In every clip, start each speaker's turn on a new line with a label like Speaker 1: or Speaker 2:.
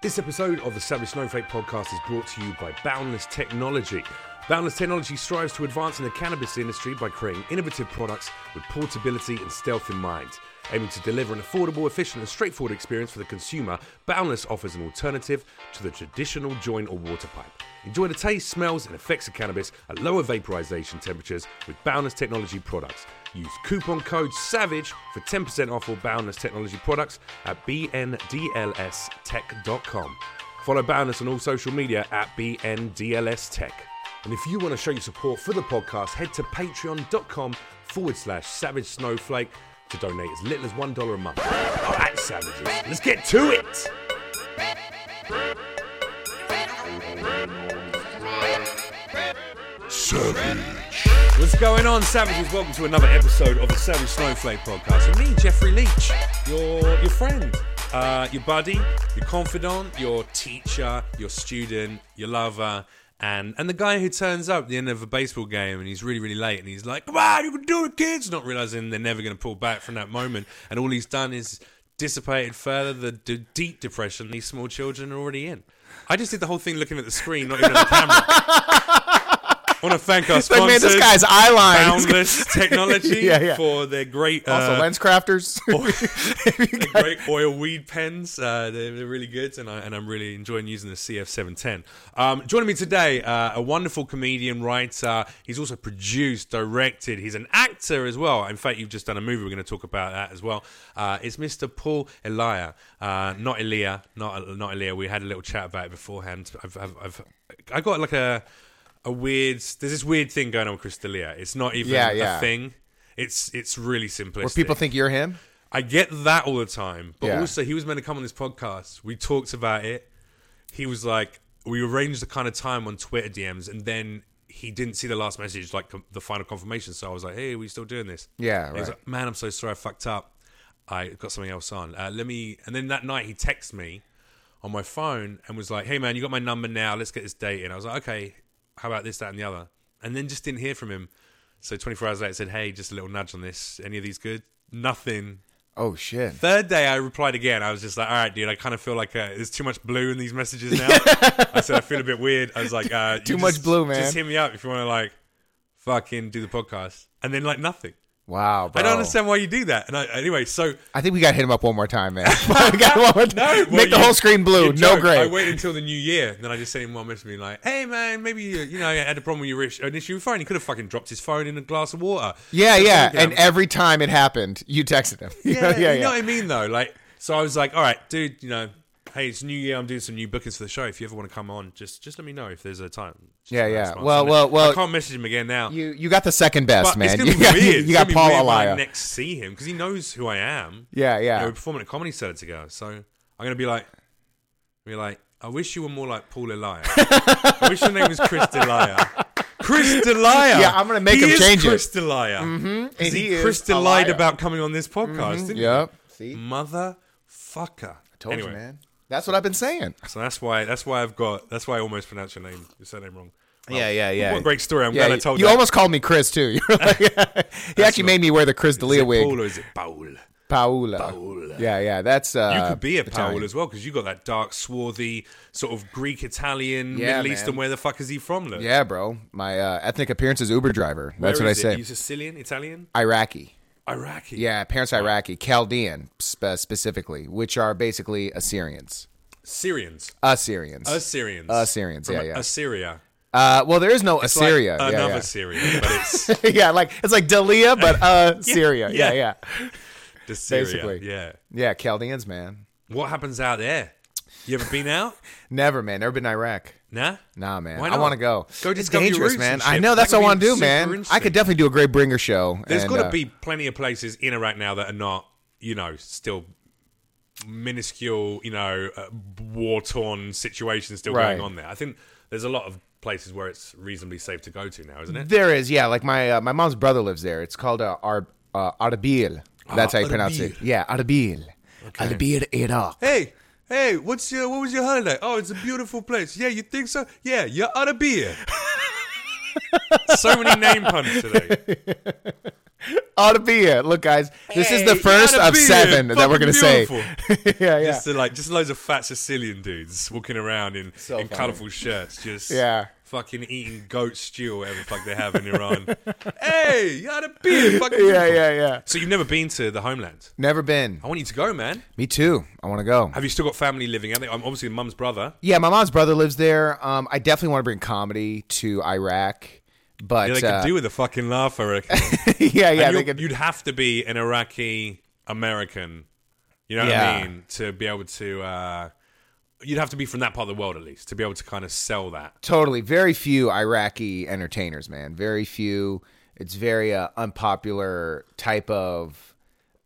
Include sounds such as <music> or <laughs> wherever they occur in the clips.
Speaker 1: This episode of the Savage Snowflake podcast is brought to you by Boundless Technology. Boundless Technology strives to advance in the cannabis industry by creating innovative products with portability and stealth in mind. Aiming to deliver an affordable, efficient, and straightforward experience for the consumer, Boundless offers an alternative to the traditional joint or water pipe. Enjoy the taste, smells, and effects of cannabis at lower vaporization temperatures with Boundless Technology products. Use coupon code SAVAGE for 10% off all Boundless Technology products at bndlstech.com. Follow Boundless on all social media at bndlstech. And if you want to show your support for the podcast, head to patreon.com forward slash savage snowflake to donate as little as $1 a month. All right, savages, let's get to it. What's going on, savages? Welcome to another episode of the Savage Snowflake Podcast. And me, Jeffrey Leach, your your friend, uh, your buddy, your confidant, your teacher, your student, your lover, and and the guy who turns up at the end of a baseball game and he's really really late and he's like, "Come on, you can do it, kids!" Not realizing they're never going to pull back from that moment, and all he's done is dissipated further the d- deep depression these small children are already in. I just did the whole thing looking at the screen, not even at the camera. <laughs> I want to thank our
Speaker 2: Like,
Speaker 1: sponsors.
Speaker 2: man, this guy's eye line.
Speaker 1: Boundless
Speaker 2: <laughs>
Speaker 1: Technology
Speaker 2: Yeah, yeah.
Speaker 1: for their great
Speaker 2: also,
Speaker 1: uh, <laughs>
Speaker 2: lens crafters.
Speaker 1: the great oil weed pens. Uh, they're, they're really good, and, I, and I'm really enjoying using the CF710. Um, joining me today, uh, a wonderful comedian, writer. He's also produced, directed. He's an actor as well. In fact, you've just done a movie. We're going to talk about that as well. Uh, it's Mr. Paul Elia, uh, not Elia, not not Elia. We had a little chat about it beforehand. I've, I've, I've I got like a a weird. There's this weird thing going on with Chris D'Elia. It's not even
Speaker 2: Yeah, yeah.
Speaker 1: a thing. It's it's really simplistic.
Speaker 2: Where people think you're him.
Speaker 1: I get that all the time. But
Speaker 2: Yeah.
Speaker 1: also, he was meant to come on this podcast. We talked about it. He was like, we arranged the kind of time on Twitter DMs, and then he didn't see the last message, like com- the final confirmation. So I was like, hey, are we still doing this?
Speaker 2: Yeah,
Speaker 1: And He's
Speaker 2: right.
Speaker 1: like, man, I'm so sorry, I fucked up. I got something else on. Uh, let me. And then that night, he texted me on my phone and was like, hey, man, you got my number now. Let's get this date in. I was like, okay, how about this, that, and the other? And then just didn't hear from him. So 24 hours later, said, hey, just a little nudge on this. Any of these good? Nothing.
Speaker 2: Oh shit.
Speaker 1: Third day, I replied again. I was just like, "All right, dude. I kind of feel like uh, there's too much blue in these messages
Speaker 2: <laughs>
Speaker 1: now." I said, "I feel a bit weird." I was like, uh, you
Speaker 2: Too much
Speaker 1: just-
Speaker 2: blue, man.
Speaker 1: Just hit me up if you want to like fucking do the podcast." And then like nothing.
Speaker 2: Wow, bro.
Speaker 1: I don't understand why you do that. And I, anyway, so
Speaker 2: I think we got to hit him up one more time,
Speaker 1: <laughs>
Speaker 2: man. <laughs> we got one more
Speaker 1: no,
Speaker 2: Make
Speaker 1: well,
Speaker 2: the
Speaker 1: you-
Speaker 2: whole screen
Speaker 1: you
Speaker 2: blue. No
Speaker 1: joke. I
Speaker 2: gray.
Speaker 1: waited until the new year, and then I just sent him one message, being like, "Hey, man, maybe you, you know, you had a problem with your ish- an issue with your phone. You could have fucking dropped his phone in a glass of water."
Speaker 2: Yeah,
Speaker 1: Just
Speaker 2: yeah.
Speaker 1: thinking,
Speaker 2: And
Speaker 1: I'm-
Speaker 2: every time it happened, you texted him. <laughs> You know,
Speaker 1: yeah, you know what I mean though. Like, so I was like, all right, dude, you know, hey, it's New Year. I'm doing some new bookings for the show. If you ever want to come on, just just let me know if there's a time. Just
Speaker 2: Yeah,
Speaker 1: let
Speaker 2: yeah.
Speaker 1: us know.
Speaker 2: Well,
Speaker 1: And
Speaker 2: well, well-
Speaker 1: I can't message him again now.
Speaker 2: You you got the second best,
Speaker 1: but
Speaker 2: man. <laughs>
Speaker 1: it's gonna
Speaker 2: you
Speaker 1: be
Speaker 2: got,
Speaker 1: weird.
Speaker 2: you got
Speaker 1: it's
Speaker 2: Paul
Speaker 1: gonna be weird when I
Speaker 2: Elia.
Speaker 1: next see him because he knows who I am.
Speaker 2: Yeah, yeah.
Speaker 1: You know, we're performing at Comedy Cellar together, so I'm gonna be like, be like, I wish you were more like Paul Elia. I wish your name was Chris Delia. Chris Delia.
Speaker 2: Yeah, I'm gonna make
Speaker 1: he
Speaker 2: him
Speaker 1: is
Speaker 2: change it.
Speaker 1: Chris Delia. Mm-hmm.
Speaker 2: And
Speaker 1: He,
Speaker 2: he is
Speaker 1: Chris
Speaker 2: a liar. Mm-hmm.
Speaker 1: Delia about coming on this podcast. Didn't he?
Speaker 2: Yep. See,
Speaker 1: motherfucker.
Speaker 2: told
Speaker 1: Mm. anyway,
Speaker 2: you, man. That's what I've been
Speaker 1: <laughs>
Speaker 2: saying.
Speaker 1: so that's why that's why I've got that's why I almost pronounced your name your surname wrong. Well,
Speaker 2: Yeah, yeah, yeah.
Speaker 1: What a great story! I'm glad I told
Speaker 2: you
Speaker 1: that.
Speaker 2: almost called me Chris too. <laughs> You
Speaker 1: <laughs>
Speaker 2: were like- he actually made me wear the Chris
Speaker 1: is
Speaker 2: D'Elia
Speaker 1: it
Speaker 2: wig.
Speaker 1: Paul or is it Paul? You
Speaker 2: Paola.
Speaker 1: Paola.
Speaker 2: Yeah, yeah. That's uh,
Speaker 1: could be a Paul
Speaker 2: Italian.
Speaker 1: as well because you got that dark, swarthy sort of Greek, Italian,
Speaker 2: Yeah,
Speaker 1: Middle Eastern.
Speaker 2: man.
Speaker 1: Where the fuck is he from? Look,
Speaker 2: Yeah, bro. My uh, ethnic appearance is Uber driver. That's
Speaker 1: Where
Speaker 2: what I
Speaker 1: is it?
Speaker 2: say.
Speaker 1: You Sicilian, Italian,
Speaker 2: Iraqi.
Speaker 1: Iraqi.
Speaker 2: Yeah, parents are Iraqi, Chaldean sp- specifically, which are basically Assyrians.
Speaker 1: Syrians,
Speaker 2: Assyrians.
Speaker 1: Assyrians,
Speaker 2: Assyrians, yeah, yeah.
Speaker 1: Assyria,
Speaker 2: uh, well, there is no
Speaker 1: It's like
Speaker 2: Assyria. yeah,
Speaker 1: another
Speaker 2: yeah.
Speaker 1: Syrian, but
Speaker 2: <laughs>
Speaker 1: it's
Speaker 2: yeah, like it's like Dalia,
Speaker 1: <laughs>
Speaker 2: but uh, Syria. Yeah, yeah,
Speaker 1: yeah. the Syria.
Speaker 2: Basically.
Speaker 1: Yeah,
Speaker 2: yeah. Chaldeans, man.
Speaker 1: what happens out there? You ever been
Speaker 2: <laughs>
Speaker 1: out?
Speaker 2: Never, man. Never been to Iraq.
Speaker 1: Nah,
Speaker 2: Nah, man.
Speaker 1: Why
Speaker 2: I
Speaker 1: not?
Speaker 2: want to go.
Speaker 1: Go
Speaker 2: it's
Speaker 1: discover your
Speaker 2: dangerous,
Speaker 1: roots
Speaker 2: man.
Speaker 1: and
Speaker 2: I
Speaker 1: shit.
Speaker 2: know that's
Speaker 1: That
Speaker 2: what I
Speaker 1: could
Speaker 2: want
Speaker 1: be
Speaker 2: to do,
Speaker 1: super
Speaker 2: man. I
Speaker 1: interesting.
Speaker 2: could definitely do a great bringer show.
Speaker 1: There's
Speaker 2: and,
Speaker 1: got to
Speaker 2: uh,
Speaker 1: be plenty of places in Iraq now that are not, you know, still minuscule, you know, uh, war torn situations still
Speaker 2: Right.
Speaker 1: going on there. I think there's a lot of places where it's reasonably safe to go to now, isn't it?
Speaker 2: There is, yeah. Like my uh, my mom's brother lives there. It's called uh, Ar- uh, Arbil. That's how you pronounce it.
Speaker 1: Ah, Arbil.
Speaker 2: Yeah, Arbil. Arbil, Iraq.
Speaker 1: Hey, hey, what's your what was your holiday? Oh, it's a beautiful place. Yeah, you think so? Yeah, you're <laughs> out of beer. so many name puns today.
Speaker 2: Arabia. Look, guys, this is the
Speaker 1: Hey,
Speaker 2: first of
Speaker 1: Arabia,
Speaker 2: seven that we're gonna say.
Speaker 1: fucking
Speaker 2: <laughs> yeah, yeah,
Speaker 1: Just uh, like just loads of fat Sicilian dudes walking around in,
Speaker 2: So
Speaker 1: in
Speaker 2: funny.
Speaker 1: colourful shirts, just
Speaker 2: Yeah.
Speaker 1: fucking eating goat stew or whatever the fuck they have in Iran. <laughs> hey, you had a
Speaker 2: <laughs>
Speaker 1: beer, fucking
Speaker 2: yeah,
Speaker 1: beautiful.
Speaker 2: yeah, yeah.
Speaker 1: So you've never been to the homeland.
Speaker 2: Never been.
Speaker 1: I want you to go, man.
Speaker 2: Me too. I want to go.
Speaker 1: Have you still got family living out there? I'm obviously mum's brother.
Speaker 2: Yeah, my mom's brother lives there. Um, I definitely want to bring comedy to Iraq, but
Speaker 1: Yeah, they
Speaker 2: uh,
Speaker 1: could do with a fucking laugh, I reckon.
Speaker 2: <laughs> yeah, yeah,
Speaker 1: And
Speaker 2: they
Speaker 1: you-
Speaker 2: could.
Speaker 1: You'd have to be an Iraqi American, you know what
Speaker 2: Yeah.
Speaker 1: I mean, to be able to. Uh, you'd have to be from that part of the world at least to be able to kind of sell that.
Speaker 2: Totally. Very few Iraqi entertainers, man. Very few. It's very uh, unpopular type of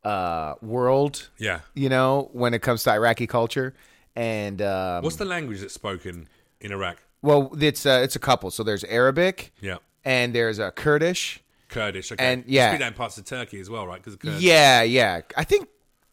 Speaker 2: uh, world,
Speaker 1: Yeah.
Speaker 2: you know, when it comes to Iraqi culture. And um,
Speaker 1: What's the language that's spoken in Iraq?
Speaker 2: well, it's uh, it's a couple. So there's Arabic,
Speaker 1: Yeah.
Speaker 2: and there's uh, Kurdish.
Speaker 1: Kurdish. Okay.
Speaker 2: And-
Speaker 1: You
Speaker 2: yeah.
Speaker 1: speak that in parts of Turkey as well, right? Because Kurdish
Speaker 2: Yeah, yeah. I think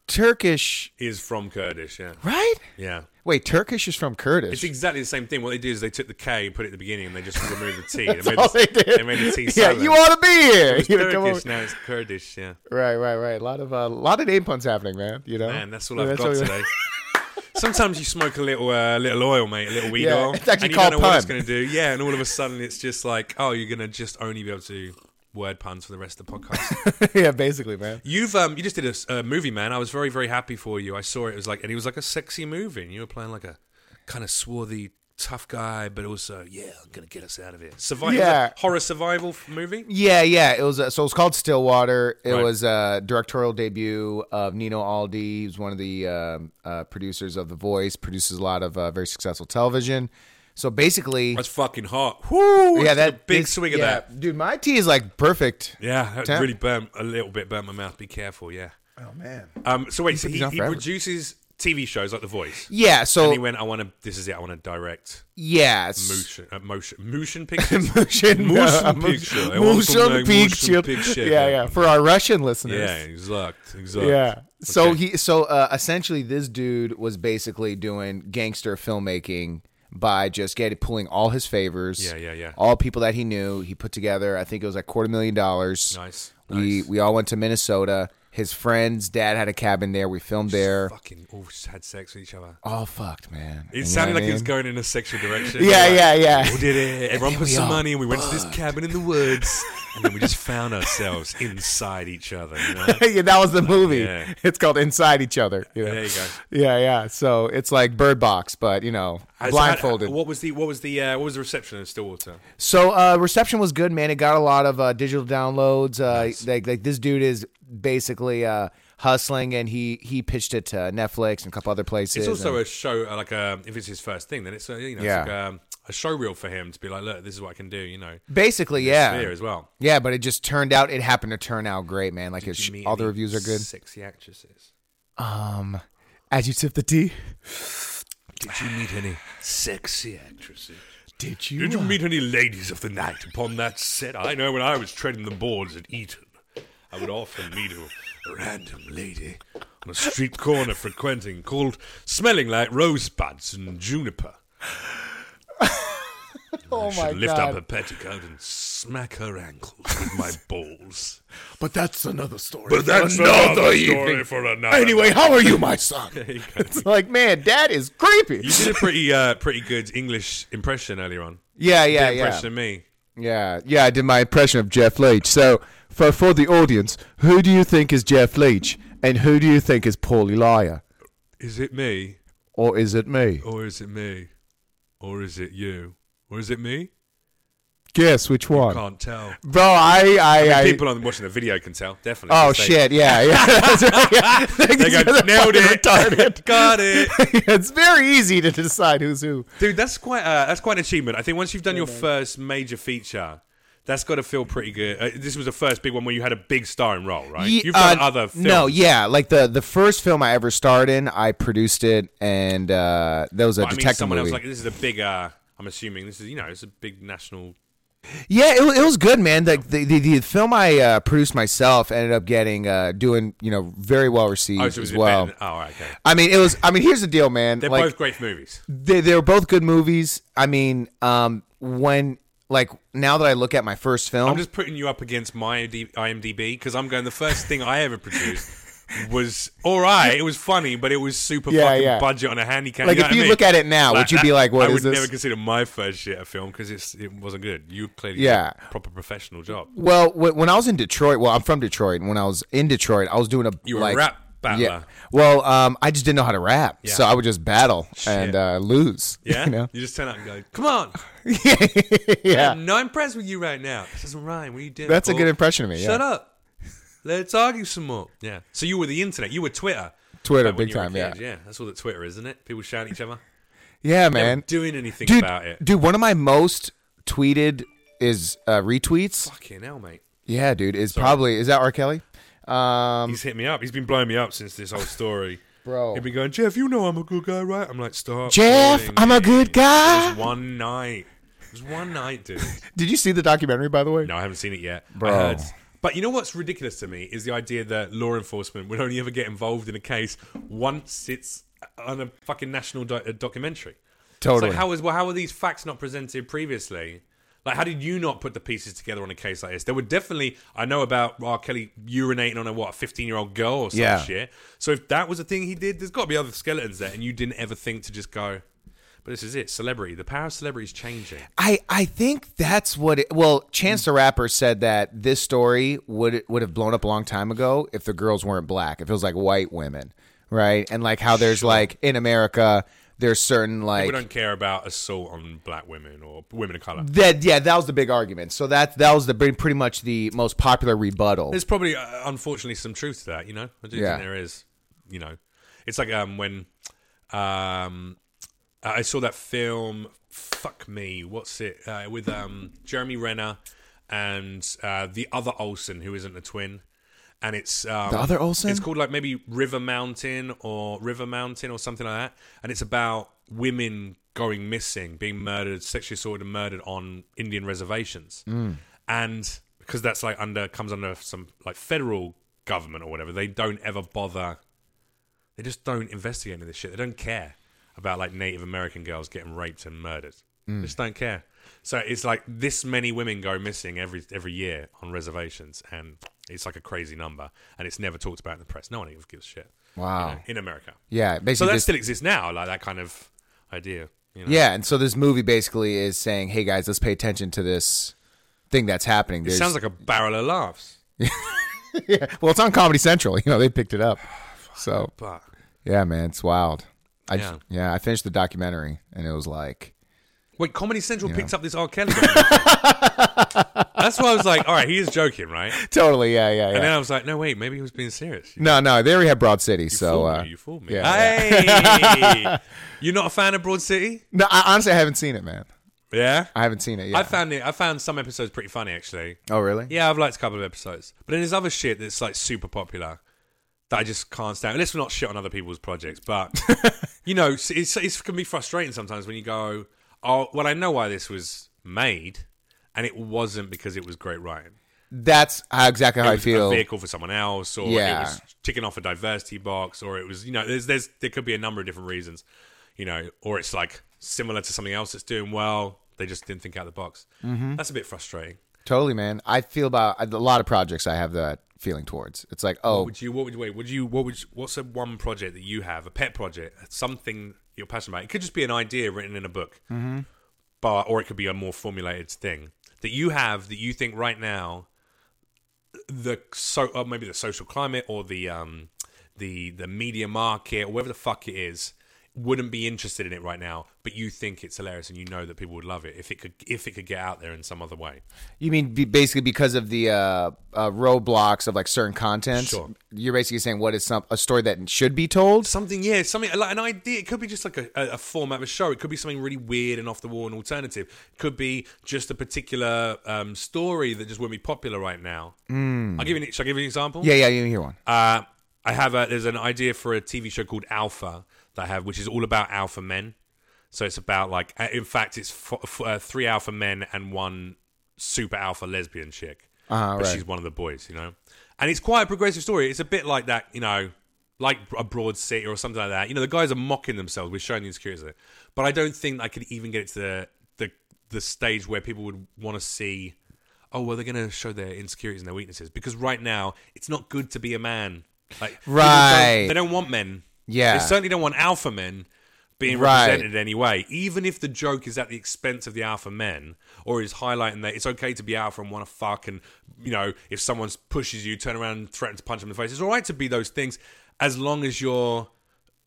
Speaker 2: Turkish,
Speaker 1: is from Kurdish. Yeah.
Speaker 2: right?
Speaker 1: Yeah.
Speaker 2: Wait, Turkish is from
Speaker 1: It's
Speaker 2: <laughs> Kurdish.
Speaker 1: exactly the same thing. What they did is they took the K and put it at the beginning, and they just removed the T.
Speaker 2: <laughs> That's all they did.
Speaker 1: They made the T
Speaker 2: yeah,
Speaker 1: silent.
Speaker 2: you ought to be here. <laughs>
Speaker 1: It's
Speaker 2: You know, come
Speaker 1: Turkish
Speaker 2: over-
Speaker 1: now. It's Kurdish. Yeah.
Speaker 2: Right, right, right. A lot of uh, a lot of name puns happening, man. You know,
Speaker 1: Man, that's all I've
Speaker 2: That's
Speaker 1: got
Speaker 2: all we-
Speaker 1: today. <laughs> Sometimes you smoke a little uh, little oil, mate, a little weed
Speaker 2: Yeah,
Speaker 1: oil.
Speaker 2: it's actually
Speaker 1: and you
Speaker 2: called
Speaker 1: don't know what it's
Speaker 2: pun.
Speaker 1: going to do. Yeah, and all of a sudden it's just like, oh, you're going to just only be able to word puns for the rest of the podcast.
Speaker 2: <laughs> yeah, basically, man.
Speaker 1: You've um, you just did a s- a, movie, man. I was very very happy for you. I saw it. It was like, and it was like a sexy movie, and you were playing like a kind of swarthy. Tough guy, but also yeah, I'm gonna get us out of here. Survival,
Speaker 2: Yeah.
Speaker 1: horror survival f- movie.
Speaker 2: Yeah, yeah. It was uh, so it was called Stillwater. It
Speaker 1: Right.
Speaker 2: was a directorial debut of Nino Aldi. He's one of the um, uh, producers of The Voice. Produces a lot of uh, very successful television. So basically,
Speaker 1: That's fucking hot. Woo! Just
Speaker 2: yeah,
Speaker 1: took a
Speaker 2: that
Speaker 1: big
Speaker 2: this-
Speaker 1: swig of
Speaker 2: yeah.
Speaker 1: that.
Speaker 2: dude. My tea is like perfect.
Speaker 1: Yeah, that
Speaker 2: Damn.
Speaker 1: really burnt a little bit. Burnt my mouth. Be careful. Yeah.
Speaker 2: Oh man.
Speaker 1: Um, so wait, so
Speaker 2: these
Speaker 1: he,
Speaker 2: on
Speaker 1: he
Speaker 2: forever.
Speaker 1: produces TV shows like The Voice. And
Speaker 2: Yeah.
Speaker 1: he
Speaker 2: So
Speaker 1: went, I want to. This is it. I want to direct
Speaker 2: yeah. s-
Speaker 1: motion, uh, motion, motion pictures.
Speaker 2: <laughs> Motion,
Speaker 1: Motion
Speaker 2: uh,
Speaker 1: picture. I
Speaker 2: motion
Speaker 1: want some, like, motion
Speaker 2: picture.
Speaker 1: picture.
Speaker 2: Yeah, yeah. For our Russian listeners.
Speaker 1: yeah, exact, exact.
Speaker 2: Yeah. So
Speaker 1: Okay.
Speaker 2: he so uh, essentially this dude was basically doing gangster filmmaking by just getting pulling all his favors.
Speaker 1: Yeah, yeah, yeah.
Speaker 2: All people that he knew, he put together. I think it was like quarter million dollars.
Speaker 1: Nice,
Speaker 2: We
Speaker 1: nice.
Speaker 2: we all went to Minnesota. His friend's dad had a cabin there. We filmed there.
Speaker 1: fucking all just had sex with each other.
Speaker 2: All fucked, man.
Speaker 1: It
Speaker 2: You know
Speaker 1: sounded
Speaker 2: what
Speaker 1: like
Speaker 2: I
Speaker 1: it was
Speaker 2: mean?
Speaker 1: going in a sexual direction.
Speaker 2: Yeah,
Speaker 1: Like, <laughs>
Speaker 2: yeah, yeah.
Speaker 1: We did it. Everyone
Speaker 2: then
Speaker 1: put
Speaker 2: we
Speaker 1: some
Speaker 2: all
Speaker 1: money, and we went to this cabin in the woods, and then we just found
Speaker 2: <laughs>
Speaker 1: ourselves inside each other. You know?
Speaker 2: yeah, that was the movie.
Speaker 1: yeah.
Speaker 2: It's called Inside Each Other. you know?
Speaker 1: There you go.
Speaker 2: Yeah, yeah. So it's like Bird Box, but you know,
Speaker 1: Has-
Speaker 2: blindfolded.
Speaker 1: had- what was the what was the uh, what was the reception in Stillwater?
Speaker 2: So uh, reception was good, man. It got a lot of uh, digital downloads. Uh, Like like this dude is basically uh, hustling, and he he pitched it to Netflix and a couple other places.
Speaker 1: It's also a
Speaker 2: and-
Speaker 1: show, uh, like a, if it's his first thing, then it's a, you know
Speaker 2: Yeah.
Speaker 1: it's like um, a showreel for him to be like, look, this is what I can do, you know,
Speaker 2: basically yeah
Speaker 1: here as well.
Speaker 2: yeah. But it just turned out it happened to turn out great, man. Like it's,
Speaker 1: You meet
Speaker 2: all the
Speaker 1: any
Speaker 2: reviews are good.
Speaker 1: Sexy actresses.
Speaker 2: Um, as you sip the tea,
Speaker 1: Did you meet any
Speaker 2: <sighs>
Speaker 1: sexy actresses?
Speaker 2: did you?
Speaker 1: Did you meet any ladies of the night upon that set? I know when I was treading the boards at Eton, I would often meet a random lady on a street corner frequenting called smelling like rosebuds and juniper.
Speaker 2: <laughs> oh
Speaker 1: I
Speaker 2: my
Speaker 1: should lift
Speaker 2: god!
Speaker 1: up her petticoat and smack her ankles with
Speaker 2: <laughs>
Speaker 1: my balls.
Speaker 2: but that's another story.
Speaker 1: But that's another, story <laughs> for another.
Speaker 2: Anyway, how are you, my son?
Speaker 1: <laughs> you go.
Speaker 2: it's like, man, dad is creepy.
Speaker 1: you did a pretty uh, pretty good English impression earlier on.
Speaker 2: Yeah, yeah,
Speaker 1: Yeah,
Speaker 2: yeah.
Speaker 1: impression of me.
Speaker 2: Yeah, yeah, I did my impression of Jeff Leach. So, for for the audience, who do you think is Jeff Leach, and who do you think is Paulie Liar,
Speaker 1: Is it me
Speaker 2: or is it me?
Speaker 1: or is it me or is it you or is it me?
Speaker 2: Guess which one,
Speaker 1: Can't tell.
Speaker 2: bro. I, I, I.
Speaker 1: People on watching the video can tell definitely.
Speaker 2: oh
Speaker 1: 'cause they-
Speaker 2: shit!
Speaker 1: <laughs>
Speaker 2: Yeah, yeah. That's right, yeah. <laughs>
Speaker 1: They go nailed it. <laughs>
Speaker 2: Retarded.
Speaker 1: Got it,
Speaker 2: <laughs> it's very easy to decide who's who.
Speaker 1: dude. That's quite uh, that's quite an achievement. I think once you've done your first major feature. That's got to feel pretty good. Uh, this was the first big one where you had a big starring role, right?
Speaker 2: Ye-
Speaker 1: You've done
Speaker 2: uh,
Speaker 1: other films.
Speaker 2: No, yeah, like the the first film I ever starred in, I produced it, and uh, that was a
Speaker 1: I
Speaker 2: detective
Speaker 1: mean, someone
Speaker 2: movie.
Speaker 1: else like this is a big. Uh, I'm assuming this is you know it's a big national.
Speaker 2: Yeah, it, wa- it was good, man. The, the, the, the film I uh, produced myself ended up getting uh, doing you know very well received
Speaker 1: Oh, so it was
Speaker 2: as well.
Speaker 1: better than- oh, all right, okay.
Speaker 2: I mean, it was. I mean, here's the deal, man.
Speaker 1: They're
Speaker 2: like
Speaker 1: both great movies.
Speaker 2: they, they were both good movies. I mean, um, when like now that I look at my first film,
Speaker 1: I'm just putting you up against my D- IMDb because I'm going. The first thing I ever
Speaker 2: <laughs>
Speaker 1: produced was all right. It was funny, but it was super
Speaker 2: Yeah,
Speaker 1: fucking
Speaker 2: yeah.
Speaker 1: budget on a handicap.
Speaker 2: like
Speaker 1: you know
Speaker 2: if
Speaker 1: what
Speaker 2: you
Speaker 1: I mean?
Speaker 2: look at it now, would you be like, "What
Speaker 1: I
Speaker 2: is
Speaker 1: would
Speaker 2: this?"
Speaker 1: never consider my first shit a film because it's it wasn't good. You clearly
Speaker 2: Yeah.
Speaker 1: did a proper professional job.
Speaker 2: Well, wh- when I was in Detroit, well, I'm from Detroit. and When I was in Detroit, I was doing a
Speaker 1: You were a
Speaker 2: like,
Speaker 1: rap uh, battler.
Speaker 2: Yeah. <laughs> Well, um, I just didn't know how to rap, so I would just battle and uh, lose. <laughs>
Speaker 1: Yeah,
Speaker 2: You
Speaker 1: you,
Speaker 2: know.
Speaker 1: just turn up and go, "Come
Speaker 2: <laughs>
Speaker 1: on,
Speaker 2: yeah.
Speaker 1: I'm not impressed with you right now. This isn't rhyme. What are you doing?
Speaker 2: That's a
Speaker 1: Paul?
Speaker 2: good impression of me.
Speaker 1: Shut
Speaker 2: yeah.
Speaker 1: up. Let's argue some more. Yeah. So you were the internet. You were Twitter.
Speaker 2: Twitter,
Speaker 1: Back when
Speaker 2: big
Speaker 1: you were a
Speaker 2: time, yeah.
Speaker 1: kid. Yeah. That's all that Twitter is, isn't it? People shouting at each
Speaker 2: <laughs>
Speaker 1: other.
Speaker 2: Yeah,
Speaker 1: Never
Speaker 2: man.
Speaker 1: doing anything
Speaker 2: Dude,
Speaker 1: about it.
Speaker 2: dude, one of my most tweeted is uh, retweets.
Speaker 1: Fucking hell, mate.
Speaker 2: Yeah, dude, is probably is that R. Kelly? Um,
Speaker 1: He's hit me up. He's been blowing me up since this whole story.
Speaker 2: <laughs> Bro.
Speaker 1: He'd be going, Jeff, you know I'm a good guy, right? I'm like, stop.
Speaker 2: Jeff,
Speaker 1: calling
Speaker 2: I'm a
Speaker 1: me."
Speaker 2: good
Speaker 1: It
Speaker 2: guy.
Speaker 1: was one night. It was one night, dude.
Speaker 2: Did you see the documentary, by the way?
Speaker 1: No, I haven't seen it yet.
Speaker 2: Bro.
Speaker 1: I heard. But you know what's ridiculous to me is the idea that law enforcement would only ever get involved in a case once it's on a fucking national do- a documentary.
Speaker 2: Totally.
Speaker 1: It's like, how is well, how were these facts not presented previously? Like, how did you not put the pieces together on a case like this? There were definitely, I know about R. Kelly urinating on a what, fifteen-year-old girl or some
Speaker 2: Yeah.
Speaker 1: shit. So if that was a thing he did, there's got to be other skeletons there, and you didn't ever think to just go. But this is it, celebrity. The power of celebrity is changing.
Speaker 2: I, I think that's what it, well Chance the Rapper said that this story would would have blown up a long time ago if the girls weren't black if it was like white women right and like how there's like in America there's certain
Speaker 1: We
Speaker 2: like
Speaker 1: don't care about assault on black women or women of color.
Speaker 2: that yeah that was the big argument so that that was the pretty much the most popular rebuttal
Speaker 1: There's probably, uh, unfortunately, some truth to that. You know, I do
Speaker 2: Yeah.
Speaker 1: think there is. You know, it's like um when um I saw that film. Fuck me, what's it uh, with um Jeremy Renner and uh, the other Olsen who isn't a twin, and it's um,
Speaker 2: The other Olsen?
Speaker 1: It's called like maybe River Mountain or River Mountain or something like that, and it's about women going missing, being murdered, sexually assaulted, and murdered on Indian reservations,
Speaker 2: Mm.
Speaker 1: and because that's like under comes under some like federal government or whatever, they don't ever bother they just don't investigate any of this shit. They don't care about like Native American girls getting raped and murdered. They just don't care. So it's like this many women go missing every every year on reservations, and it's like a crazy number, and it's never talked about in the press. No one even gives a shit. you
Speaker 2: Wow.
Speaker 1: know, in America,
Speaker 2: yeah
Speaker 1: so
Speaker 2: basically
Speaker 1: that
Speaker 2: just-
Speaker 1: still exists now, like that kind of idea. You know?
Speaker 2: yeah and so this movie basically is saying hey guys let's pay attention to this thing that's happening
Speaker 1: It
Speaker 2: there's,
Speaker 1: sounds like a barrel of laughs,
Speaker 2: <laughs> well it's on Comedy Central you know they picked
Speaker 1: <sighs>
Speaker 2: it
Speaker 1: Oh,
Speaker 2: up so
Speaker 1: but
Speaker 2: Yeah, man, it's wild. I yeah.
Speaker 1: Yeah.
Speaker 2: yeah, I finished the documentary and it was like, <laughs>
Speaker 1: Wait, Comedy Central picked up this R. Kelly. documentary. That's why I was like, all right, he is joking, right?
Speaker 2: totally, yeah, yeah,
Speaker 1: And
Speaker 2: yeah.
Speaker 1: then I was like, no, wait, maybe he was being serious.
Speaker 2: No, no, they already had Broad City, so
Speaker 1: fooled
Speaker 2: uh,
Speaker 1: me, you fooled me.
Speaker 2: yeah,
Speaker 1: hey, <laughs> you're not a fan of Broad City?
Speaker 2: no, I honestly I haven't seen it, man.
Speaker 1: Yeah,
Speaker 2: I haven't seen it
Speaker 1: I
Speaker 2: yet.
Speaker 1: found it. I found some episodes pretty funny actually.
Speaker 2: oh, really?
Speaker 1: Yeah, I've liked a couple of episodes, but then there's other shit that's like super popular that I just can't stand. Let's not shit on other people's projects,
Speaker 2: <laughs>
Speaker 1: but you know, it's, it's, it's can be frustrating sometimes when you go, "Oh, well, I know why this was made." And it wasn't because it was great writing.
Speaker 2: That's how, exactly how
Speaker 1: It
Speaker 2: I
Speaker 1: was a
Speaker 2: feel.
Speaker 1: vehicle for someone else, or
Speaker 2: Yeah.
Speaker 1: it was ticking off a diversity box, or it was you know there's there's there could be a number of different reasons, you know, or it's like similar to something else that's doing well. They just didn't think out of the box.
Speaker 2: Mm-hmm.
Speaker 1: That's a bit frustrating.
Speaker 2: Totally, man. I feel about a lot of projects. I have that feeling towards. It's like, oh,
Speaker 1: Would you what would wait? Would you what would you, what's a one project that you have a pet project something you're passionate about? It could just be an idea written in a book, mm-hmm. but or it could be a more formulated thing that you have that you think right now the so or maybe the social climate or the um the the media market or whatever the fuck it is wouldn't be interested in it right now but you think it's hilarious and you know that people would love it if it could if it could get out there in some other way
Speaker 2: you mean be- basically because of the uh, uh, roadblocks of like certain content?
Speaker 1: Sure.
Speaker 2: You're basically saying what is some a story that should be told?
Speaker 1: something yeah something like an idea it could be just like a, a, a format of a show it could be something really weird and off the wall and alternative could be just a particular um, story that just wouldn't be popular right now i'll give you an, shall I give you an example
Speaker 2: Yeah, yeah. You hear one?
Speaker 1: uh, I have a, there's an idea for a TV show called Alpha that I have, which is all about alpha men. So it's about like, uh, in fact, it's f- f- uh, three alpha men and one super alpha lesbian chick.
Speaker 2: Uh-huh,
Speaker 1: but
Speaker 2: right.
Speaker 1: she's one of the boys, you know. And it's quite a progressive story. It's a bit like that, you know, like a broad city or something like that. You know, the guys are mocking themselves. We're showing the insecurities, of it. but I don't think I could even get it to the the the stage where people would want to see. Oh well, they're going to show their insecurities and their weaknesses because right now it's not good to be a man. Like people don't-
Speaker 2: Right.
Speaker 1: they don't want men.
Speaker 2: Yeah.
Speaker 1: they certainly don't want alpha men being
Speaker 2: Right.
Speaker 1: represented anyway. Even if the joke is at the expense of the alpha men, or is highlighting that it's okay to be alpha and want to fuck, and you know if someone pushes you, turn around and threaten to punch them in the face, it's all right to be those things as long as you're.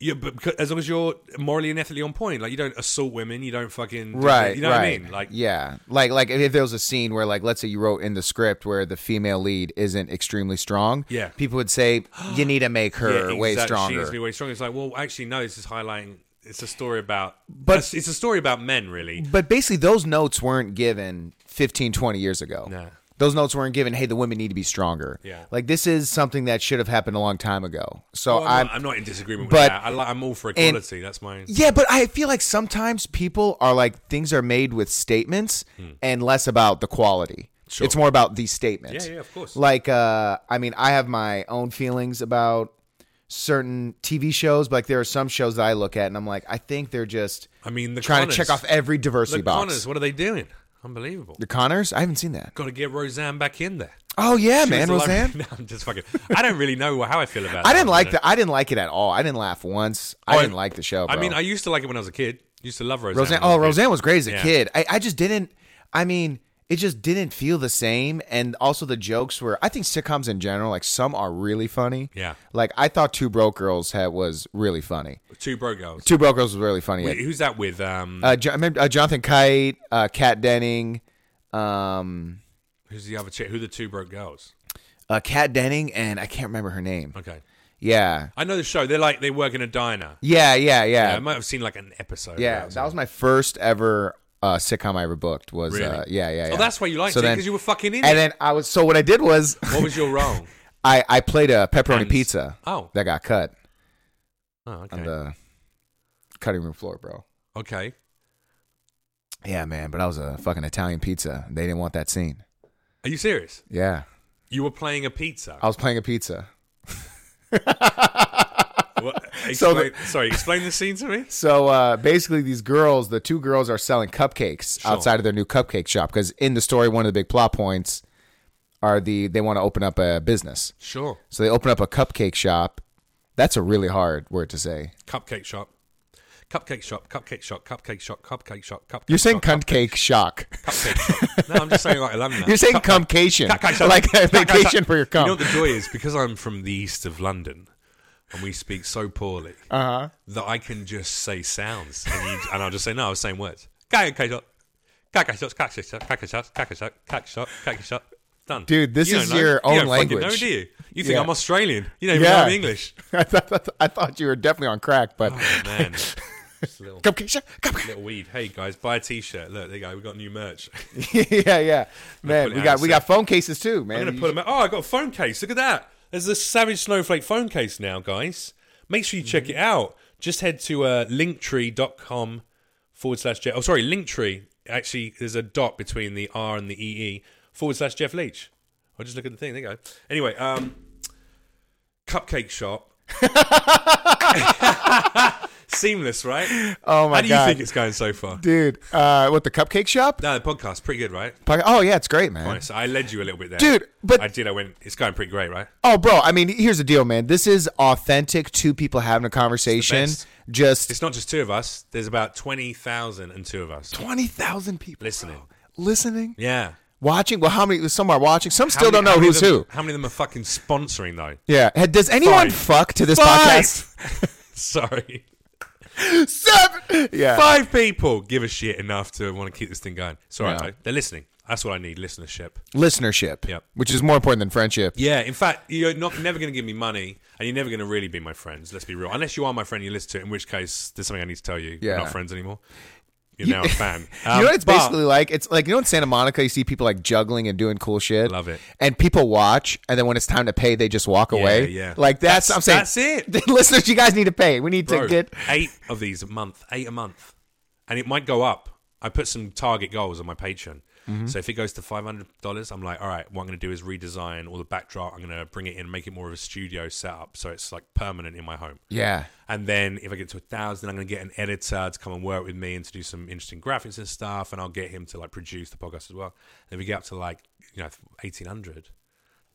Speaker 1: Yeah, but because- as long as you're morally and ethically on point, like you don't assault women, you don't fucking,
Speaker 2: right
Speaker 1: You know
Speaker 2: right.
Speaker 1: what I mean? Like,
Speaker 2: yeah like like if there was a scene where like let's say you wrote in the script where the female lead isn't extremely strong
Speaker 1: Yeah.
Speaker 2: people would say you need
Speaker 1: <gasps>
Speaker 2: to make her
Speaker 1: Yeah, exactly.
Speaker 2: way
Speaker 1: She
Speaker 2: stronger
Speaker 1: needs to be way stronger. It's like, well, actually, no. This is highlighting. It's a story about, but it's, it's a story about men, really.
Speaker 2: but basically those notes weren't given 15 20 years ago
Speaker 1: No.
Speaker 2: those notes weren't given hey the women need to be stronger
Speaker 1: Yeah. Oh,
Speaker 2: like this is something that should have happened a long time ago so
Speaker 1: Well, I'm,
Speaker 2: i'm
Speaker 1: not, I'm not in disagreement with
Speaker 2: but-
Speaker 1: that. I, li- I'm all for equality. That's my.
Speaker 2: yeah but i feel like sometimes people are like things are made with statements and less about the quality
Speaker 1: Hmm. Sure.
Speaker 2: it's more about the statements
Speaker 1: Yeah, yeah, of course.
Speaker 2: like uh i mean i have my own feelings about certain tv shows but like there are some shows that i look at and i'm like i think they're just
Speaker 1: I mean, the
Speaker 2: trying
Speaker 1: Connors.
Speaker 2: to check off every diversity
Speaker 1: The
Speaker 2: box
Speaker 1: Connors, what are they doing? Unbelievable.
Speaker 2: the connors i haven't seen that
Speaker 1: Got to get Roseanne back in there.
Speaker 2: oh yeah
Speaker 1: She was
Speaker 2: man
Speaker 1: the library-
Speaker 2: roseanne
Speaker 1: <laughs> No, I'm just fucking. I don't really know how I feel about.
Speaker 2: <laughs> I didn't like
Speaker 1: that.
Speaker 2: that. I didn't like it at all. I didn't laugh once.
Speaker 1: Oh,
Speaker 2: I didn't like the show.
Speaker 1: I mean,
Speaker 2: bro.
Speaker 1: I used to like it when I was a kid. Used to love Roseanne.
Speaker 2: Roseanne.
Speaker 1: when I was
Speaker 2: Oh,
Speaker 1: a kid.
Speaker 2: Roseanne was great as a
Speaker 1: Yeah.
Speaker 2: kid. I, I just didn't. I mean, it just didn't feel the same. And also the jokes were. I think sitcoms in general, like some are really funny.
Speaker 1: Yeah.
Speaker 2: Like I thought Two Broke Girls had was really funny.
Speaker 1: Two bro
Speaker 2: <laughs>
Speaker 1: girls.
Speaker 2: Two Broke Girls was really funny.
Speaker 1: Who's that with? Um,
Speaker 2: Uh, Jo- I remember, uh, Jonathan Kite, uh, Kat Denning, um,
Speaker 1: who's the other chick? Who the two broke girls?
Speaker 2: uh, Kat Denning, and I can't remember her name.
Speaker 1: Okay,
Speaker 2: Yeah.
Speaker 1: I know the show. They're like they work in a diner.
Speaker 2: Yeah, yeah, yeah.
Speaker 1: I might have seen like an episode. of
Speaker 2: Yeah,
Speaker 1: or
Speaker 2: that was my first ever uh, sitcom I ever booked. Was
Speaker 1: Really?
Speaker 2: uh, yeah, yeah, yeah.
Speaker 1: Oh, that's why you liked
Speaker 2: So
Speaker 1: it
Speaker 2: then-
Speaker 1: because you were fucking in
Speaker 2: And
Speaker 1: it.
Speaker 2: then I was so what I did was
Speaker 1: what was your
Speaker 2: <laughs>
Speaker 1: role?
Speaker 2: I I played a pepperoni
Speaker 1: And-
Speaker 2: pizza.
Speaker 1: oh.
Speaker 2: that got cut
Speaker 1: Oh, okay.
Speaker 2: on the cutting room floor, bro.
Speaker 1: okay.
Speaker 2: Yeah, man. But I was a fucking Italian pizza. They didn't want that scene.
Speaker 1: Are you serious?
Speaker 2: Yeah,
Speaker 1: You were playing a pizza.
Speaker 2: I was playing a pizza. <laughs>
Speaker 1: What-
Speaker 2: Oh. So the-
Speaker 1: explain, sorry, explain the scene to me.
Speaker 2: So uh, basically, these girls, the two girls, are selling cupcakes outside of their new cupcake shop because in the story, one of the big plot points are the they want to open up a business.
Speaker 1: Sure.
Speaker 2: So they open up a cupcake shop. That's a really hard word to say.
Speaker 1: Cupcake shop. Cupcake shop. Cupcake shop. Cupcake shop. Cupcake shop. Cupcake
Speaker 2: You're saying
Speaker 1: shop,
Speaker 2: cupcake shock. <laughs>
Speaker 1: cupcake shop. No, I'm just saying like I love that.
Speaker 2: You're saying
Speaker 1: Cupcake-
Speaker 2: cumcation,
Speaker 1: cupcake shop.
Speaker 2: like a
Speaker 1: Cupcake shop.
Speaker 2: vacation for your
Speaker 1: You know
Speaker 2: cum.
Speaker 1: what the joy is because I'm from the east of London, and we speak so poorly
Speaker 2: Uh-huh.
Speaker 1: that I can just say sounds, and, you, and I'll just say no, I was saying words. Cupcake shop. Cupcake shop. Cupcake shop. Cupcake shop. Cupcake shop. Cupcake shop. Cupcake shop. Done.
Speaker 2: Dude, this
Speaker 1: You
Speaker 2: is
Speaker 1: don't know.
Speaker 2: your own
Speaker 1: you don't fucking
Speaker 2: language.
Speaker 1: Know, do you? You think
Speaker 2: Yeah.
Speaker 1: I'm Australian? You don't even
Speaker 2: Yeah.
Speaker 1: know I'm
Speaker 2: <laughs>
Speaker 1: English.
Speaker 2: <laughs> I thought, I thought you were definitely on crack, but
Speaker 1: Oh, man. Just a little,
Speaker 2: cupcake shop. Cupcake.
Speaker 1: little weed. Hey guys, buy a t-shirt. Look, there you go. We got new merch. <laughs>
Speaker 2: yeah, yeah,
Speaker 1: put
Speaker 2: man.
Speaker 1: it
Speaker 2: We
Speaker 1: out
Speaker 2: got we
Speaker 1: of
Speaker 2: got phone cases too,
Speaker 1: I'm
Speaker 2: man.
Speaker 1: gonna put them out. Oh, I got a phone case. Look at that. There's a Savage Snowflake phone case now, guys. Make sure you check
Speaker 2: Mm-hmm.
Speaker 1: it out. Just head to uh, linktree.com forward slash Jeff. Oh, sorry, Linktree. Actually, there's a dot between the R and the EE forward slash Jeff Leach. I'll just look at the thing. There you go. Anyway, um, cupcake shop. <laughs> Seamless, right?
Speaker 2: oh my
Speaker 1: How do you
Speaker 2: god,
Speaker 1: think it's going so far?
Speaker 2: dude! Uh, what the cupcake shop?
Speaker 1: No, the podcast's pretty good, right?
Speaker 2: Oh yeah, it's great, man.
Speaker 1: Nice. I led you a little bit there,
Speaker 2: Dude, but-
Speaker 1: I did. I went. It's going pretty great, right?
Speaker 2: Oh, bro. I mean, here's the deal, man. This is authentic. Two people having a conversation.
Speaker 1: best.
Speaker 2: Just
Speaker 1: It's not just two of us. There's about 20,000 and two of us
Speaker 2: twenty thousand people
Speaker 1: listening.
Speaker 2: listening.
Speaker 1: Yeah.
Speaker 2: Watching? Well, how many? Some are watching. Some still
Speaker 1: How many-
Speaker 2: don't know
Speaker 1: how many
Speaker 2: who's
Speaker 1: of them-
Speaker 2: who.
Speaker 1: How many of them are fucking sponsoring, though?
Speaker 2: Yeah. Hey, Does anyone
Speaker 1: Five.
Speaker 2: fuck to this
Speaker 1: Five! <laughs>
Speaker 2: podcast?
Speaker 1: Sorry.
Speaker 2: Seven. Yeah.
Speaker 1: Five people give a shit enough to want to keep this thing going. It's all right,
Speaker 2: Yeah.
Speaker 1: though. They're listening. That's what I need listenership.
Speaker 2: Listenership.
Speaker 1: Yep.
Speaker 2: Which is more important than friendship.
Speaker 1: Yeah, in fact, you're not never going to give me money, and you're never going to really be my friends. Let's be real. Unless you are my friend, you listen to it. In which case, there's something I need to tell you. We're
Speaker 2: Yeah.
Speaker 1: not friends anymore. You're
Speaker 2: <laughs>
Speaker 1: now a fan. Um,
Speaker 2: you know what it's
Speaker 1: but-
Speaker 2: basically like? It's like you know in Santa Monica you see people like juggling and doing cool shit.
Speaker 1: Love it.
Speaker 2: And people watch, and then when it's time to pay, they just walk away.
Speaker 1: yeah.
Speaker 2: Like that's,
Speaker 1: That's-
Speaker 2: I'm saying.
Speaker 1: that's
Speaker 2: <laughs>
Speaker 1: it.
Speaker 2: Listeners, you guys need to pay. We need
Speaker 1: Bro,
Speaker 2: to get.
Speaker 1: eight of these a month, eight a month, and it might go up. I put some target goals on my Patreon.
Speaker 2: Mm-hmm.
Speaker 1: So if it goes to five hundred dollars, I'm like, all right, what I'm going to do is redesign all the backdrop. I'm going to bring it in, make it more of a studio setup, so it's like permanent in my home.
Speaker 2: Yeah.
Speaker 1: And then if I get to a thousand, I'm going to get an editor to come and work with me and to do some interesting graphics and stuff, and I'll get him to like produce the podcast as well. And if we get up to like you know eighteen hundred,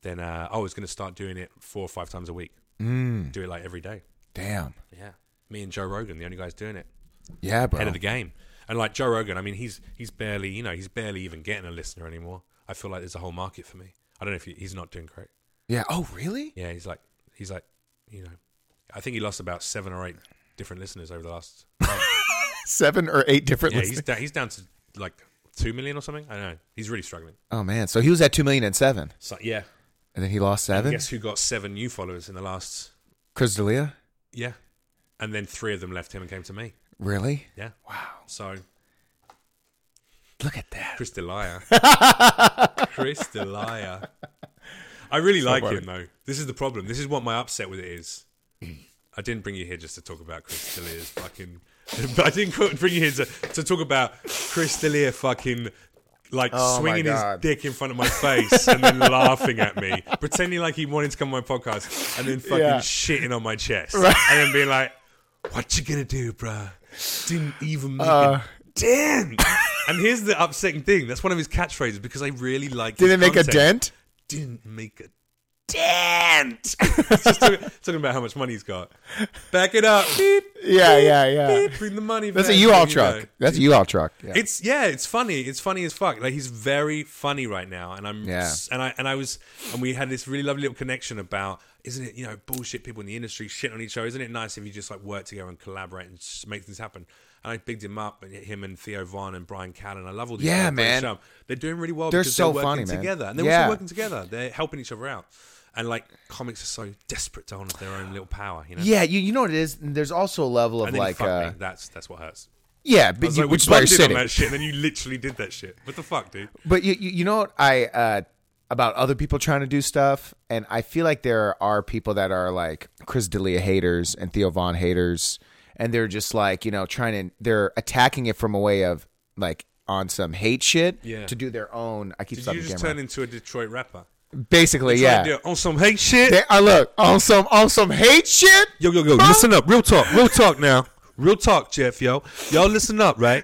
Speaker 1: then uh, oh, it's going to start doing it four or five times a week. Mm. Do it like every day.
Speaker 2: Damn.
Speaker 1: Yeah, me and Joe Rogan, the only guys doing it
Speaker 2: Yeah, bro.
Speaker 1: head of the game. And like Joe Rogan, I mean, he's he's barely you know he's barely even getting a listener anymore. I feel like there's a whole market for me. I don't know if he, he's not doing great.
Speaker 2: yeah. Oh, really? <laughs>
Speaker 1: Yeah, he's like he's like you know, I think he lost about seven or eight different listeners over the last.
Speaker 2: Seven or eight different.
Speaker 1: Yeah,
Speaker 2: listings.
Speaker 1: he's down, he's down to like two million or something. I don't know he's really struggling.
Speaker 2: oh man. So he was at two million and seven,
Speaker 1: So yeah,
Speaker 2: and then he lost seven.
Speaker 1: guess who got seven new followers in the last?
Speaker 2: Chris D'Elia.
Speaker 1: Yeah, and then three of them left him and came to me.
Speaker 2: Really?
Speaker 1: Yeah,
Speaker 2: Wow.
Speaker 1: so
Speaker 2: Look at that.
Speaker 1: Chris
Speaker 2: <laughs>
Speaker 1: Delia. Chris Delia. I really like him though. This is the problem. This is what my upset with it is. I didn't bring you here just to talk about Chris Delia's fucking. <laughs> I didn't co- bring you here to, to talk about Chris Delia fucking like
Speaker 2: Oh, my
Speaker 1: swinging his
Speaker 2: God.
Speaker 1: dick in front of my face and
Speaker 2: <laughs>
Speaker 1: then laughing at me, pretending like he wanted to come on my podcast, and then fucking
Speaker 2: Yeah.
Speaker 1: shitting on my chest, and then being like, "What you gonna do, bruh? Didn't even make
Speaker 2: Uh,
Speaker 1: a
Speaker 2: <laughs>
Speaker 1: dent." and here's the upsetting thing: that's one of his catchphrases because I really like.
Speaker 2: Did
Speaker 1: his
Speaker 2: it make a
Speaker 1: content.
Speaker 2: dent?
Speaker 1: Didn't make a <laughs> dent. It's just talking, talking about how much money he's got. Back it up. Beep,
Speaker 2: Yeah, yeah,
Speaker 1: <laughs>
Speaker 2: yeah.
Speaker 1: beep, bring the money.
Speaker 2: That's a
Speaker 1: back,
Speaker 2: U-Haul
Speaker 1: you
Speaker 2: truck.
Speaker 1: know.
Speaker 2: That's a U-Haul truck. Yeah.
Speaker 1: It's yeah, it's funny. It's funny as fuck. Like he's very funny right now, and I'm
Speaker 2: Yeah.
Speaker 1: and I and I was and we had this really lovely little connection about isn't it you know bullshit people in the industry shit on each other. Isn't it nice if you just like work together and collaborate and just make things happen? And I bigged him up and him and Theo Vaughn and Brian Callen. I love all these.
Speaker 2: Yeah,
Speaker 1: guys, British
Speaker 2: man.
Speaker 1: Arm. they're doing really well.
Speaker 2: They're
Speaker 1: because
Speaker 2: so
Speaker 1: they're working
Speaker 2: funny, man.
Speaker 1: together, and they're
Speaker 2: Yeah.
Speaker 1: also working together. They're helping each other out, and like comics are so desperate to own their own little power, you know.
Speaker 2: yeah, you, you know what it is? There's also a level of
Speaker 1: And then
Speaker 2: like,
Speaker 1: you fuck
Speaker 2: uh,
Speaker 1: me. that's that's what hurts.
Speaker 2: yeah, but
Speaker 1: It's
Speaker 2: you,
Speaker 1: like, we
Speaker 2: which is why you're
Speaker 1: bumped in on
Speaker 2: sitting.
Speaker 1: that shit, and then you literally did that shit. What the fuck, dude?
Speaker 2: But you, you, you know what I uh, about other people trying to do stuff, and I feel like there are people that are like Chris D'Elia haters and Theo Vaughn haters, and they're just like you know trying to they're attacking it from a way of like on some hate shit
Speaker 1: Yeah.
Speaker 2: to do their own. I keep
Speaker 1: Did
Speaker 2: stopping
Speaker 1: you just
Speaker 2: camera.
Speaker 1: turn into a Detroit rapper?
Speaker 2: Basically,
Speaker 1: Trying
Speaker 2: yeah.
Speaker 1: to do- on some hate shit.
Speaker 2: They, I look on some on some hate shit.
Speaker 1: Yo, yo, yo, listen up. Real talk. Real talk now. Real talk, Jeff, yo. Y'all listen up, right?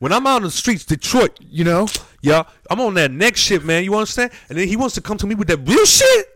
Speaker 1: When I'm out on the streets, Detroit,
Speaker 2: You know,
Speaker 1: y'all, I'm on that next shit, man. You understand? And then he wants to come to me with that real shit?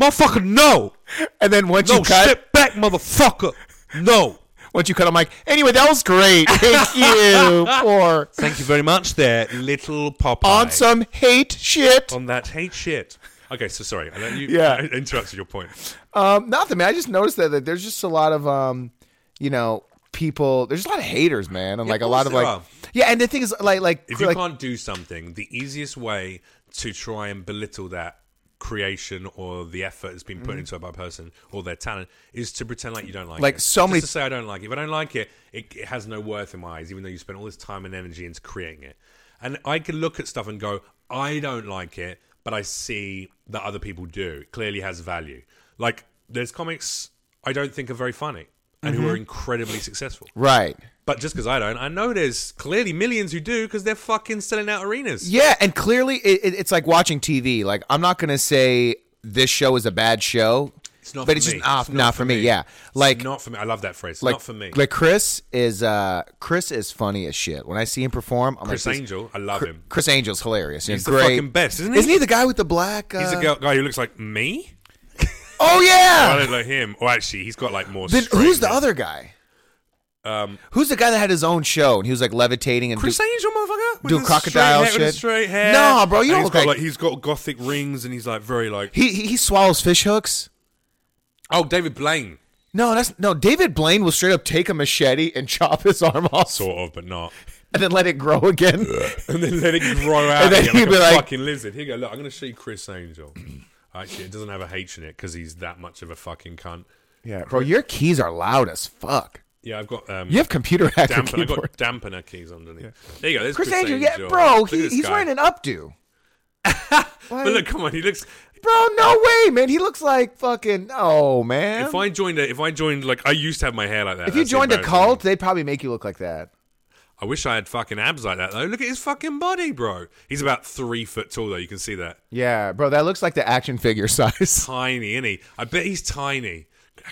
Speaker 1: Motherfucker,
Speaker 2: <laughs>
Speaker 1: no.
Speaker 2: and then once
Speaker 1: No,
Speaker 2: you cut,
Speaker 1: step back, motherfucker. No.
Speaker 2: once you cut, I'm like, anyway, that was
Speaker 1: <laughs>
Speaker 2: great. Thank you for
Speaker 1: Thank you very much there, little Popeye.
Speaker 2: on some hate shit.
Speaker 1: on that hate shit. Okay, so sorry. I let you
Speaker 2: Yeah.
Speaker 1: I interrupted your point.
Speaker 2: Um, nothing, man. I just noticed that, that there's just a lot of, um, you know, people. There's a lot of haters, man, and like a
Speaker 1: course
Speaker 2: lot of
Speaker 1: there
Speaker 2: like,
Speaker 1: are.
Speaker 2: yeah. And the thing is, like, like,
Speaker 1: If you
Speaker 2: like
Speaker 1: can't do something, the easiest way to try and belittle that creation or the effort that's been put into it by a person or their talent is to pretend like you don't like,
Speaker 2: Mm-hmm. Like,
Speaker 1: it.
Speaker 2: so
Speaker 1: Just
Speaker 2: many-
Speaker 1: to say I don't like it. If I don't like it, it, it has no worth in my eyes, even though you spent all this time and energy into creating it. And I can look at stuff and go, I don't like it, but I see that other people do. It clearly has value. Like there's comics I don't think are very funny and who are
Speaker 2: Mm-hmm.
Speaker 1: incredibly successful.
Speaker 2: right,
Speaker 1: But just because I don't, I know there's clearly millions who do because they're fucking selling out arenas.
Speaker 2: yeah. And clearly, it, it, it's like watching TV. Like, I'm not gonna say this show is a bad show.
Speaker 1: It's not
Speaker 2: but
Speaker 1: for
Speaker 2: it's
Speaker 1: me.
Speaker 2: just ah,
Speaker 1: It's
Speaker 2: not,
Speaker 1: not
Speaker 2: for
Speaker 1: for
Speaker 2: me.
Speaker 1: me.
Speaker 2: Yeah, like.
Speaker 1: not for me. I love that phrase.
Speaker 2: like,
Speaker 1: not for me.
Speaker 2: like Chris is uh Chris is funny as shit. When I see him perform, I'm
Speaker 1: Chris
Speaker 2: like this-
Speaker 1: Angel, I love him.
Speaker 2: Chris Angel's hilarious. He's,
Speaker 1: He's the
Speaker 2: great.
Speaker 1: fucking best, isn't he?
Speaker 2: Isn't he the guy with the black? Uh,
Speaker 1: He's a girl, guy who looks like me.
Speaker 2: Oh yeah.
Speaker 1: I don't like him. Or actually, he's got like more.
Speaker 2: Then
Speaker 1: straight
Speaker 2: who's the
Speaker 1: hair.
Speaker 2: other guy? Um, who's the guy that had his own show and he was like levitating and
Speaker 1: Chris
Speaker 2: do-
Speaker 1: Angel, motherfucker? With
Speaker 2: Do
Speaker 1: his
Speaker 2: crocodile
Speaker 1: straight hair- with his
Speaker 2: shit?
Speaker 1: straight hair.
Speaker 2: No, bro, you
Speaker 1: And
Speaker 2: don't
Speaker 1: he's
Speaker 2: look
Speaker 1: got,
Speaker 2: like-
Speaker 1: like he's got gothic rings, and he's like very like.
Speaker 2: he, he he swallows fish hooks?
Speaker 1: Oh, David Blaine,
Speaker 2: No, that's no. David Blaine will straight up take a machete and <laughs> chop his arm off
Speaker 1: sort of, but not. <laughs>
Speaker 2: and then let it grow again.
Speaker 1: and then let it grow out
Speaker 2: And then
Speaker 1: again,
Speaker 2: he'd
Speaker 1: like
Speaker 2: be
Speaker 1: a
Speaker 2: like-
Speaker 1: fucking lizard. Here you go. Look, I'm going to show you Chris Angel. <clears throat> Actually, it doesn't have a H in it because he's that much of a fucking cunt.
Speaker 2: yeah, bro, your keys are loud as fuck.
Speaker 1: Yeah, I've got um,
Speaker 2: You have computer hacker
Speaker 1: dampen, I've
Speaker 2: keyboard.
Speaker 1: got dampener keys underneath. There you go. There's
Speaker 2: Chris
Speaker 1: Chris,
Speaker 2: Angel, yeah, bro,
Speaker 1: Look at
Speaker 2: he,
Speaker 1: this
Speaker 2: he's
Speaker 1: guy.
Speaker 2: wearing an updo.
Speaker 1: But look, come on, he looks.
Speaker 2: Bro, no way, man. He looks like fucking. Oh man,
Speaker 1: If I joined, a, if I joined, like I used to have my hair like that.
Speaker 2: if you
Speaker 1: That's
Speaker 2: joined a
Speaker 1: embarrassing.
Speaker 2: cult, they'd probably make you look like that.
Speaker 1: I wish I had fucking abs like that though. Look at his fucking body, bro. He's about three foot tall though. You can see
Speaker 2: <laughs>
Speaker 1: that.
Speaker 2: Yeah, bro, that looks like the action figure <laughs> size.
Speaker 1: Tiny, is he? I bet he's tiny.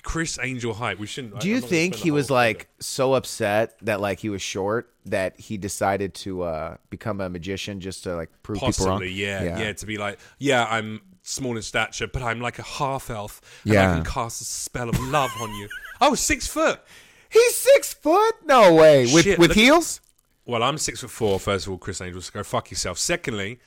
Speaker 1: Chris Angel height. We shouldn't.
Speaker 2: Do you think he was like so upset that like he was short that he decided to uh become a magician just to like prove people wrong?
Speaker 1: possibly? Yeah, yeah, To be like, yeah, I'm small in stature, but I'm like a half elf, and
Speaker 2: Yeah.
Speaker 1: I can cast a spell of love on you. Oh, six foot.
Speaker 2: He's six foot? No way. With
Speaker 1: Shit,
Speaker 2: with
Speaker 1: look-
Speaker 2: heels?
Speaker 1: Well, I'm six foot four. First of all, Chris Angel, so go fuck yourself. Secondly,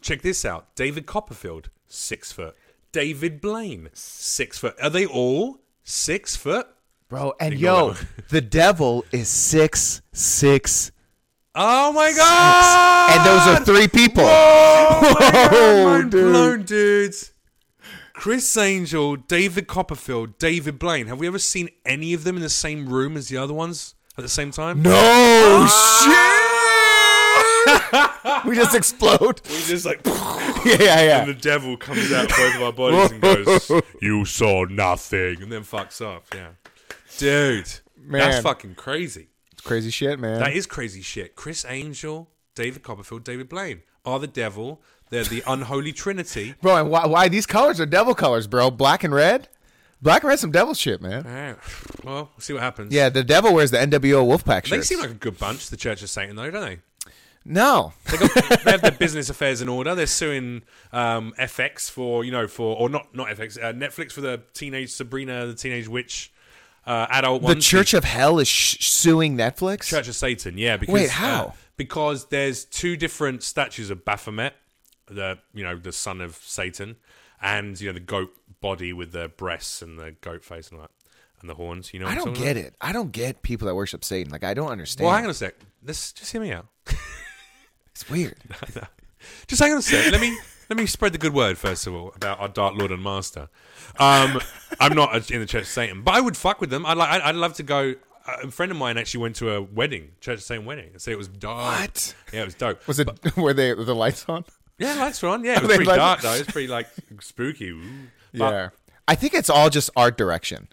Speaker 1: check this out: David Copperfield, six foot. David Blaine, six foot. Are they all six foot?
Speaker 2: Bro, and
Speaker 1: Ignore
Speaker 2: yo,
Speaker 1: that
Speaker 2: the devil is six six.
Speaker 1: Oh my god!
Speaker 2: And those are three people.
Speaker 1: <laughs> Oh, my God,
Speaker 2: Whoa,
Speaker 1: mind
Speaker 2: dude.
Speaker 1: blown, dudes. Chris Angel, David Copperfield, David Blaine. Have we ever seen any of them in the same room as the other ones at the same time?
Speaker 2: No shit. <laughs> we just explode.
Speaker 1: We just like,
Speaker 2: <laughs> yeah, yeah,
Speaker 1: Ah! and
Speaker 2: yeah.
Speaker 1: the devil comes out of both of our bodies and goes, "You saw nothing," and then fucks up. Yeah, dude, that's
Speaker 2: Man.
Speaker 1: fucking crazy.
Speaker 2: Crazy shit, man.
Speaker 1: That is crazy shit. Chris Angel, David Copperfield, David Blaine are the devil. They're the unholy trinity.
Speaker 2: Bro, and why, why these colors are devil colors, bro? Black and red? Black and red, some devil shit, man.
Speaker 1: Alright. <sighs> Well, we'll see what happens.
Speaker 2: Yeah, the devil wears the NWO Wolfpack shirt.
Speaker 1: They seem like a good bunch, the Church of Satan, though, don't they?
Speaker 2: no.
Speaker 1: They have their business affairs in order. They're suing um, FX for, you know, for, or not not FX, uh, Netflix for the teenage Sabrina, the teenage witch, uh, adult
Speaker 2: The
Speaker 1: ones.
Speaker 2: Church of Hell is sh- suing Netflix?
Speaker 1: Church of Satan, yeah. Because,
Speaker 2: Wait, how?
Speaker 1: uh, because there's two different statues of Baphomet, the you know the son of Satan, and you know the goat body with the breasts and the goat face and all that, and the horns. You know, what
Speaker 2: I
Speaker 1: I'm
Speaker 2: don't
Speaker 1: talking
Speaker 2: get it. I don't get people that worship Satan. Like, I don't understand.
Speaker 1: about? Well, hang on a sec. Let's just hear me out.
Speaker 2: It's weird.
Speaker 1: Just hang on a sec. Let me <laughs> let me spread the good word first of all about our Dark Lord and Master. Um, I'm not a- in the Church of Satan, but I would fuck with them. I'd like. I'd, I'd love to go. uh, A friend of mine actually went to a wedding, Church of Satan wedding, and said it was dark.
Speaker 2: What?
Speaker 1: Yeah, it was dope.
Speaker 2: <laughs> Was it, were they, were the lights on?
Speaker 1: Yeah, lights were on.
Speaker 2: <laughs>
Speaker 1: Yeah, it was
Speaker 2: they
Speaker 1: pretty
Speaker 2: like-
Speaker 1: dark though. It's pretty like <laughs> spooky. Ooh. But,
Speaker 2: yeah. Uh, I think it's all just art direction.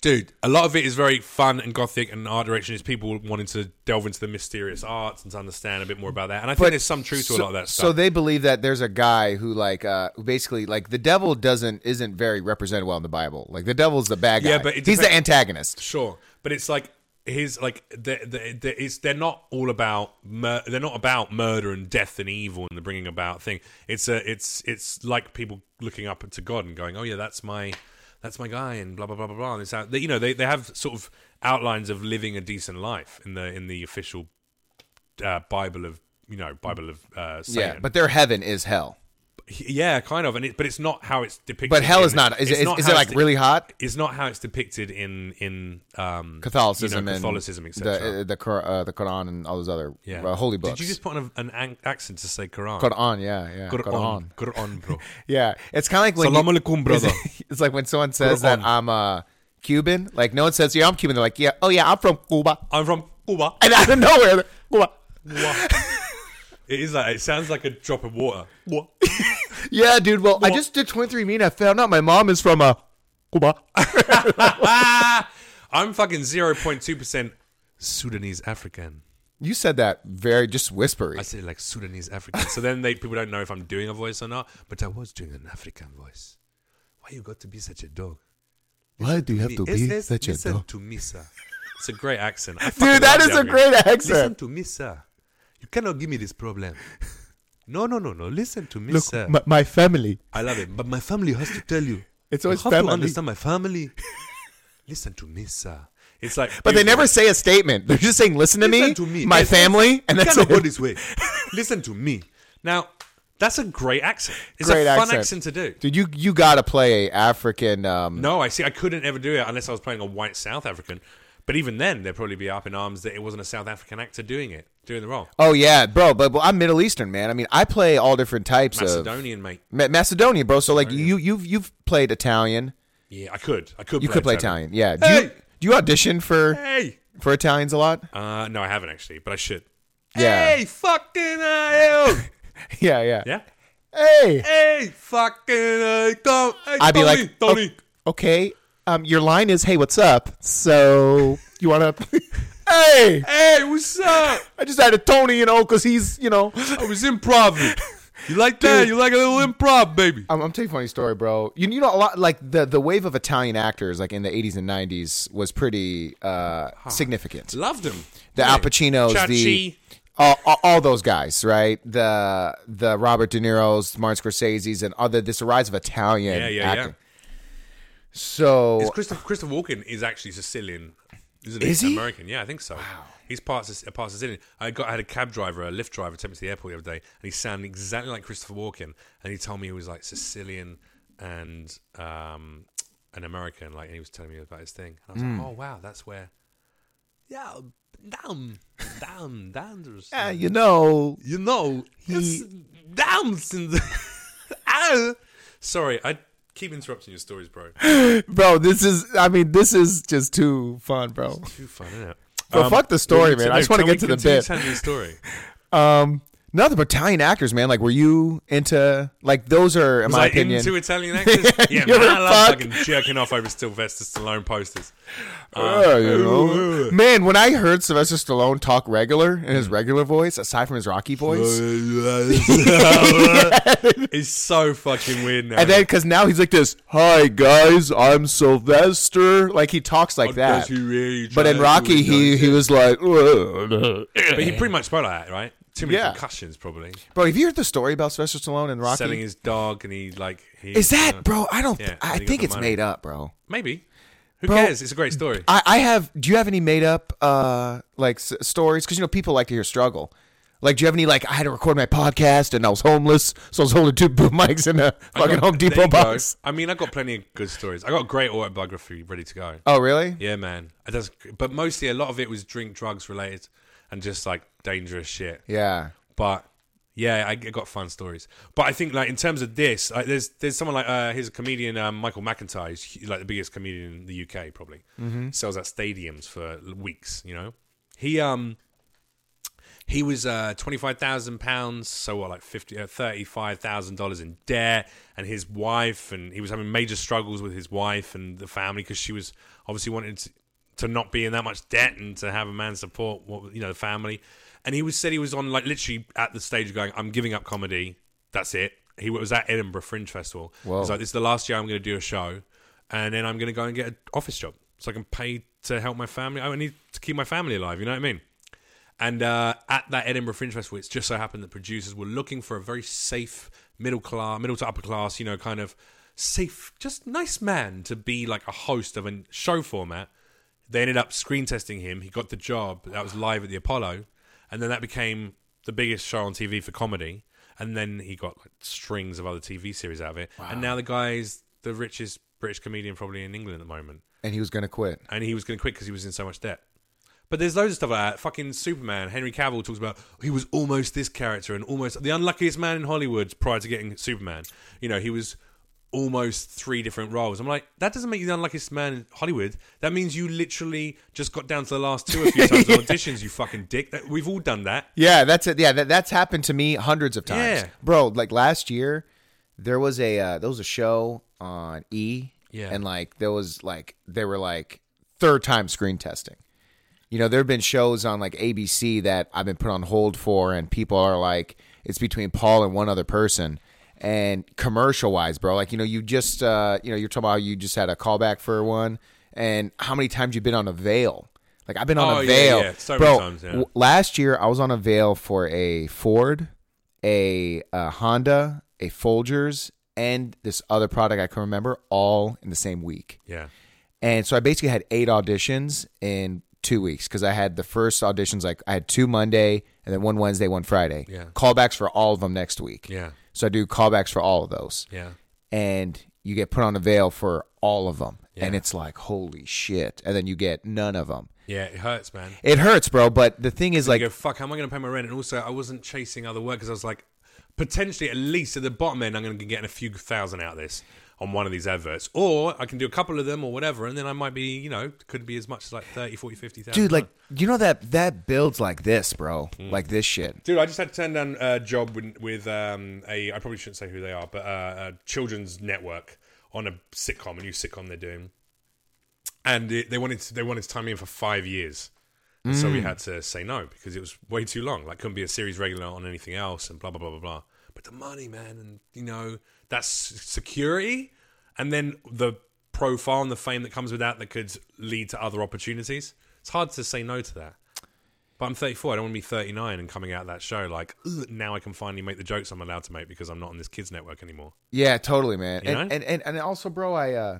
Speaker 1: dude, a lot of it is very fun and gothic and art direction is people wanting to delve into the mysterious arts and to understand a bit more about that. And I think there's some truth to a lot of that
Speaker 2: So
Speaker 1: stuff.
Speaker 2: they believe that there's a guy who like uh who basically like the devil doesn't isn't very represented well in the Bible. Like the devil's the bad guy.
Speaker 1: Yeah, but it
Speaker 2: he's the
Speaker 1: depends-
Speaker 2: antagonist.
Speaker 1: sure, but it's like his like the, the, the, it's, they're not all about mur- they're not about murder and death and evil and the bringing about thing. It's a it's it's like people looking up to God and going, oh yeah, that's my that's my guy and blah blah blah blah blah. And it's out, they, you know they they have sort of outlines of living a decent life in the in the official uh, Bible of you know Bible of uh, Satan.
Speaker 2: Yeah, but their heaven is hell.
Speaker 1: yeah, kind of, and it, but it's not how it's depicted.
Speaker 2: But hell
Speaker 1: in
Speaker 2: is
Speaker 1: the-
Speaker 2: not. Is,
Speaker 1: it's
Speaker 2: it is is
Speaker 1: how
Speaker 2: it
Speaker 1: it's
Speaker 2: like
Speaker 1: de-
Speaker 2: really hot?
Speaker 1: it's not how it's depicted in in um,
Speaker 2: Catholicism
Speaker 1: you know, Catholicism,
Speaker 2: and
Speaker 1: etc.
Speaker 2: the uh, the, Qur- uh, the Quran and all those other uh, holy books.
Speaker 1: Did you just put on a, an an accent to say Quran?
Speaker 2: Quran? Yeah, yeah.
Speaker 1: Quran, Quran,
Speaker 2: <laughs>
Speaker 1: bro.
Speaker 2: Yeah, it's kind of like when
Speaker 1: Salam
Speaker 2: you-
Speaker 1: alaikum, brother.
Speaker 2: <laughs> it's like when someone says
Speaker 1: Quran.
Speaker 2: that I'm uh, Cuban. Like no one says, "Yeah, I'm Cuban." They're like, "Yeah, oh yeah, I'm from Cuba," <laughs>
Speaker 1: I'm from Cuba.
Speaker 2: and out of nowhere, they're, Cuba.
Speaker 1: Cuba. it is like it sounds like a drop of water. What?
Speaker 2: Yeah, dude. Well, I just did 23 mean. I found out my mom is from uh, Cuba.
Speaker 1: ah, <laughs> I'm fucking zero point two percent Sudanese African.
Speaker 2: you said that very just whispery.
Speaker 1: I say like Sudanese African. So then they people don't know if I'm doing a voice or not. But I was doing an African voice. Why you got to be such a dog?
Speaker 2: Why do you have
Speaker 1: It's- it's- listen to me, sir. It's a great accent. I fucking
Speaker 2: Dude, that
Speaker 1: love
Speaker 2: is a
Speaker 1: Japanese.
Speaker 2: great
Speaker 1: Listen
Speaker 2: accent.
Speaker 1: to me, sir. You cannot give me this
Speaker 2: <laughs>
Speaker 1: problem. No, no, no, no. Listen to me,
Speaker 2: Look,
Speaker 1: sir.
Speaker 2: my, my family.
Speaker 1: I love it, but my family has to tell you.
Speaker 2: <laughs> It's
Speaker 1: You
Speaker 2: always
Speaker 1: have
Speaker 2: family.
Speaker 1: to understand my
Speaker 2: <laughs>
Speaker 1: family. Listen to me, sir. It's like,
Speaker 2: But they
Speaker 1: beautiful.
Speaker 2: never say a statement. They're just saying, "Listen to
Speaker 1: Listen
Speaker 2: me,
Speaker 1: to me,
Speaker 2: my
Speaker 1: Yes, yes.
Speaker 2: family," and
Speaker 1: you
Speaker 2: that's
Speaker 1: cannot
Speaker 2: it.
Speaker 1: go this
Speaker 2: <laughs>
Speaker 1: way. Listen to me. Now, that's a great accent. It's
Speaker 2: Great
Speaker 1: a fun
Speaker 2: accent.
Speaker 1: accent to do.
Speaker 2: Dude, you you gotta play a African. Um,
Speaker 1: No, I see. I couldn't ever do it unless I was playing a white South African. But even then, they'd probably be up in arms that it wasn't a South African actor doing it, doing the role.
Speaker 2: Oh yeah, bro. But, but I'm Middle Eastern, man. I mean, I play all different types of
Speaker 1: Macedonian, mate.
Speaker 2: Ma- Macedonia, bro. So like you you've you've played Italian.
Speaker 1: Yeah, I could. I could.
Speaker 2: You could play Italian, yeah. Do you
Speaker 1: Hey!
Speaker 2: do you audition for
Speaker 1: Hey.
Speaker 2: for Italians a lot? <laughs>
Speaker 1: Uh, no, I haven't actually, but I should.
Speaker 2: Yeah.
Speaker 1: Hey, fucking hell.
Speaker 2: Yeah, <laughs> yeah.
Speaker 1: yeah.
Speaker 2: Hey,
Speaker 1: Hey, fucking uh, come. Hey,
Speaker 2: I'd be
Speaker 1: Tony,
Speaker 2: like, oh.
Speaker 1: Tony.
Speaker 2: okay. Um, your line is, "Hey, what's up?" So you wanna? <laughs> Hey,
Speaker 1: Hey, what's
Speaker 2: <laughs>
Speaker 1: up?
Speaker 2: I just had a Tony, you know, because he's, you know.
Speaker 1: I was improv. You like that?
Speaker 2: Dude.
Speaker 1: You like a little improv, baby?
Speaker 2: I'm, I'm telling you a funny story, bro. You, you know, a lot like the, the wave of Italian actors, like in the 80s and 90s, was pretty uh, significant.
Speaker 1: Loved him.
Speaker 2: The Al Pacinos, the
Speaker 1: Chachi.
Speaker 2: all, all- all those guys, right? The the Robert De Niro's, Martin Scorsese's, and other this rise of Italian
Speaker 1: Yeah, yeah, yeah.
Speaker 2: acting. So
Speaker 1: It's Christopher, Christopher Walken is actually Sicilian, isn't he?
Speaker 2: Is he?
Speaker 1: American? Yeah, I think so. He's part, Sic- part Sicilian. I got I had a cab driver, a Lyft driver, take me to the airport the other day, and he sounded exactly like Christopher Walken, and he told me he was like Sicilian and um, an American, like, and he was telling me about his thing, and I was like, oh wow, that's where, yeah, damn, damn, damn,
Speaker 2: yeah, you know,
Speaker 1: you know,
Speaker 2: He-
Speaker 1: it's damn. <laughs> sin- Ah. Sorry, I keep interrupting your stories, bro.
Speaker 2: bro, this is I mean, this is just too fun, bro.
Speaker 1: Too fun, isn't it?
Speaker 2: But fuck the story, man. I just wanna
Speaker 1: can
Speaker 2: get to
Speaker 1: we
Speaker 2: the
Speaker 1: continue
Speaker 2: bit.
Speaker 1: telling your story.
Speaker 2: Um, none of the Italian actors, man. Like, were you into like those are in
Speaker 1: Was
Speaker 2: my
Speaker 1: I
Speaker 2: opinion?
Speaker 1: into
Speaker 2: <laughs>
Speaker 1: Italian actors? yeah,
Speaker 2: You're
Speaker 1: man, I
Speaker 2: a
Speaker 1: love
Speaker 2: fuck.
Speaker 1: fucking jerking off over Sylvester Stallone posters. Uh,
Speaker 2: Yeah, you know. Man, when I heard Sylvester Stallone talk regular in
Speaker 1: Mm.
Speaker 2: his regular voice, aside from his Rocky voice,
Speaker 1: it's so fucking weird now.
Speaker 2: and then because now he's like this, "Hi guys, I'm Sylvester." Like he talks like that.
Speaker 1: Does he really
Speaker 2: But
Speaker 1: try
Speaker 2: in
Speaker 1: to
Speaker 2: Rocky,
Speaker 1: do
Speaker 2: he
Speaker 1: it?
Speaker 2: he was like, <laughs>
Speaker 1: but he pretty much spoke like that, right? Too many
Speaker 2: Yeah.
Speaker 1: concussions, probably.
Speaker 2: "Bro, have you heard the story about Sylvester Stallone and Rocky?"
Speaker 1: Selling his dog, and he like he
Speaker 2: Is
Speaker 1: uh,
Speaker 2: that, bro? I don't.
Speaker 1: Yeah,
Speaker 2: I
Speaker 1: and he got
Speaker 2: think
Speaker 1: the
Speaker 2: it's
Speaker 1: money.
Speaker 2: made up, bro.
Speaker 1: Maybe. Who
Speaker 2: Bro,
Speaker 1: cares? It's a great story.
Speaker 2: I, I have. Do you have any made up uh like s- stories? Because you know people like to hear struggle. Like, do you have any like I had to record my podcast and I was homeless, so I was holding two boom mics in a
Speaker 1: I got-
Speaker 2: fucking Home
Speaker 1: there
Speaker 2: Depot
Speaker 1: you go.
Speaker 2: box.
Speaker 1: I mean, I got plenty of good stories. I got a great autobiography ready to go.
Speaker 2: Oh, really?
Speaker 1: Yeah, man. It does, but mostly a lot of it was drink, drugs related, and just like dangerous shit.
Speaker 2: Yeah.
Speaker 1: But yeah, I g- got fun stories. But I think like in terms of this, like, there's there's someone like uh, here's a comedian um, Michael McIntyre, he's hu- like the biggest comedian in the UK probably. Sells at stadiums for l- weeks. You know, he um he was uh, twenty five thousand pounds, so what, like fifty, uh, thirty five thousand dollars in debt, and his wife, and he was having major struggles with his wife and the family because she was obviously wanted to, to not be in that much debt and to have a man support, what you know, the family. And he was said he was on like literally at the stage going, "I'm giving up comedy. That's it." He was at Edinburgh Fringe Festival.
Speaker 2: Whoa.
Speaker 1: He's like, "This is the last year I'm going to do a show, and then I'm going to go and get an office job so I can pay to help my family. I need to keep my family alive. You know what I mean?" And uh, at that Edinburgh Fringe Festival, it just so happened that producers were looking for a very safe middle class, middle to upper class, you know, kind of safe, just nice man to be like a host of a show format. They ended up screen testing him. He got the job. That was live at the Apollo, and then that became the biggest show on TV for comedy. And then he got like strings of other TV series out of it. And now the guy's the richest British comedian probably in England at the moment
Speaker 2: And he was gonna quit.
Speaker 1: and he was going to quit because he was in so much debt. But there's loads of stuff like that. Fucking Superman, Henry Cavill talks about he was almost this character and almost the unluckiest man in Hollywood prior to getting Superman. You know, he was almost three different roles. I'm like, that doesn't make you the unluckiest man in Hollywood. That means you literally just got down to the last two a few times on auditions, you fucking dick. That, we've all done that.
Speaker 2: Yeah, that's it. Yeah, that, that's happened to me hundreds of times,
Speaker 1: Yeah.
Speaker 2: bro. Like last year, there was a uh, there was a show on E,
Speaker 1: Yeah.
Speaker 2: and like there was like they were like third time screen testing. You know, there have been shows on like ABC that I've been put on hold for, and people are like, it's between Paul and one other person. And commercial wise, bro, like you know, you just uh, you know, you're talking about how you just had a callback for one, and how many times you've been on a veil. Like I've been on
Speaker 1: Oh,
Speaker 2: a
Speaker 1: yeah,
Speaker 2: veil,
Speaker 1: yeah, so many
Speaker 2: bro.
Speaker 1: times, yeah.
Speaker 2: w- last year I was on a veil for a Ford, a, uh Honda, a Folgers, and this other product I can remember all in the same week.
Speaker 1: Yeah.
Speaker 2: And so I basically had eight auditions in two weeks because I had the first auditions like I had two Monday and then one Wednesday, one Friday.
Speaker 1: Yeah.
Speaker 2: Callbacks for all of them next week.
Speaker 1: Yeah.
Speaker 2: So I do callbacks for all of those,
Speaker 1: Yeah.
Speaker 2: and you get put on a veil for all of them, and
Speaker 1: Yeah.
Speaker 2: it's like holy shit, and then you get none of them.
Speaker 1: Yeah, it hurts, man.
Speaker 2: It hurts, bro. But the thing is, like,
Speaker 1: you go, fuck, how am I going to pay my rent? And also, I wasn't chasing other work because I was like, potentially, at least at the bottom end, I'm going to be getting a few thousand out of this on one of these adverts. Or I can do a couple of them or whatever, and then I might be, you know, could be as much as like 30, 40, 50,000.
Speaker 2: dude like you know that that builds like this bro
Speaker 1: Mm.
Speaker 2: like this shit
Speaker 1: Dude, I just had to turn down a job with, with um, a. I probably shouldn't say who they are, but uh, a children's network on a sitcom, a new sitcom they're doing, and it, they wanted to, they wanted to time me in for five years. And so we had to say no because it was way too long. Like, couldn't be a series regular on anything else and blah, blah, blah, blah, blah. But the money, man, and, you know, that's security. And then the profile and the fame that comes with that that could lead to other opportunities. It's hard to say no to that. But I'm 34. I don't want to be 39 and coming out of that show like, "Ugh, now I can finally make the jokes I'm allowed to make because I'm not on this kids network anymore.
Speaker 2: Yeah, totally, man.
Speaker 1: You
Speaker 2: and,
Speaker 1: know?
Speaker 2: and and and also, bro, I uh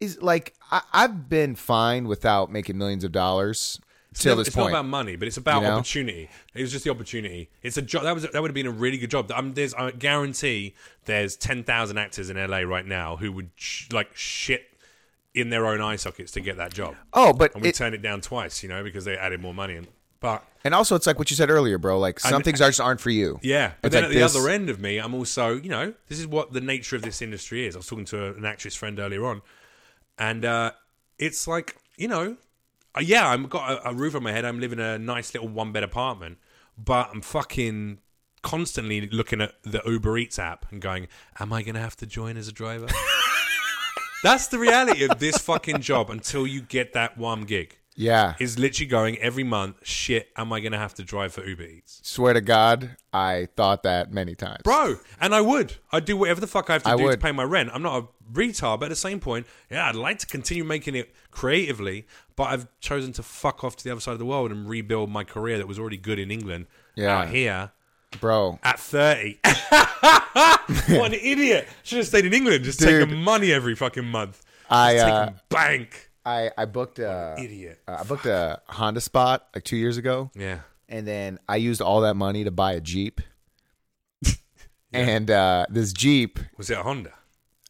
Speaker 2: is like I, I've been fine without making millions of dollars till
Speaker 1: not-
Speaker 2: this
Speaker 1: it's
Speaker 2: point.
Speaker 1: not about money, but it's about
Speaker 2: you know?
Speaker 1: opportunity. It was just the opportunity. It's a job that was that would have been a really good job. I'm, there's, I guarantee there's ten thousand actors in LA right now who would sh- like shit in their own eye sockets to get that job,
Speaker 2: oh, but
Speaker 1: and we
Speaker 2: it,
Speaker 1: turned it down twice, you know, because they added more money. And, but
Speaker 2: and also it's like what you said earlier, bro. Like some things are just aren't for you.
Speaker 1: yeah, but
Speaker 2: It's
Speaker 1: then
Speaker 2: like
Speaker 1: at the
Speaker 2: this-
Speaker 1: other end of me, I'm also, you know, this is what the nature of this industry is. I was talking to an actress friend earlier on, and uh, it's like, you know, uh, yeah, I've got a, a roof on my head. I'm living in a nice little one bed apartment, but I'm fucking constantly looking at the Uber Eats app and going, "Am I going to have to join as a
Speaker 2: <laughs>
Speaker 1: driver?" That's the reality of this fucking job until you get that one gig.
Speaker 2: Yeah.
Speaker 1: Is literally going every month. Shit, am I going to have to drive for Uber Eats?
Speaker 2: Swear to God, I thought that many times.
Speaker 1: bro. And I would. I'd do whatever the fuck I have to
Speaker 2: I
Speaker 1: do
Speaker 2: would.
Speaker 1: to pay my rent. I'm not a retard, but at the same point, yeah, I'd like to continue making it creatively, but I've chosen to fuck off to the other side of the world and rebuild my career that was already good in England
Speaker 2: Yeah.
Speaker 1: out here
Speaker 2: Bro.
Speaker 1: at 30. <laughs> what an idiot. Should have stayed in England, just
Speaker 2: Dude.
Speaker 1: taking money every fucking month.
Speaker 2: I,
Speaker 1: Just
Speaker 2: uh,
Speaker 1: taking bank.
Speaker 2: I, I booked a uh,
Speaker 1: Idiot.
Speaker 2: I booked a Honda spot like two years ago.
Speaker 1: Yeah.
Speaker 2: and then I used all that money to buy
Speaker 1: <laughs>
Speaker 2: a Jeep. And uh, this Jeep,
Speaker 1: Was it a Honda?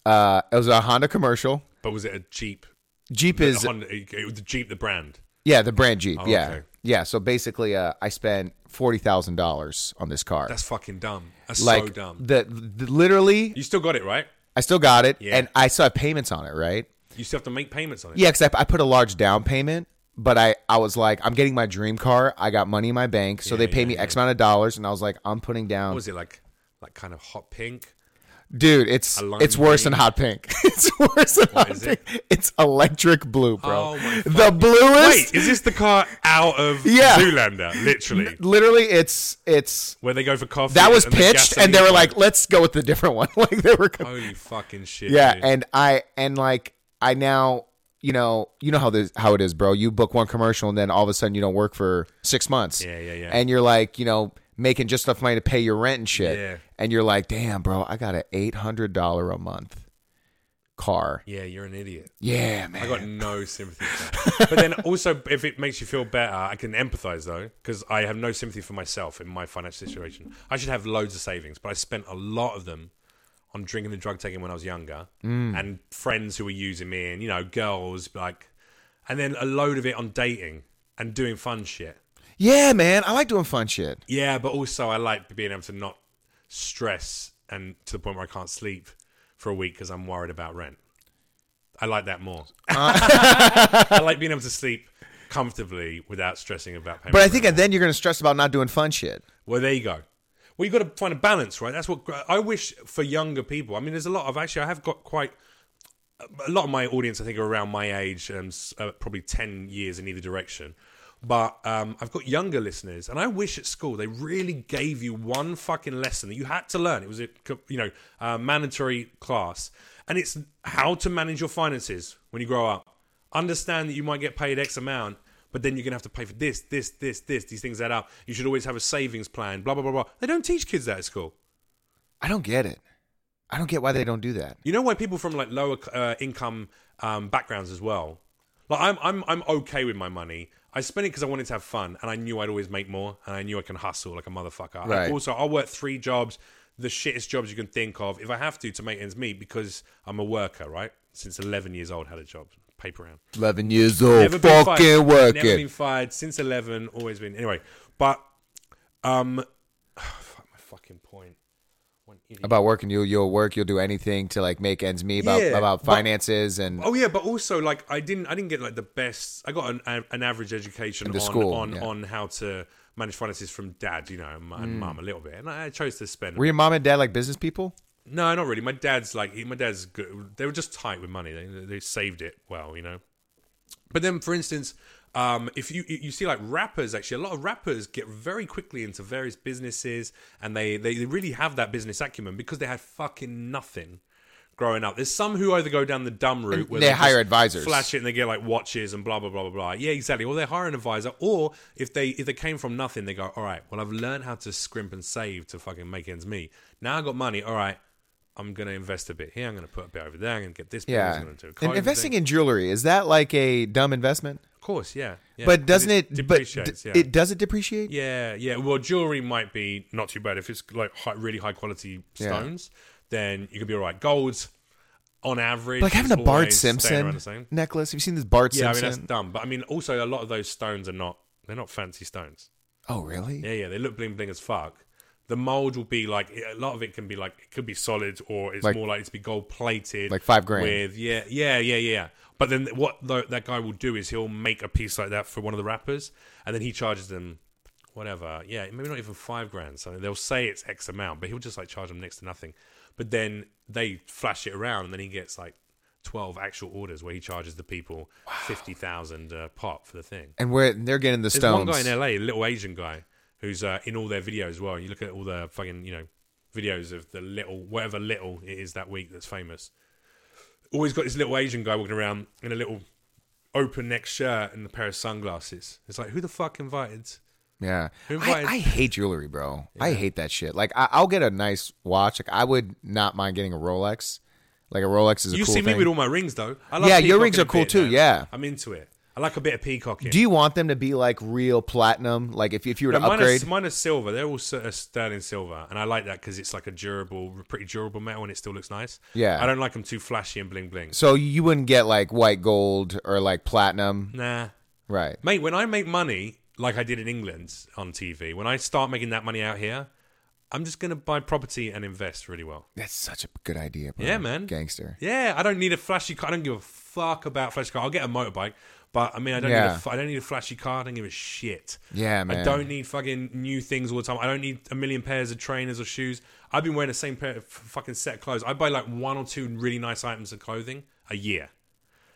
Speaker 2: uh, it was a Honda commercial.
Speaker 1: But was it a Jeep?
Speaker 2: Jeep
Speaker 1: The
Speaker 2: is
Speaker 1: Honda, the Jeep, the brand.
Speaker 2: yeah, the brand Jeep.
Speaker 1: Oh,
Speaker 2: yeah,
Speaker 1: okay.
Speaker 2: yeah. So basically, uh, I spent forty thousand dollars on this car.
Speaker 1: That's fucking dumb. That's
Speaker 2: like
Speaker 1: so dumb.
Speaker 2: The, the literally,
Speaker 1: You still got it, right?
Speaker 2: I still got it,
Speaker 1: Yeah.
Speaker 2: and I still have payments on it, right?
Speaker 1: You still have to make payments on it.
Speaker 2: Yeah, because I, I put a large down payment, but I, I was like, I'm getting my dream car. I got money in my bank, so they pay me X amount of dollars, and I was like, I'm putting down.
Speaker 1: What was it like like kind of hot pink
Speaker 2: Dude, it's
Speaker 1: A lime
Speaker 2: it's worse
Speaker 1: green.
Speaker 2: than hot pink. <laughs> It's worse than hot
Speaker 1: is
Speaker 2: pink. It's electric blue,
Speaker 1: Oh
Speaker 2: bro.
Speaker 1: my
Speaker 2: the bluest.
Speaker 1: wait is this the car out of
Speaker 2: Yeah.
Speaker 1: zoolander literally
Speaker 2: Literally, it's it's
Speaker 1: where they go for coffee
Speaker 2: that was
Speaker 1: and the
Speaker 2: pitched, and they were
Speaker 1: gasoline? Oh,
Speaker 2: like, "Let's go with the different one." <laughs> like they were,
Speaker 1: holy fucking shit
Speaker 2: yeah.
Speaker 1: dude.
Speaker 2: And I and like I now you know you know how this how it is, bro. You book one commercial, and then all of a sudden you don't work for six months.
Speaker 1: Yeah, yeah, yeah.
Speaker 2: And you're like, you know, making just enough money to pay your rent and shit.
Speaker 1: Yeah.
Speaker 2: And you're like, damn, bro, I got an eight hundred dollar a month car.
Speaker 1: yeah you're an idiot
Speaker 2: Yeah, man.
Speaker 1: i got no sympathy for that but then also if it makes you feel better i can empathize though because i have no sympathy for myself in my financial situation i should have loads of savings but i spent a lot of them on drinking and drug taking when i was younger and friends who were using me and you know girls like and then a load of it on dating and doing fun shit
Speaker 2: Yeah, man. I like doing fun shit.
Speaker 1: Yeah, but also I like being able to not stress and to the point where I can't sleep for a week because I'm worried about rent. I like that more.
Speaker 2: Ah.
Speaker 1: <laughs> I like being able to sleep comfortably without stressing about payment.
Speaker 2: But I think and then you're going to stress about not doing fun shit.
Speaker 1: well, there you go. Well, you got to find a balance, right? That's what I wish for younger people. I mean, there's a lot of actually. I have got quite a lot of my audience. I think are around my age, um, s- uh, probably ten years in either direction. But um, I've got younger listeners, and I wish at school they really gave you one fucking lesson that you had to learn. It was a co- you know uh, mandatory class, and it's how to manage your finances when you grow up. Understand that you might get paid X amount, but then you're gonna have to pay for this, this, this, this. These things add up. You should always have a savings plan. Blah blah blah blah. They don't teach kids that at school.
Speaker 2: I don't get it. I don't get why they don't do that.
Speaker 1: You know why people from like lower uh, income um, backgrounds as well. Like I'm, I'm, I'm okay with my money. I spent it because I wanted to have fun, and I knew I'd always make more, and I knew I can hustle like a motherfucker. I-
Speaker 2: Right.
Speaker 1: also, I'll work three jobs, the shittest jobs you can think of, if I have to, to make ends meet, because I'm a worker, right? Since 11 years old, had a job, paper round.
Speaker 2: 11 years old,
Speaker 1: Never been
Speaker 2: fucking
Speaker 1: fired.
Speaker 2: working.
Speaker 1: Never been fired since eleven. Always been anyway. But um, <sighs> fuck my fucking point. One idiot.
Speaker 2: about working, you, you'll work, you'll do anything to like make ends meet about,
Speaker 1: Yeah,
Speaker 2: about
Speaker 1: but-
Speaker 2: finances and
Speaker 1: Oh yeah, but also like I didn't I didn't get like the best. I got an, a- an average education on
Speaker 2: the school,
Speaker 1: on,
Speaker 2: yeah. Mm.
Speaker 1: on how to manage finances from dad, you know, and, my- and mum a little bit, and I chose to spend.
Speaker 2: were your mom and dad like business people?
Speaker 1: no, not really. My dad's like he, my dad's good. They were just tight with money. They they saved it well, you know. But then, for instance, Um, if you you see like rappers, actually, a lot of rappers get very quickly into various businesses, and they they really have that business acumen because they had fucking nothing growing up. There's some who either go down the dumb route where
Speaker 2: they
Speaker 1: just
Speaker 2: hire advisors.
Speaker 1: flash it, and they get like watches and blah blah blah blah blah. Yeah, exactly. Or they hire an advisor, or if they if they came from nothing, they go, all right, well I've learned how to scrimp and save to fucking make ends meet. Now I got money. All right. I'm gonna invest a bit here. I'm gonna put a bit over there. I'm gonna get this. business,
Speaker 2: Yeah.
Speaker 1: I'm gonna do a car
Speaker 2: And investing
Speaker 1: thing.
Speaker 2: in jewelry is that like a dumb investment?
Speaker 1: of course, yeah. yeah.
Speaker 2: But doesn't
Speaker 1: Because
Speaker 2: it? but d-
Speaker 1: depreciates, yeah.
Speaker 2: it does it depreciate?
Speaker 1: Yeah, yeah. Well, jewelry might be not too bad if it's like high, really high quality stones. Then you could be all right. Gold's on average,
Speaker 2: Like having
Speaker 1: is
Speaker 2: a Bart
Speaker 1: always staying around
Speaker 2: Simpson
Speaker 1: the same.
Speaker 2: necklace. Have you seen this Bart
Speaker 1: Yeah, I mean
Speaker 2: Simpson?
Speaker 1: that's dumb. But I mean, also a lot of those stones are not they're not fancy stones.
Speaker 2: oh, really?
Speaker 1: Yeah, yeah. They look bling bling as fuck. The mold will be like a lot of it can be like it could be solid or it's
Speaker 2: Like-
Speaker 1: more likely to be gold plated,
Speaker 2: Like five grand.
Speaker 1: With yeah, yeah, yeah, yeah. But then what tho- that guy will do is he'll make a piece like that for one of the rappers, and then he charges them whatever. Yeah, maybe not even five grand. So they'll say it's X amount, but he'll just like charge them next to nothing. But then they flash it around, and then he gets like twelve actual orders where he charges the people fifty thousand uh, pop for the thing.
Speaker 2: And where they're getting the
Speaker 1: There's
Speaker 2: stones.
Speaker 1: one guy in LA, a little Asian guy, who's uh, in all their videos as well. You look at all the fucking, you know, videos of the little, whatever little it is that week that's famous. Always got this little Asian guy walking around in a little open neck shirt and a pair of sunglasses. It's like, who the fuck invited?
Speaker 2: Yeah,
Speaker 1: Who
Speaker 2: I,
Speaker 1: buys-
Speaker 2: I hate jewelry, bro. I hate that shit. Like, I, I'll get a nice watch. Like, I would not mind getting a Rolex. Like a Rolex is a
Speaker 1: You
Speaker 2: cool
Speaker 1: see me
Speaker 2: thing.
Speaker 1: with all my rings, though. I like
Speaker 2: Yeah, your
Speaker 1: peacocking
Speaker 2: rings are
Speaker 1: a
Speaker 2: cool
Speaker 1: bit,
Speaker 2: too,
Speaker 1: man.
Speaker 2: yeah.
Speaker 1: I'm into it. I like a bit of peacocking.
Speaker 2: Do you want them to be like real platinum? Like, if if you were to
Speaker 1: Mine are-
Speaker 2: upgrade,
Speaker 1: mine are silver. They're all cer- uh, sterling silver, and I like that because it's like a durable, pretty durable metal, and it still looks nice.
Speaker 2: Yeah.
Speaker 1: I don't like them too flashy and bling bling.
Speaker 2: so you wouldn't get like white gold or like platinum,
Speaker 1: Nah,
Speaker 2: right?
Speaker 1: Mate, when I make money like I did in England on TV, when I start making that money out here, I'm just going to buy property and invest really well.
Speaker 2: That's such a good idea, bro.
Speaker 1: Yeah, man.
Speaker 2: gangster.
Speaker 1: Yeah, I don't need a flashy car. I don't give a fuck about flashy car. I'll get a motorbike, but I mean, I don't need
Speaker 2: Yeah.
Speaker 1: a, f- I don't need a flashy car. I don't give a shit.
Speaker 2: Yeah, man.
Speaker 1: I don't need fucking new things all the time. I don't need a million pairs of trainers or shoes. I've been wearing the same pair of f- fucking set of clothes. I buy like one or two really nice items of clothing a year.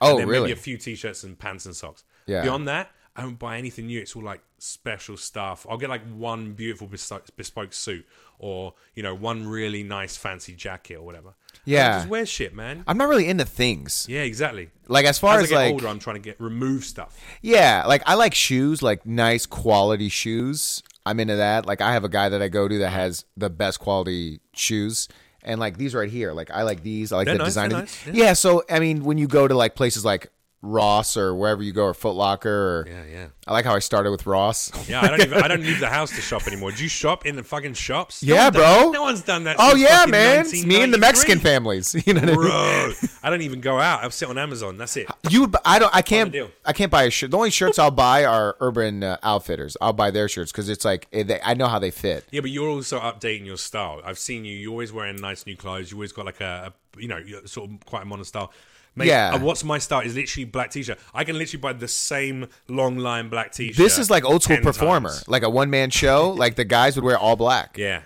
Speaker 2: Oh,
Speaker 1: then
Speaker 2: really?
Speaker 1: maybe a few t-shirts and pants and socks.
Speaker 2: Yeah.
Speaker 1: Beyond that, I don't buy anything new. It's all like special stuff. I'll get like one beautiful bespoke, bespoke suit or you know one really nice fancy jacket or whatever.
Speaker 2: Yeah.
Speaker 1: I just wear shit, man.
Speaker 2: I'm not really into things.
Speaker 1: Yeah, exactly.
Speaker 2: Like as far
Speaker 1: As I
Speaker 2: as,
Speaker 1: get
Speaker 2: like
Speaker 1: older, I'm trying to get remove stuff.
Speaker 2: Yeah, like I like shoes, like nice quality shoes. I'm into that. Like I have a guy that I go to
Speaker 1: Uh-huh.
Speaker 2: that has the best quality shoes. And like these right here, like I like these. I like
Speaker 1: They're
Speaker 2: the
Speaker 1: nice,
Speaker 2: design.
Speaker 1: they're
Speaker 2: of these.
Speaker 1: nice,
Speaker 2: yeah. so I mean, when you go to like places like Ross or wherever you go, or Foot Locker, or
Speaker 1: Yeah, yeah,
Speaker 2: I like how I started
Speaker 1: <laughs>
Speaker 2: with Ross.
Speaker 1: yeah. I don't even I
Speaker 2: <laughs>
Speaker 1: don't leave the house to shop anymore. Do you shop in the fucking shops? No
Speaker 2: Yeah,
Speaker 1: one's done-
Speaker 2: bro.
Speaker 1: no one's done that.
Speaker 2: oh
Speaker 1: since
Speaker 2: yeah,
Speaker 1: fucking
Speaker 2: man, it's me and the
Speaker 1: 1993.
Speaker 2: Mexican families. <laughs> You know what I mean?
Speaker 1: Bro, I don't even go out. I sit on Amazon. That's it.
Speaker 2: You, would bu- I don't, I can't,
Speaker 1: deal.
Speaker 2: I can't buy a shirt. The only shirts I'll buy are Urban uh, Outfitters. I'll buy their shirts because it's like eh, they, I know how they fit.
Speaker 1: Yeah, but you're also updating your style. I've seen you. You're always wearing nice new clothes. You always got like a, a you know, you're sort of quite a modern style. Mate,
Speaker 2: Yeah.
Speaker 1: uh, what's my style is literally black t-shirt. I can literally buy the same long line black t-shirt.
Speaker 2: This is like old school
Speaker 1: 10
Speaker 2: performer,
Speaker 1: times.
Speaker 2: like a one
Speaker 1: <laughs>
Speaker 2: man show. like the guys would wear all black.
Speaker 1: Yeah.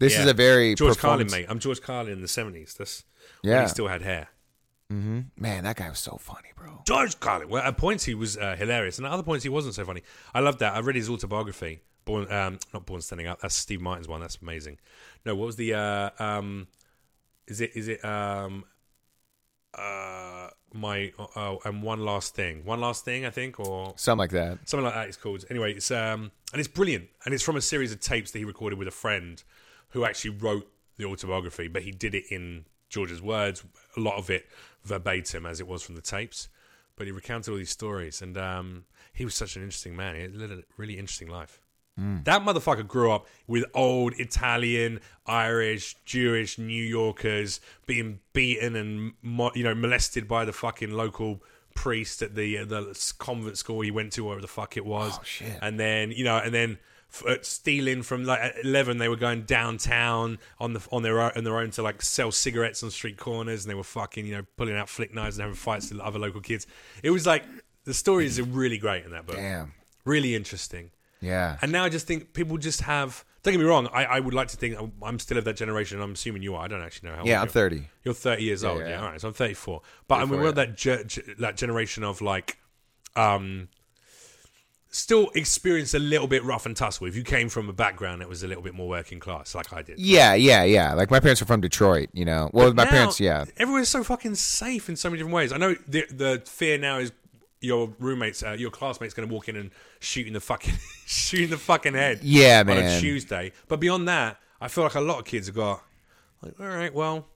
Speaker 2: This
Speaker 1: yeah.
Speaker 2: is a very
Speaker 1: George Carlin,
Speaker 2: performance-
Speaker 1: mate. I'm George Carlin in the seventies. That's when
Speaker 2: Yeah.
Speaker 1: he still had hair.
Speaker 2: Man, that guy was so funny, bro.
Speaker 1: George Carlin. Well, at points he was uh, hilarious, and at other points he wasn't so funny. I love that. I read his autobiography. Born, um, not born standing up. That's Steve Martin's one. That's amazing. No, what was the? Uh, um, is it? Is it? Um, uh, my oh, and one last thing. One last thing, I think, or
Speaker 2: Something like that.
Speaker 1: something like that. It's called. Anyway, it's um, and it's brilliant, and it's from a series of tapes that he recorded with a friend, who actually wrote the autobiography, but he did it in George's words, a lot of it verbatim as it was from the tapes. But he recounted all these stories, and um, he was such an interesting man. He led a really interesting life. That motherfucker grew up with old Italian, Irish, Jewish New Yorkers being beaten and mo- you know molested by the fucking local priest at the uh, the convent school he went to, wherever the fuck it was. Oh
Speaker 2: shit.
Speaker 1: And then you know, and then f- uh, stealing from like at eleven, they were going downtown on the on their own, on their own to like sell cigarettes on street corners, and they were fucking you know pulling out flick knives and having fights with other local kids. It was like the stories are really great in that book.
Speaker 2: Damn.
Speaker 1: Really interesting.
Speaker 2: Yeah.
Speaker 1: And now I just think people just have. Don't get me wrong. I, I would like to think I'm- I'm still of that generation. I'm assuming you are. I don't actually know how.
Speaker 2: yeah,
Speaker 1: old
Speaker 2: I'm
Speaker 1: you are.
Speaker 2: 30.
Speaker 1: You're 30 years old. Yeah,
Speaker 2: yeah.
Speaker 1: All right. So I'm 34. But I mean, we're of that ge- ge- that generation of like, um, still experienced a little bit rough and tussle. If you came from a background that was a little bit more working class, like I did.
Speaker 2: Yeah, yeah, yeah. Like my parents are from Detroit, you know. Well, my
Speaker 1: Now,
Speaker 2: parents, yeah.
Speaker 1: Everywhere's so fucking safe in so many different ways. I know the the fear now is your roommates, uh, your classmates, going to walk in and shoot you in the fucking <laughs> shoot you in the fucking head.
Speaker 2: Yeah,
Speaker 1: on a
Speaker 2: man.
Speaker 1: Tuesday. But beyond that, I feel like a lot of kids have got like, all right, well,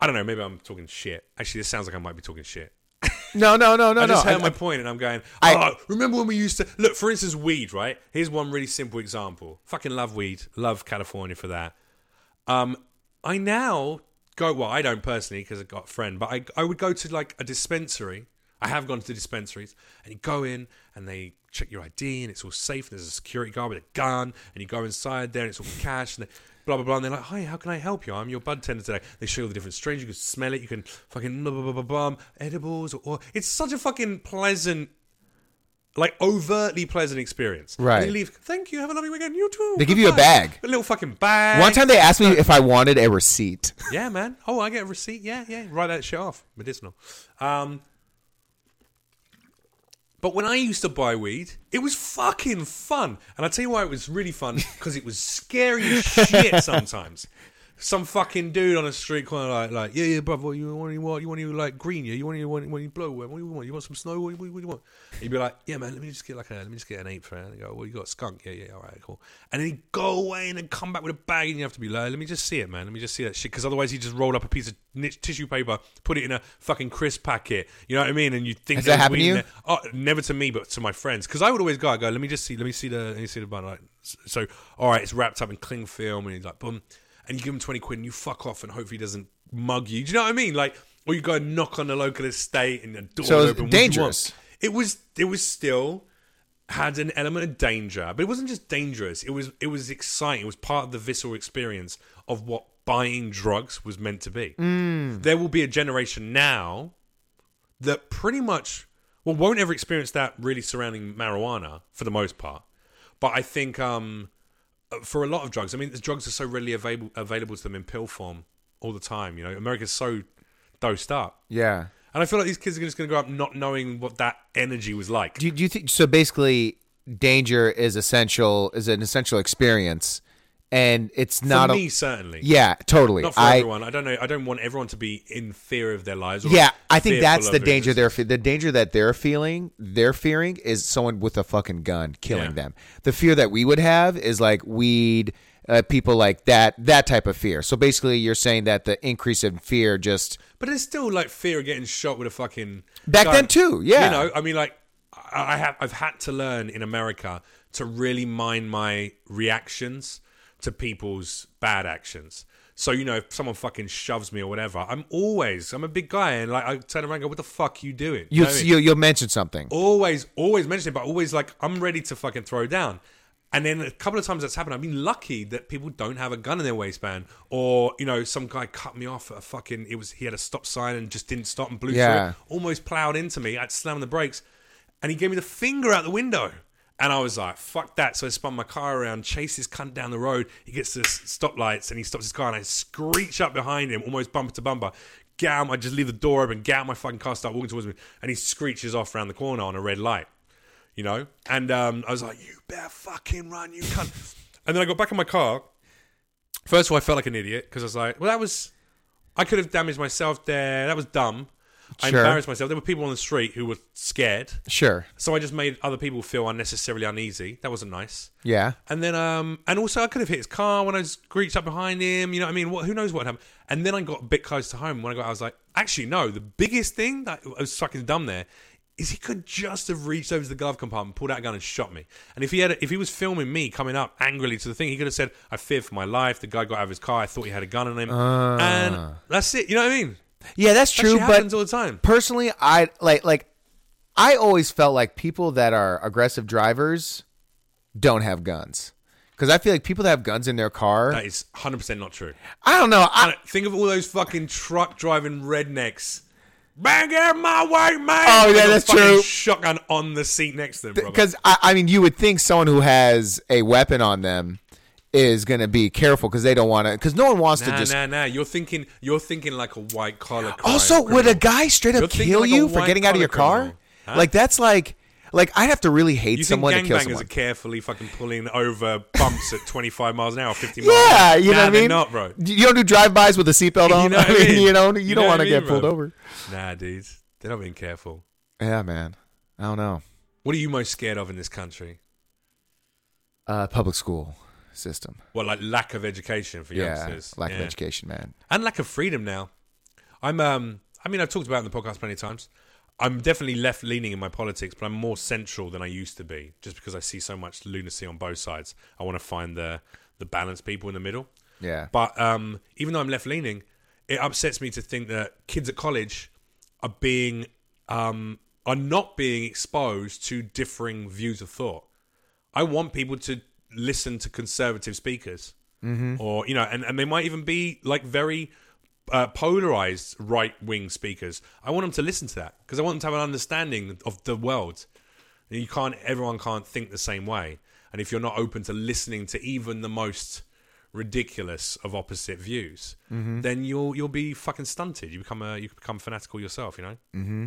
Speaker 1: I don't know. Maybe I'm talking shit. Actually, this sounds like I might be talking shit.
Speaker 2: No, no, no, no,
Speaker 1: I just
Speaker 2: no.
Speaker 1: heard my point and I'm going,
Speaker 2: I-
Speaker 1: oh, remember when we used to look, for instance, weed, right? Here's one really simple example. Fucking love weed. Love California for that. Um, I now go, well, I don't personally because I've got a friend, but I, I would go to like a dispensary. I have gone to dispensaries and you go in and they check your ID and it's all safe. And there's a security guard with a gun and you go inside there and it's all cash and they, blah, blah, blah. And they're like, hi, how can I help you? I'm your bud tender today. They show you all the different strains. You can smell it. You can fucking blah, blah, blah, blah, blah. Edibles or, or it's such a fucking pleasant, like overtly pleasant experience. And
Speaker 2: Right.
Speaker 1: you leave, thank you. Have a lovely weekend. You too.
Speaker 2: They give you a
Speaker 1: Goodbye."
Speaker 2: bag.
Speaker 1: A little fucking bag.
Speaker 2: One time they asked me if I wanted
Speaker 1: <laughs>
Speaker 2: a receipt.
Speaker 1: Yeah, man. Oh, I get a receipt. Yeah, yeah. Write that shit off. Medicinal. Um, but when I used to buy weed, it was fucking fun. And I tell you why it was really
Speaker 2: <laughs>
Speaker 1: fun because it was scary as shit sometimes. Some fucking dude on a street corner like, like, yeah, yeah, brother, what you want? You want? You want? You like green? Yeah, you want? You want? You want? You blow? What do you want? You want some snow? What do you, what do you want? He'd be like, yeah, man, let me just get like a, let me just get an eight for it. And he'd go, well, you got a skunk? Yeah, yeah, all right, cool. And then he'd go away and then come back with a bag, and you have to be like, let me just see it, man, let me just see that shit, because otherwise he just rolled up a piece of ni- tissue paper, put it in a fucking crisp packet. You know what I mean? And you think
Speaker 2: Has
Speaker 1: there
Speaker 2: that
Speaker 1: was
Speaker 2: happened
Speaker 1: weed
Speaker 2: to
Speaker 1: in
Speaker 2: you?
Speaker 1: there. Oh, never to me, but to my friends. Because I would always go, I go, let me just see, let me see the, let me see the bun. Like, so, all right, it's wrapped up in cling film, and he's like, boom, and you give him twenty quid, and you fuck off, and hopefully he doesn't mug you. Do you know what I mean? Like, or you go and knock on the local estate, and the door
Speaker 2: So
Speaker 1: open.
Speaker 2: it's
Speaker 1: what do you want?
Speaker 2: dangerous.
Speaker 1: It was, it was still had an element of danger, but it wasn't just dangerous. It was, it was exciting. It was part of the visceral experience of what buying drugs was meant to be.
Speaker 2: Mm.
Speaker 1: There will be a generation now that pretty much well won't ever experience that really surrounding marijuana for the most part. But I think um, for a lot of drugs, I mean, the drugs are so readily available available to them in pill form all the time. You know, America's so dosed up,
Speaker 2: Yeah.
Speaker 1: and I feel like these kids are just going to grow up not knowing what that energy was like.
Speaker 2: Do you, do you think so? Basically, danger is essential. Is an essential experience, and it's not
Speaker 1: for
Speaker 2: a.
Speaker 1: me, certainly.
Speaker 2: yeah, totally.
Speaker 1: Not for
Speaker 2: I
Speaker 1: everyone. I don't know. I don't want everyone to be in fear of their lives. Or
Speaker 2: yeah, I think
Speaker 1: fearful
Speaker 2: that's
Speaker 1: of
Speaker 2: the
Speaker 1: their
Speaker 2: danger
Speaker 1: existence.
Speaker 2: they're fe- the danger that they're feeling. They're fearing is someone with a fucking gun killing
Speaker 1: Yeah.
Speaker 2: them. The fear that we would have is like weed, uh, people like that, that type of fear. So basically, you're saying that the increase in fear just
Speaker 1: But there's still like fear of getting shot with a fucking
Speaker 2: Back
Speaker 1: gun.
Speaker 2: then, too, yeah.
Speaker 1: You know, I mean, like I I have I've had to learn in America to really mind my reactions to people's bad actions. So you know, if someone fucking shoves me or whatever, I'm always I'm a big guy and like I turn around and go, "What the fuck you doing?"
Speaker 2: you
Speaker 1: know what I mean?
Speaker 2: you you'll mention something.
Speaker 1: always always mention it, but always like I'm ready to fucking throw down. And then a couple of times that's happened. I've been lucky that people don't have a gun in their waistband, or you know, some guy cut me off at a fucking. It was he had a stop sign and just didn't stop and blew
Speaker 2: Yeah.
Speaker 1: through it, almost plowed into me. I'd slam on the brakes, and he gave me the finger out the window, and I was like, "Fuck that!" So I spun my car around, chased this cunt down the road. He gets to the s- stoplights and he stops his car, and I screech up behind him, almost bumper to bumper. Get out! I just leave the door open. Get out my fucking car, start walking towards me, and he screeches off around the corner on a red light you know? And um, I was like, you better fucking run, you cunt. <laughs> and then I got back in my car. First of all, I felt like an idiot because I was like, well, that was, I could have damaged myself there. That was dumb. I
Speaker 2: Sure.
Speaker 1: embarrassed myself. There were people on the street who were scared.
Speaker 2: Sure.
Speaker 1: So I just made other people feel unnecessarily uneasy. That wasn't nice.
Speaker 2: Yeah.
Speaker 1: And then, um, and also I could have hit his car when I screeched up behind him. You know what I mean? What, who knows what happened? And then I got a bit close to home. When I got, I was like, actually, no. The biggest thing that I was fucking dumb there is he could just have reached over to the glove compartment, pulled out a gun, and shot me. And if he had, if he was filming me coming up angrily to the thing, he could have said, "I feared for my life." The guy got out of his car. I thought he had a gun on him, and that's it. You know what I mean?
Speaker 2: Yeah, that's
Speaker 1: That
Speaker 2: true.
Speaker 1: shit happens
Speaker 2: but
Speaker 1: all the time.
Speaker 2: personally, I like like I always felt like people that are aggressive drivers don't have guns because I feel like people that have guns in their car.
Speaker 1: That is hundred percent not true.
Speaker 2: I don't know. I,
Speaker 1: And think of all those fucking truck driving rednecks. Bang out my way, man!
Speaker 2: Oh, yeah,
Speaker 1: With a
Speaker 2: that's
Speaker 1: fucking
Speaker 2: true.
Speaker 1: Shotgun on the seat next to them, brother.
Speaker 2: because I, I mean, you would think someone who has a weapon on them is going to be careful because they don't want to. Because no one wants
Speaker 1: nah,
Speaker 2: to just.
Speaker 1: nah, nah. You're thinking, you're thinking like a white collar. crime
Speaker 2: also, would
Speaker 1: criminal.
Speaker 2: a guy straight up
Speaker 1: You're thinking
Speaker 2: kill
Speaker 1: like a
Speaker 2: you for
Speaker 1: white
Speaker 2: getting out of your
Speaker 1: collar
Speaker 2: car?
Speaker 1: criminal, huh?
Speaker 2: Like that's like Like I'd have to really hate
Speaker 1: You think
Speaker 2: someone to kill
Speaker 1: gangbangers
Speaker 2: someone.
Speaker 1: are carefully fucking pulling over bumps at 25 miles an hour, 50 miles? an
Speaker 2: yeah,
Speaker 1: hour?
Speaker 2: you know
Speaker 1: Nah,
Speaker 2: what I
Speaker 1: they're
Speaker 2: mean.
Speaker 1: Not, bro.
Speaker 2: You don't do drive-bys with a seatbelt on.
Speaker 1: know
Speaker 2: <laughs> I
Speaker 1: what I
Speaker 2: mean,
Speaker 1: mean?
Speaker 2: you don't. You,
Speaker 1: You
Speaker 2: don't
Speaker 1: know
Speaker 2: want
Speaker 1: what
Speaker 2: to
Speaker 1: I
Speaker 2: get
Speaker 1: mean,
Speaker 2: pulled
Speaker 1: bro?
Speaker 2: over.
Speaker 1: Nah, dudes, they're not being careful.
Speaker 2: Yeah, man. I don't know.
Speaker 1: What are you most scared of in this country?
Speaker 2: Uh, public school system.
Speaker 1: Well, like lack of education for
Speaker 2: Yeah,
Speaker 1: youngsters,
Speaker 2: lack
Speaker 1: Yeah.
Speaker 2: of education, man.
Speaker 1: and lack of freedom now. I'm um I mean I've talked about it in the podcast plenty of times. I'm definitely left leaning in my politics, but I'm more central than I used to be, just because I see so much lunacy on both sides. I want to find the the balanced people in the middle.
Speaker 2: Yeah,
Speaker 1: But um, even though I'm left leaning, it upsets me to think that kids at college are being um, are not being exposed to differing views of thought. I want people to listen to conservative speakers, or you know, and, and they might even be like very uh, polarized right wing speakers. I want them to listen to that because I want them to have an understanding of the world. You can't, everyone can't think the same way. And if you're not open to listening to even the most ridiculous of opposite views, then you'll you'll be fucking stunted. You become a you become fanatical yourself. You know. Mm-hmm.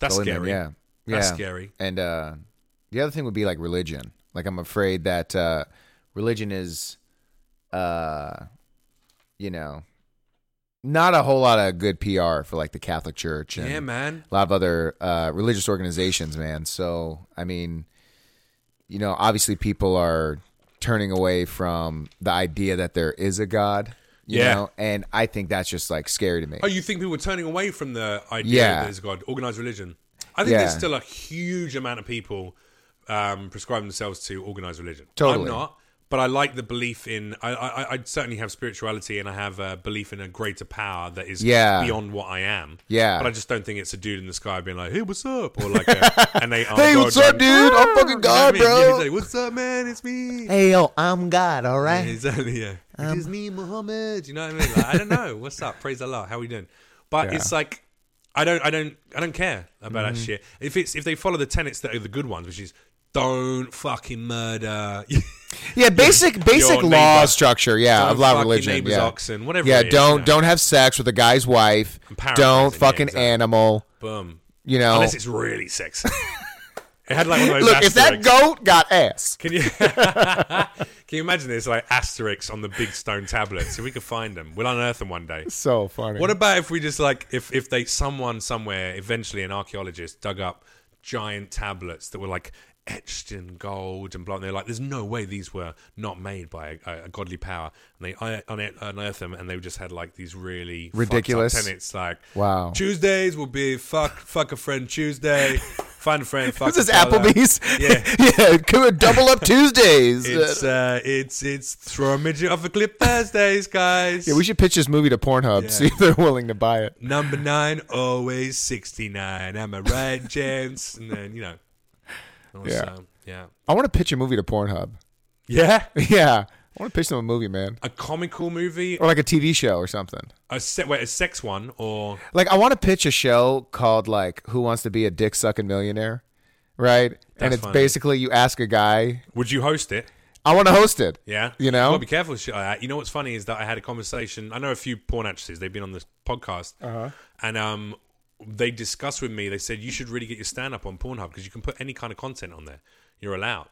Speaker 1: That's
Speaker 2: Go in there,
Speaker 1: scary.
Speaker 2: yeah, yeah.
Speaker 1: That's scary.
Speaker 2: And uh, the other thing would be like religion. Like I'm afraid that uh, religion is, uh, you know, not a whole lot of good PR for like the Catholic Church and
Speaker 1: Yeah, man.
Speaker 2: a lot of other uh, religious organizations, man. So I mean, you know, obviously people are turning away from the idea that there is a God. You
Speaker 1: Yeah.
Speaker 2: know, and I think that's just like scary to me.
Speaker 1: Oh, you think people were turning away from the idea
Speaker 2: Yeah.
Speaker 1: that there's God, organized religion? I think
Speaker 2: Yeah.
Speaker 1: there's still a huge amount of people um, prescribing themselves to organized religion. I'm
Speaker 2: Totally.
Speaker 1: not, but I like the belief in. I, I, I certainly have spirituality, and I have a belief in a greater power that is
Speaker 2: Yeah.
Speaker 1: beyond what I am.
Speaker 2: Yeah.
Speaker 1: but I just don't think it's a dude in the sky being like, "Hey, what's up?" or like, a,
Speaker 2: <laughs>
Speaker 1: and they, are
Speaker 2: Hey,
Speaker 1: God
Speaker 2: what's up,
Speaker 1: going,
Speaker 2: dude? I'm
Speaker 1: "You
Speaker 2: fucking
Speaker 1: know what
Speaker 2: God,
Speaker 1: I mean?
Speaker 2: bro."
Speaker 1: Yeah, he's like, what's up, man? It's me.
Speaker 2: Hey, yo, I'm God, all
Speaker 1: Yeah,
Speaker 2: <laughs> right?
Speaker 1: exactly. Yeah, it
Speaker 2: Um,
Speaker 1: is me, Muhammad. You know what I mean? Like, I don't know. What's up? Praise Allah. How we doing? But
Speaker 2: Yeah. Mm-hmm.
Speaker 1: it's like I don't, I don't, I don't care about that shit. If it's if they follow the tenets that are the good ones, which is don't fucking murder.
Speaker 2: Yeah, basic basic
Speaker 1: Your
Speaker 2: law
Speaker 1: neighbor.
Speaker 2: structure, yeah,
Speaker 1: Don't
Speaker 2: <laughs> of law
Speaker 1: fuck your
Speaker 2: religion,
Speaker 1: neighbor's
Speaker 2: yeah.
Speaker 1: oxen, whatever
Speaker 2: Yeah,
Speaker 1: it is,
Speaker 2: don't
Speaker 1: you know.
Speaker 2: don't have sex with a guy's wife.
Speaker 1: paraphrasing,
Speaker 2: Don't
Speaker 1: yeah,
Speaker 2: fucking
Speaker 1: exactly.
Speaker 2: animal.
Speaker 1: Boom.
Speaker 2: You know,
Speaker 1: Unless it's really
Speaker 2: <laughs>
Speaker 1: sexy. it had like one of those.
Speaker 2: look if that
Speaker 1: asterisks.
Speaker 2: goat got ass.
Speaker 1: Can you can you imagine this like asterisks on the big stone tablets? If we could find them, we'll unearth them one day.
Speaker 2: So funny.
Speaker 1: What about if we just like if if they someone somewhere eventually an archaeologist dug up giant tablets that were like etched in gold and blah and they're like there's no way these were not made by a, a godly power and they un- un- unearth them and they just had like these really
Speaker 2: Ridiculous.
Speaker 1: and it's like
Speaker 2: Wow.
Speaker 1: Tuesdays will be fuck fuck a friend Tuesday find a
Speaker 2: <laughs>
Speaker 1: friend fuck
Speaker 2: What's this
Speaker 1: a fella.
Speaker 2: Applebee's?
Speaker 1: Yeah.
Speaker 2: <laughs> yeah, come on, double up Tuesdays.
Speaker 1: it's uh it's it's throw a midget off a clip Thursdays guys
Speaker 2: yeah, we should pitch this movie to Pornhub, see if they're willing to buy it.
Speaker 1: Number nine, always 69. Am I right, gents? And then, you know. Also, yeah.
Speaker 2: I want to pitch a movie to Pornhub. <laughs>
Speaker 1: Yeah.
Speaker 2: Yeah. I want to pitch them a movie, man.
Speaker 1: A comical movie,
Speaker 2: Or like a TV show or something.
Speaker 1: a, se- wait, a sex one, or.
Speaker 2: Like I want to pitch a show called like Who Wants to Be a Dick Sucking Millionaire, right? and
Speaker 1: That's
Speaker 2: it's
Speaker 1: funny.
Speaker 2: basically you ask a guy,
Speaker 1: Would you host it?
Speaker 2: I want to host it.
Speaker 1: Yeah.
Speaker 2: You know?
Speaker 1: Well, be careful with shit like that. You know what's funny is that I had a conversation. I know a few porn actresses. They've been on this podcast.
Speaker 2: Uh-huh.
Speaker 1: And um, they discussed with me. They said, you should really get your stand up on Pornhub because you can put any kind of content on there. You're allowed.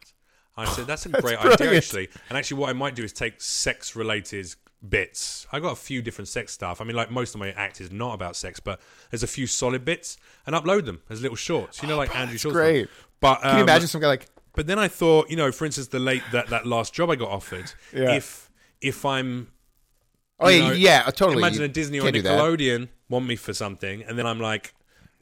Speaker 1: I said,
Speaker 2: <laughs>
Speaker 1: that's a great idea,
Speaker 2: brilliant.
Speaker 1: actually. And actually, what I might do is take sex related bits. I got a few different sex stuff. I mean, like most of my act is not about sex, but there's a few solid bits and upload them as little shorts. You know, like Andrew Schultz. one.
Speaker 2: Oh, great.
Speaker 1: But,
Speaker 2: Can you
Speaker 1: um,
Speaker 2: imagine some guy like
Speaker 1: but then I thought, you know, for instance, the late that, that last job I got offered.
Speaker 2: Yeah.
Speaker 1: If if I'm
Speaker 2: Oh
Speaker 1: you
Speaker 2: yeah,
Speaker 1: know,
Speaker 2: yeah, totally.
Speaker 1: imagine
Speaker 2: You
Speaker 1: a Disney or
Speaker 2: can't do that.
Speaker 1: Nickelodeon want me for something, and then I'm like,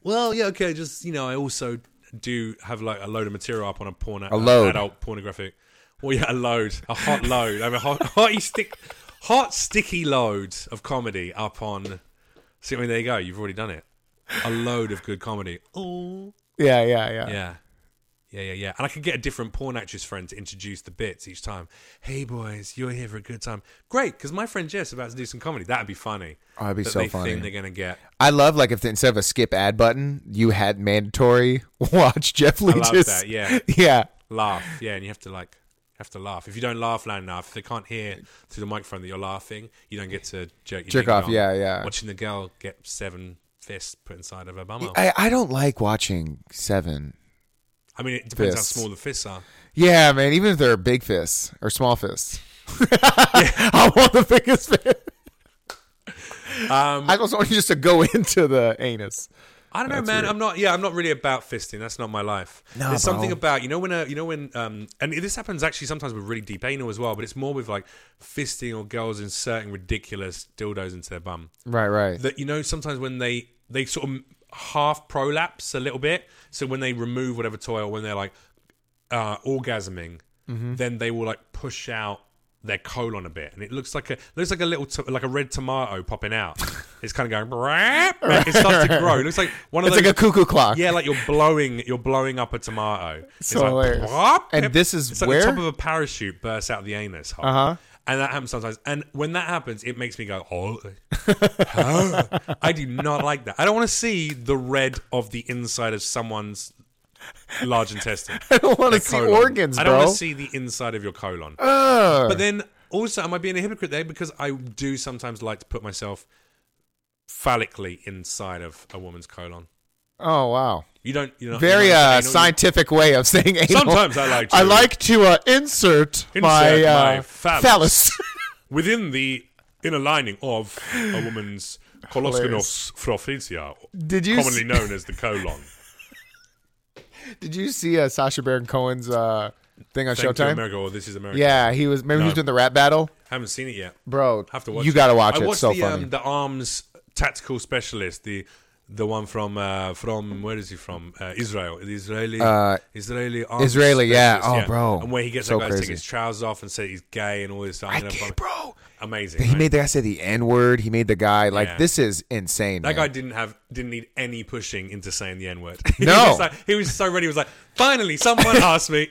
Speaker 1: well, yeah, okay, just you know, I also do have like a load of material up on a porn a
Speaker 2: load.
Speaker 1: adult pornographic. Well, yeah, a load, a hot load. I mean, hot, hotty stick, hot sticky load of comedy up on. See, I mean, there you go. You've already done it. A load of good comedy. Oh.
Speaker 2: Yeah, yeah, yeah.
Speaker 1: Yeah. Yeah, yeah, yeah. And I could get a different porn actress friend to introduce the bits each time. Hey, boys, you're here for a good time. Great, because my friend Jeff's about to do some comedy. That'd be funny.
Speaker 2: Oh, that'd be
Speaker 1: that
Speaker 2: so
Speaker 1: they
Speaker 2: funny.
Speaker 1: think they're going to get.
Speaker 2: I love like if the, instead of a skip ad button, you had mandatory <laughs> watch Jeff Leach's.
Speaker 1: that, yeah.
Speaker 2: <laughs> Yeah.
Speaker 1: laugh. Yeah, and you have to like have to laugh. If you don't laugh loud enough, if they can't hear through the microphone that you're laughing, you don't get to jerk your
Speaker 2: Jerk
Speaker 1: ding
Speaker 2: off,
Speaker 1: dong.
Speaker 2: yeah, yeah.
Speaker 1: Watching the girl get seven fists put inside of her bum. hole.
Speaker 2: I, I don't like watching Seven
Speaker 1: I mean, it depends
Speaker 2: Fists.
Speaker 1: how small the fists are.
Speaker 2: Yeah, man. Even if they're big fists or small fists, <laughs> I want the
Speaker 1: <laughs>
Speaker 2: biggest fist.
Speaker 1: Um,
Speaker 2: I just want you just to go <laughs> into the anus.
Speaker 1: I don't know, man. I'm not. Yeah, I'm not really about fisting. That's not my life.
Speaker 2: Nah,
Speaker 1: There's something
Speaker 2: bro.
Speaker 1: about you know when a, you know when um and this happens actually sometimes with really deep anal as well, but it's more with like fisting or girls inserting ridiculous dildos into their bum.
Speaker 2: Right, right.
Speaker 1: That you know sometimes when they they sort of half prolapse a little bit, so when they remove whatever toy or when they're like uh, orgasming,
Speaker 2: Mm-hmm.
Speaker 1: then they will like push out their colon a bit, and it looks like a looks like a little to- like a red tomato popping out.
Speaker 2: <laughs>
Speaker 1: it's kind of going. Brap, it starts to grow. It looks like one of
Speaker 2: it's
Speaker 1: those.
Speaker 2: like a cuckoo clock.
Speaker 1: yeah, like you're blowing, you're blowing up a tomato. It's
Speaker 2: So hilarious.
Speaker 1: "Brap."
Speaker 2: And this is
Speaker 1: it's like
Speaker 2: where?
Speaker 1: the top of a parachute bursts out of the anus hole. Uh-huh. And that happens sometimes. And when that happens, it makes me go, oh, Huh? I do not like that. I don't want to see the red of the inside of someone's large
Speaker 2: <laughs>
Speaker 1: intestine.
Speaker 2: <laughs> I don't want to see
Speaker 1: colon.
Speaker 2: organs,
Speaker 1: I don't
Speaker 2: bro. Uh.
Speaker 1: want to see the inside of your colon. But then also, am I being a hypocrite there? Because I do sometimes like to put myself phallically inside of a woman's colon.
Speaker 2: oh wow.
Speaker 1: You don't, you know,
Speaker 2: Very uh,
Speaker 1: scientific.
Speaker 2: scientific way of saying anal.
Speaker 1: Sometimes I
Speaker 2: <laughs>
Speaker 1: like to-
Speaker 2: I like to uh, insert, my,
Speaker 1: Insert
Speaker 2: uh,
Speaker 1: my phallus.
Speaker 2: phallus. <laughs>
Speaker 1: within the inner lining of a woman's
Speaker 2: <laughs> Hilarious.
Speaker 1: coloscanos frophisia,
Speaker 2: Did you
Speaker 1: commonly
Speaker 2: see-
Speaker 1: known as the
Speaker 2: <laughs>
Speaker 1: colon.
Speaker 2: Did you see uh, Sasha Baron Cohen's uh, thing on
Speaker 1: Thank you,
Speaker 2: Showtime?
Speaker 1: America, or this is America.
Speaker 2: Yeah, he was. Maybe he was doing the rap battle,
Speaker 1: haven't seen it yet.
Speaker 2: bro.
Speaker 1: Have to watch.
Speaker 2: you
Speaker 1: it.
Speaker 2: gotta watch
Speaker 1: I
Speaker 2: it.
Speaker 1: watched
Speaker 2: It's so
Speaker 1: the,
Speaker 2: funny.
Speaker 1: Um, the arms tactical specialist, the the one from uh, from where is he from? Uh, Israel, the Israeli Israeli arms
Speaker 2: Uh, Israeli, yeah.
Speaker 1: specialist,
Speaker 2: Oh, bro.
Speaker 1: and where he gets
Speaker 2: So
Speaker 1: that guy to take
Speaker 2: crazy.
Speaker 1: his trousers off and say he's gay and all this stuff.
Speaker 2: I
Speaker 1: And I'm
Speaker 2: can't,
Speaker 1: like,
Speaker 2: bro.
Speaker 1: Amazing.
Speaker 2: He
Speaker 1: right?
Speaker 2: made the guy say the N word. He made the guy like
Speaker 1: Yeah.
Speaker 2: this is insane.
Speaker 1: That
Speaker 2: man.
Speaker 1: guy didn't have didn't need any pushing into saying the n word.
Speaker 2: No.
Speaker 1: <laughs> he, was like, he was so ready. He was like, finally,
Speaker 2: <laughs>
Speaker 1: someone asked me.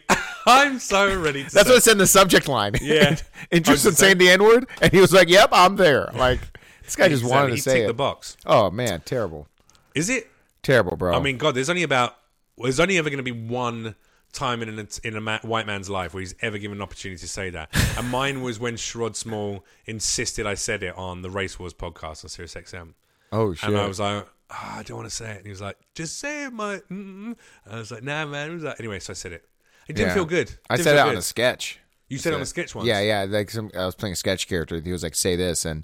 Speaker 1: I'm so ready. To
Speaker 2: That's
Speaker 1: say.
Speaker 2: what it said in the subject line. <laughs>
Speaker 1: Yeah.
Speaker 2: Interested in
Speaker 1: 100%.
Speaker 2: saying the N word? And he was like, Yep, I'm there. Like this guy just
Speaker 1: Exactly.
Speaker 2: wanted to
Speaker 1: he
Speaker 2: say
Speaker 1: ticked the
Speaker 2: it.
Speaker 1: box.
Speaker 2: Oh man, terrible.
Speaker 1: Is it?
Speaker 2: Terrible, bro.
Speaker 1: I mean, God, there's only about well, there's only ever going to be one time in an, in a ma- white man's life where he's ever given an opportunity to say that. and mine was when Sherrod Small insisted I said it on the Race Wars podcast on Sirius XM.
Speaker 2: Oh shit.
Speaker 1: And I was like, "Ah, I don't want to say it. And he was like, just say it, mate. Mm-mm. And I was like, nah, man. He was like, anyway, so I said it. It didn't
Speaker 2: Yeah.
Speaker 1: feel good.
Speaker 2: I
Speaker 1: Didn't
Speaker 2: said
Speaker 1: feel
Speaker 2: it on
Speaker 1: good.
Speaker 2: a sketch.
Speaker 1: You said it on a sketch once.
Speaker 2: Yeah, yeah. Like some, I was playing a sketch character. He was like, "Say this," and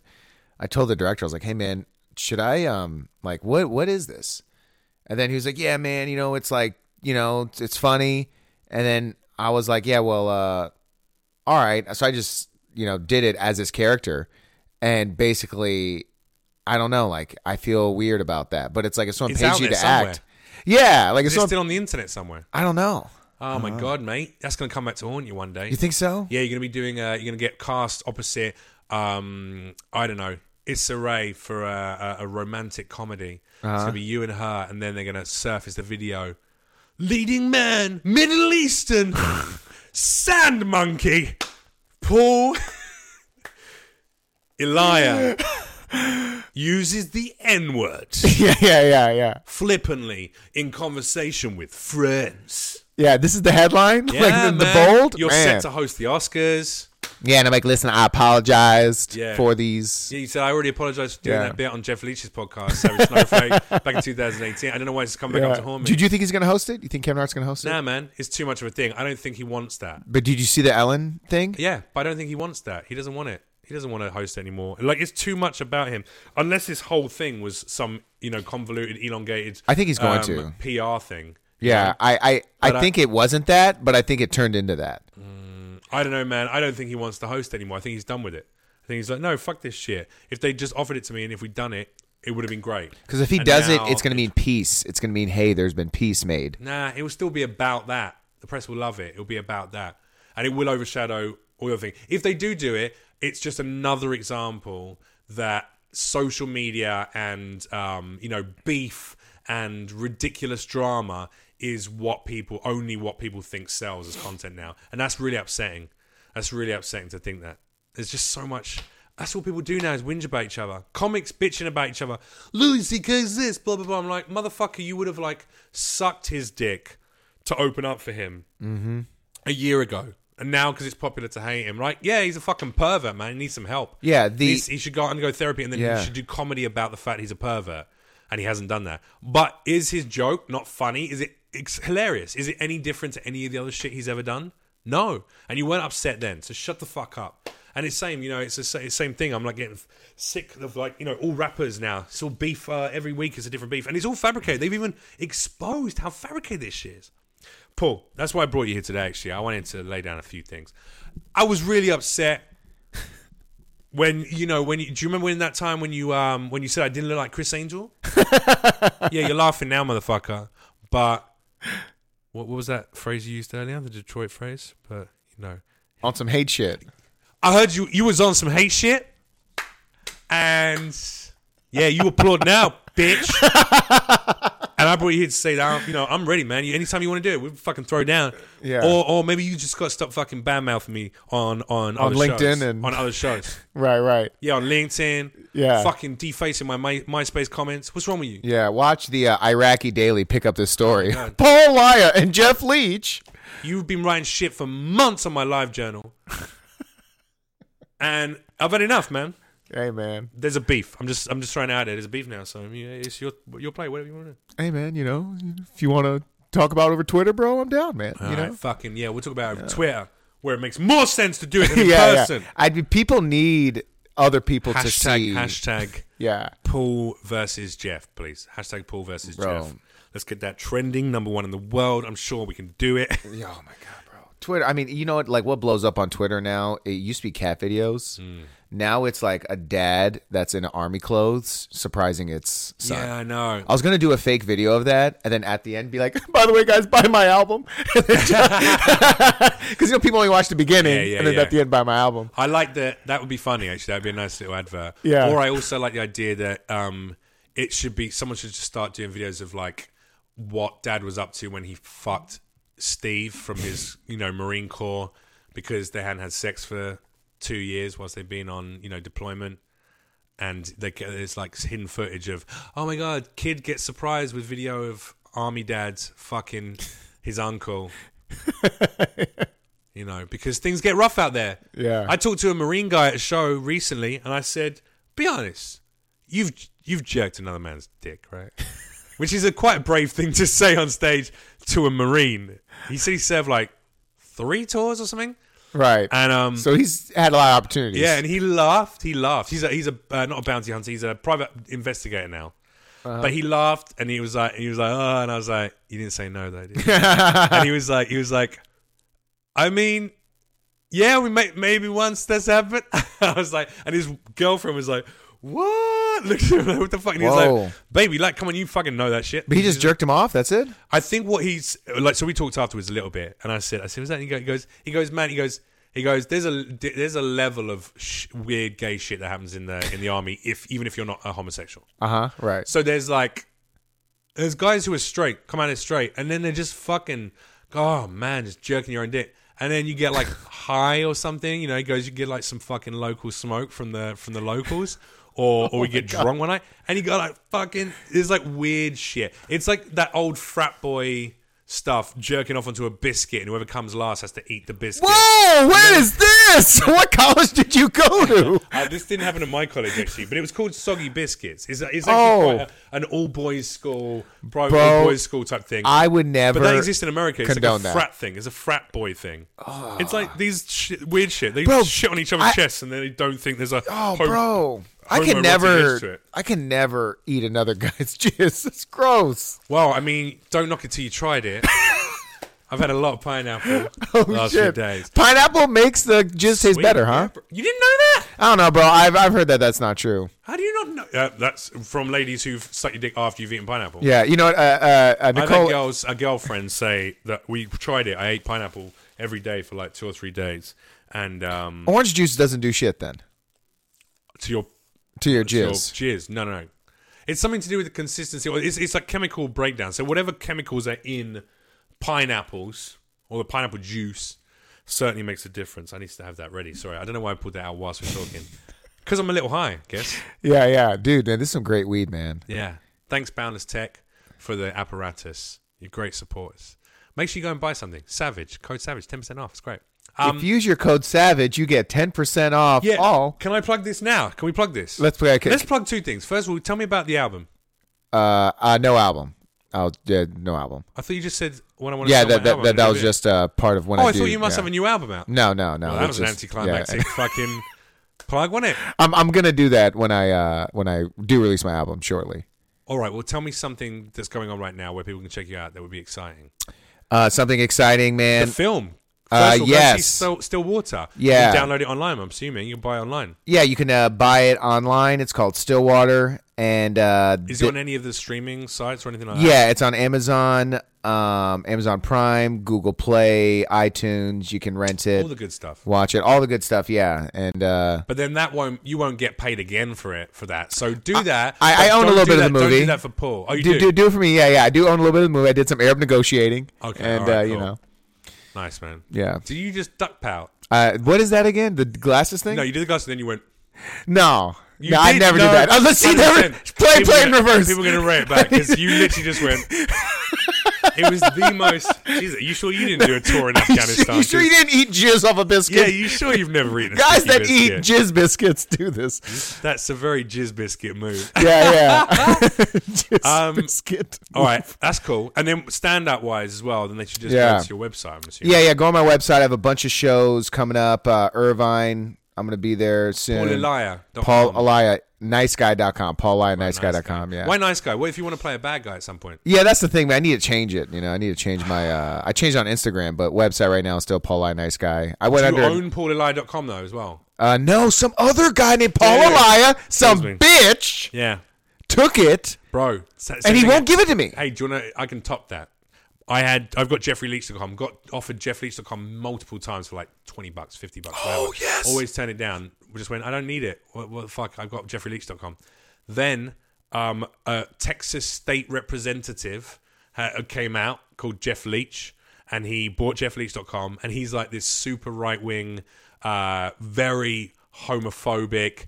Speaker 2: I told the director, I was like, "Hey, man, should I um like what what is this?" And then he was like, "Yeah, man, you know it's like you know it's, it's funny." And then I was like, "Yeah, well, uh, all right." So I just you know did it as his character, and basically, I don't know, like I feel weird about that, but it's like if someone
Speaker 1: It's
Speaker 2: pays
Speaker 1: out
Speaker 2: you to
Speaker 1: there somewhere.
Speaker 2: act, yeah, like if
Speaker 1: Is it
Speaker 2: someone,
Speaker 1: still on the internet somewhere?
Speaker 2: I don't know.
Speaker 1: Oh
Speaker 2: Uh-huh.
Speaker 1: my god, mate, that's gonna come back to haunt you one day.
Speaker 2: You think so?
Speaker 1: yeah, you're gonna be doing. Uh, you're gonna get cast opposite. Um, I don't know. Issa Rae for a, a, a romantic comedy.
Speaker 2: Uh-huh.
Speaker 1: It's gonna be you and her, and then they're gonna surface the video. Leading man, Middle
Speaker 2: <laughs>
Speaker 1: Eastern, sand monkey, Paul Elia uses the N word
Speaker 2: <laughs> yeah, yeah, yeah, yeah.
Speaker 1: flippantly in conversation with friends.
Speaker 2: Yeah, this is the headline. <laughs>
Speaker 1: Yeah,
Speaker 2: like the, the
Speaker 1: man.
Speaker 2: bold.
Speaker 1: You're set
Speaker 2: man.
Speaker 1: to host the Oscars.
Speaker 2: Yeah, and I'm like, listen, I apologized
Speaker 1: Yeah.
Speaker 2: for these.
Speaker 1: Yeah, you said I already apologized for doing
Speaker 2: Yeah.
Speaker 1: that bit on Jeff Leach's podcast, Savage Snowflake,
Speaker 2: <laughs>
Speaker 1: back in 2018. I don't know why it's come back
Speaker 2: Yeah.
Speaker 1: up to haunt me.
Speaker 2: Do you think he's going to host it? You think Kevin Hart's going to host it?
Speaker 1: nah, man, it's too much of a thing. I don't think he wants that.
Speaker 2: But did you see the Ellen thing?
Speaker 1: Yeah, but I don't think he wants that. He doesn't want it. He doesn't want to host it anymore. Like it's too much about him. Unless his whole thing was some you know convoluted, elongated.
Speaker 2: I think he's going
Speaker 1: Um,
Speaker 2: to.
Speaker 1: PR thing.
Speaker 2: Yeah, I, I, I think it wasn't that, but I think it turned into that.
Speaker 1: Mm. I don't know, man. I don't think he wants to host anymore. I think he's done with it. I think he's like, no, fuck this shit. If they just offered it to me and if we'd done it, it would have been great.
Speaker 2: Because if he
Speaker 1: And
Speaker 2: does
Speaker 1: now-
Speaker 2: it, it's going to mean peace. It's going to mean, hey, there's been peace made.
Speaker 1: Nah, it will still be about that. The press will love it. It'll be about that. And it will overshadow all the other things. If they do do it, it's just another example that social media and, um, you know, beef and ridiculous drama is what people, only what people think sells as content now. And that's really upsetting. That's really upsetting to think that. There's just so much. That's all people do now is whinge about each other. Comics bitching about each other. Louis CK's this, blah blah blah. I'm like, motherfucker, you would have like sucked his dick to open up for him
Speaker 2: Mm-hmm.
Speaker 1: a year ago, and now because it's popular to hate him, right? Yeah, he's a fucking pervert, man. He needs some help.
Speaker 2: Yeah, the-
Speaker 1: He's- he should go undergo therapy, and then
Speaker 2: Yeah.
Speaker 1: he should do comedy about the fact he's a pervert, and he hasn't done that. But is his joke not funny? Is it it's hilarious. Is it any different to any of the other shit he's ever done? No. And you weren't upset then, so shut the fuck up. And it's same, you know, it's the sa- same thing. I'm like getting f- sick of like, you know, all rappers now. It's all beef. Uh, every week is a different beef, and it's all fabricated. They've even exposed how fabricated this shit is. Paul, that's why I brought you here today. Actually, I wanted to lay down a few things. I was really upset when you know when you, do you remember when that time when you um when you said I didn't look like Chris
Speaker 2: <laughs>
Speaker 1: Angel? yeah, you're laughing now, motherfucker. But what, what was that phrase you used earlier? The Detroit phrase, but you know,
Speaker 2: on some hate shit.
Speaker 1: I heard you you was on some hate shit, and yeah, you applaud now, bitch. and I brought you here to say that you know I'm ready, man. You, anytime you want to do it, we fucking throw down.
Speaker 2: Yeah.
Speaker 1: Or or maybe you just got to stop fucking bad mouthing me on on on
Speaker 2: LinkedIn and-
Speaker 1: on other shows.
Speaker 2: Right, right.
Speaker 1: Yeah, on LinkedIn.
Speaker 2: Yeah.
Speaker 1: Fucking defacing my, my MySpace comments. What's wrong with you?
Speaker 2: Yeah, watch the uh, Iraqi Daily pick up this
Speaker 1: Oh,
Speaker 2: story. <laughs> Paul Lya and Jeff Leach.
Speaker 1: You've been writing shit for months on my live
Speaker 2: <laughs>
Speaker 1: journal. and I've had enough, man.
Speaker 2: Hey man,
Speaker 1: There's a beef. I'm just I'm just throwing it out there. There's a beef now, so I mean, it's your your play, whatever you want to do.
Speaker 2: hey man. You know, if you want to talk about it over Twitter, bro, I'm down, man. you
Speaker 1: All
Speaker 2: know,
Speaker 1: right, fucking yeah, we'll talk about it over Twitter where it makes more sense to do
Speaker 2: <laughs>
Speaker 1: it than in
Speaker 2: yeah,
Speaker 1: person.
Speaker 2: yeah. I'd be. People need other people to
Speaker 1: Hashtag
Speaker 2: see.
Speaker 1: hashtag
Speaker 2: Yeah,
Speaker 1: Paul versus Jeff, please. Hashtag Paul versus
Speaker 2: Bro.
Speaker 1: Jeff. Let's get that trending number one in the world. I'm sure we can do it. <laughs>
Speaker 2: Yeah, oh my god, bro. Twitter. I mean, you know what? Like, what blows up on Twitter now? It used to be cat videos.
Speaker 1: Hmm.
Speaker 2: Now it's like a dad that's in army clothes surprising its son.
Speaker 1: yeah, I know.
Speaker 2: I was gonna do a fake video of that, and then at the end be like, <laughs> "By the way, guys, buy my album," <laughs> because
Speaker 1: <laughs>
Speaker 2: you know people only watch the beginning,
Speaker 1: Yeah, yeah,
Speaker 2: and then
Speaker 1: yeah.
Speaker 2: at the end buy my album.
Speaker 1: I like that. That would be funny. Actually, that'd be a nice little advert.
Speaker 2: Yeah.
Speaker 1: Or I also like the idea that um, it should be someone should just start doing videos of like what Dad was up to when he fucked Steve from his <laughs> you know Marine Corps because they hadn't had sex for two years whilst they've been on you know deployment. And they, get- there's like hidden footage of, oh my god, kid gets surprised with video of army dad fucking his uncle you know, because things get rough out there.
Speaker 2: Yeah.
Speaker 1: I talked to a Marine guy at a show recently, and I said, "Be honest, you've you've jerked another man's dick, right?" Which is a quite brave thing to say on stage to a Marine. He said he served like three tours or something,
Speaker 2: Right.
Speaker 1: and um,
Speaker 2: so he's had a lot of opportunities.
Speaker 1: yeah, and he laughed. He laughed. He's a he's a uh, not a bounty hunter. He's a private investigator now. But he laughed and he was like he was like oh and I was like you didn't say no though did you? and he was like he was like I mean yeah we may, maybe once that's happened <laughs> I was like and his girlfriend was like what <laughs> looked at him like what the fuck and he was
Speaker 2: Whoa.
Speaker 1: like baby like come on you fucking know that shit
Speaker 2: but he just jerked him off. That's it.
Speaker 1: I think what he's like. So we talked afterwards a little bit, and I said, I said, was that? And he go- he goes, he goes, man, he goes, he goes. There's a there's a level of sh- weird gay shit that happens in the in the army, if even if you're not a homosexual.
Speaker 2: Uh huh. Right.
Speaker 1: So there's like there's guys who are straight, come out as straight, and then they're just fucking oh man, just jerking your own dick. And then you get like high or something, you know, it goes you get like some fucking local smoke from the from the locals. Or, or we get drunk one night and you got like fucking it's like weird shit. It's like that old frat boy stuff jerking off onto a biscuit and whoever comes last has to eat the biscuit.
Speaker 2: Whoa! Where is this? <laughs> What college did you go to?
Speaker 1: Uh, this didn't happen at my college actually, but it was called Soggy Biscuits. It's, it's actually
Speaker 2: Oh.
Speaker 1: quite a, an all boys school, private
Speaker 2: Bro,
Speaker 1: all boys school type thing.
Speaker 2: I would never.
Speaker 1: but that exists in America. It's like a
Speaker 2: condone that. Ah.
Speaker 1: frat thing. It's a frat boy thing. It's like these shit, weird shit. They
Speaker 2: Bro,
Speaker 1: shit on each other's
Speaker 2: I-
Speaker 1: chests, and then they don't think there's a.
Speaker 2: Oh,
Speaker 1: hom-
Speaker 2: bro. I
Speaker 1: homoerotic edge
Speaker 2: can
Speaker 1: to
Speaker 2: never,
Speaker 1: it.
Speaker 2: I can never eat another <laughs> guy's jizz. It's gross.
Speaker 1: Well, I mean, don't knock it till you tried it.
Speaker 2: <laughs>
Speaker 1: I've had a lot of pineapple
Speaker 2: Oh
Speaker 1: last
Speaker 2: shit!
Speaker 1: few days.
Speaker 2: Pineapple makes the jizz taste better, huh?
Speaker 1: Yeah, bro. You didn't know that?
Speaker 2: I don't know, bro. I've I've heard that that's not true.
Speaker 1: How do you not know? Uh, that's from ladies who've sucked your dick after you've eaten pineapple.
Speaker 2: Yeah, you know, what, uh, uh, uh,
Speaker 1: I've had
Speaker 2: Nicole.
Speaker 1: girls, a girlfriend say that we tried it. I ate pineapple every day for like two or three days, and um,
Speaker 2: Orange juice doesn't do shit then
Speaker 1: to your
Speaker 2: to your
Speaker 1: to your
Speaker 2: jizz.
Speaker 1: jizz. No, no, no. It's something to do with the consistency. or It's, it's like chemical breakdown. So whatever chemicals are in pineapples or the pineapple juice certainly makes a difference. I need to have that ready. Sorry, I don't know why I pulled that out whilst we're talking. <laughs> Because I'm a little high, I guess.
Speaker 2: Yeah, yeah, dude, man, this is some great weed, man.
Speaker 1: Yeah. Thanks, Boundless Tech, for the apparatus. You're great supporters. Make sure you go and buy something. Savage, code Savage, 10% off. It's great. Um,
Speaker 2: if you use your code Savage, you get ten percent off
Speaker 1: yeah.
Speaker 2: all.
Speaker 1: Can I plug this now? Can we plug this?
Speaker 2: Oh. Let's play.
Speaker 1: Let's plug two things. First of all, tell me about the album.
Speaker 2: Uh, uh, no album. Oh, yeah, no album.
Speaker 1: I thought you just said when I want to.
Speaker 2: Yeah,
Speaker 1: sell
Speaker 2: that
Speaker 1: my
Speaker 2: that,
Speaker 1: album,
Speaker 2: that, that
Speaker 1: did
Speaker 2: was
Speaker 1: it?
Speaker 2: just uh, part of when
Speaker 1: Oh,
Speaker 2: I,
Speaker 1: I
Speaker 2: do,
Speaker 1: thought you must
Speaker 2: yeah.
Speaker 1: have a new album out.
Speaker 2: No, no, no.
Speaker 1: that was
Speaker 2: it's
Speaker 1: an
Speaker 2: just- yeah. <laughs>
Speaker 1: anticlimactic fucking plug, wasn't it?
Speaker 2: I'm I'm gonna do that when I uh when I do release my album shortly.
Speaker 1: All right. Well, tell me something that's going on right now where people can check you out that would be exciting.
Speaker 2: Uh, something exciting, man.
Speaker 1: the film.
Speaker 2: Uh,
Speaker 1: First of all, go see
Speaker 2: yes.
Speaker 1: Still, Still Water.
Speaker 2: Yeah.
Speaker 1: You can download it online, I'm assuming. You can buy it online.
Speaker 2: yeah, you can uh, buy it online. It's called Stillwater, and uh,
Speaker 1: Is
Speaker 2: the-
Speaker 1: it on any of the streaming sites or anything like that?
Speaker 2: yeah, it's on Amazon, um, Amazon Prime, Google Play, iTunes. You can rent
Speaker 1: All
Speaker 2: it,
Speaker 1: the good stuff.
Speaker 2: watch it, all the good stuff. Yeah, and uh,
Speaker 1: But then that won't you won't get paid again for it for that. So do that.
Speaker 2: I- I
Speaker 1: But
Speaker 2: own
Speaker 1: don't
Speaker 2: a little
Speaker 1: do
Speaker 2: bit of
Speaker 1: that-
Speaker 2: the
Speaker 1: Don't
Speaker 2: movie.
Speaker 1: do that for Paul. Oh, you
Speaker 2: do,
Speaker 1: do.
Speaker 2: do do it for me. Yeah, yeah. I do own a little bit of the movie. I did some Arab negotiating.
Speaker 1: Okay,
Speaker 2: and
Speaker 1: all right,
Speaker 2: uh, you
Speaker 1: cool.
Speaker 2: know,
Speaker 1: Nice man.
Speaker 2: yeah.
Speaker 1: Do you just duck pout?
Speaker 2: Uh, what is that again? The glasses thing?
Speaker 1: No, you did the glass and then you went.
Speaker 2: No.
Speaker 1: You
Speaker 2: no, I
Speaker 1: did-
Speaker 2: never
Speaker 1: no,
Speaker 2: do that. Oh, let's see.
Speaker 1: 100%.
Speaker 2: Never, play,
Speaker 1: People
Speaker 2: play in
Speaker 1: gonna-
Speaker 2: reverse.
Speaker 1: People are gonna rate it back because you literally just
Speaker 2: <laughs>
Speaker 1: went. It was the most. Jesus, you sure you didn't do a tour in
Speaker 2: <laughs> You sure-
Speaker 1: Afghanistan?
Speaker 2: you sure you didn't eat jizz off a biscuit?
Speaker 1: yeah, you sure you've never eaten a
Speaker 2: Guys
Speaker 1: sticky
Speaker 2: that eat
Speaker 1: biscuit?
Speaker 2: jizz biscuits do this.
Speaker 1: <laughs> That's a very jizz biscuit move.
Speaker 2: Yeah,
Speaker 1: <laughs>
Speaker 2: <laughs> yeah. jizz
Speaker 1: Um,
Speaker 2: biscuit.
Speaker 1: All right, that's cool. And then stand up wise as well, then they should just
Speaker 2: Yeah.
Speaker 1: go to your website. I'm assuming.
Speaker 2: <laughs> Yeah, yeah. Go on my website. I have a bunch of shows coming up. Uh, Irvine. I'm going to be there
Speaker 1: Paul
Speaker 2: soon.
Speaker 1: Elia.
Speaker 2: Paul Elia. NiceGuy.com. Paul Elia. NiceGuy.com. Yeah.
Speaker 1: Why nice guy? What if you want to play a bad guy at some point?
Speaker 2: Yeah, that's the thing, man. I need to change it. You know, I need to change my. Uh, I changed on Instagram, but website right now is still Paul I Nice Guy. I went
Speaker 1: You
Speaker 2: under.
Speaker 1: own PaulElia.com though as well.
Speaker 2: uh, no, some other guy named Paul
Speaker 1: Yeah, yeah,
Speaker 2: Elia, some
Speaker 1: Excuse me.
Speaker 2: bitch,
Speaker 1: Yeah,
Speaker 2: took it,
Speaker 1: bro. Sa- same
Speaker 2: and he
Speaker 1: thing.
Speaker 2: won't give it to me.
Speaker 1: Hey, do you want to? I can top that. I had. I've got JeffreyLeach.com. Got offered JeffreyLeach.com multiple times for like twenty bucks, fifty bucks. Oh
Speaker 2: yes.
Speaker 1: Always turn it down. We just went. I don't need it. What, what the fuck? I've got JeffreyLeach.com. Then um, a Texas state representative ha- came out called Jeff Leach, and he bought JeffLeach.com, and he's like this super right wing, uh, very homophobic.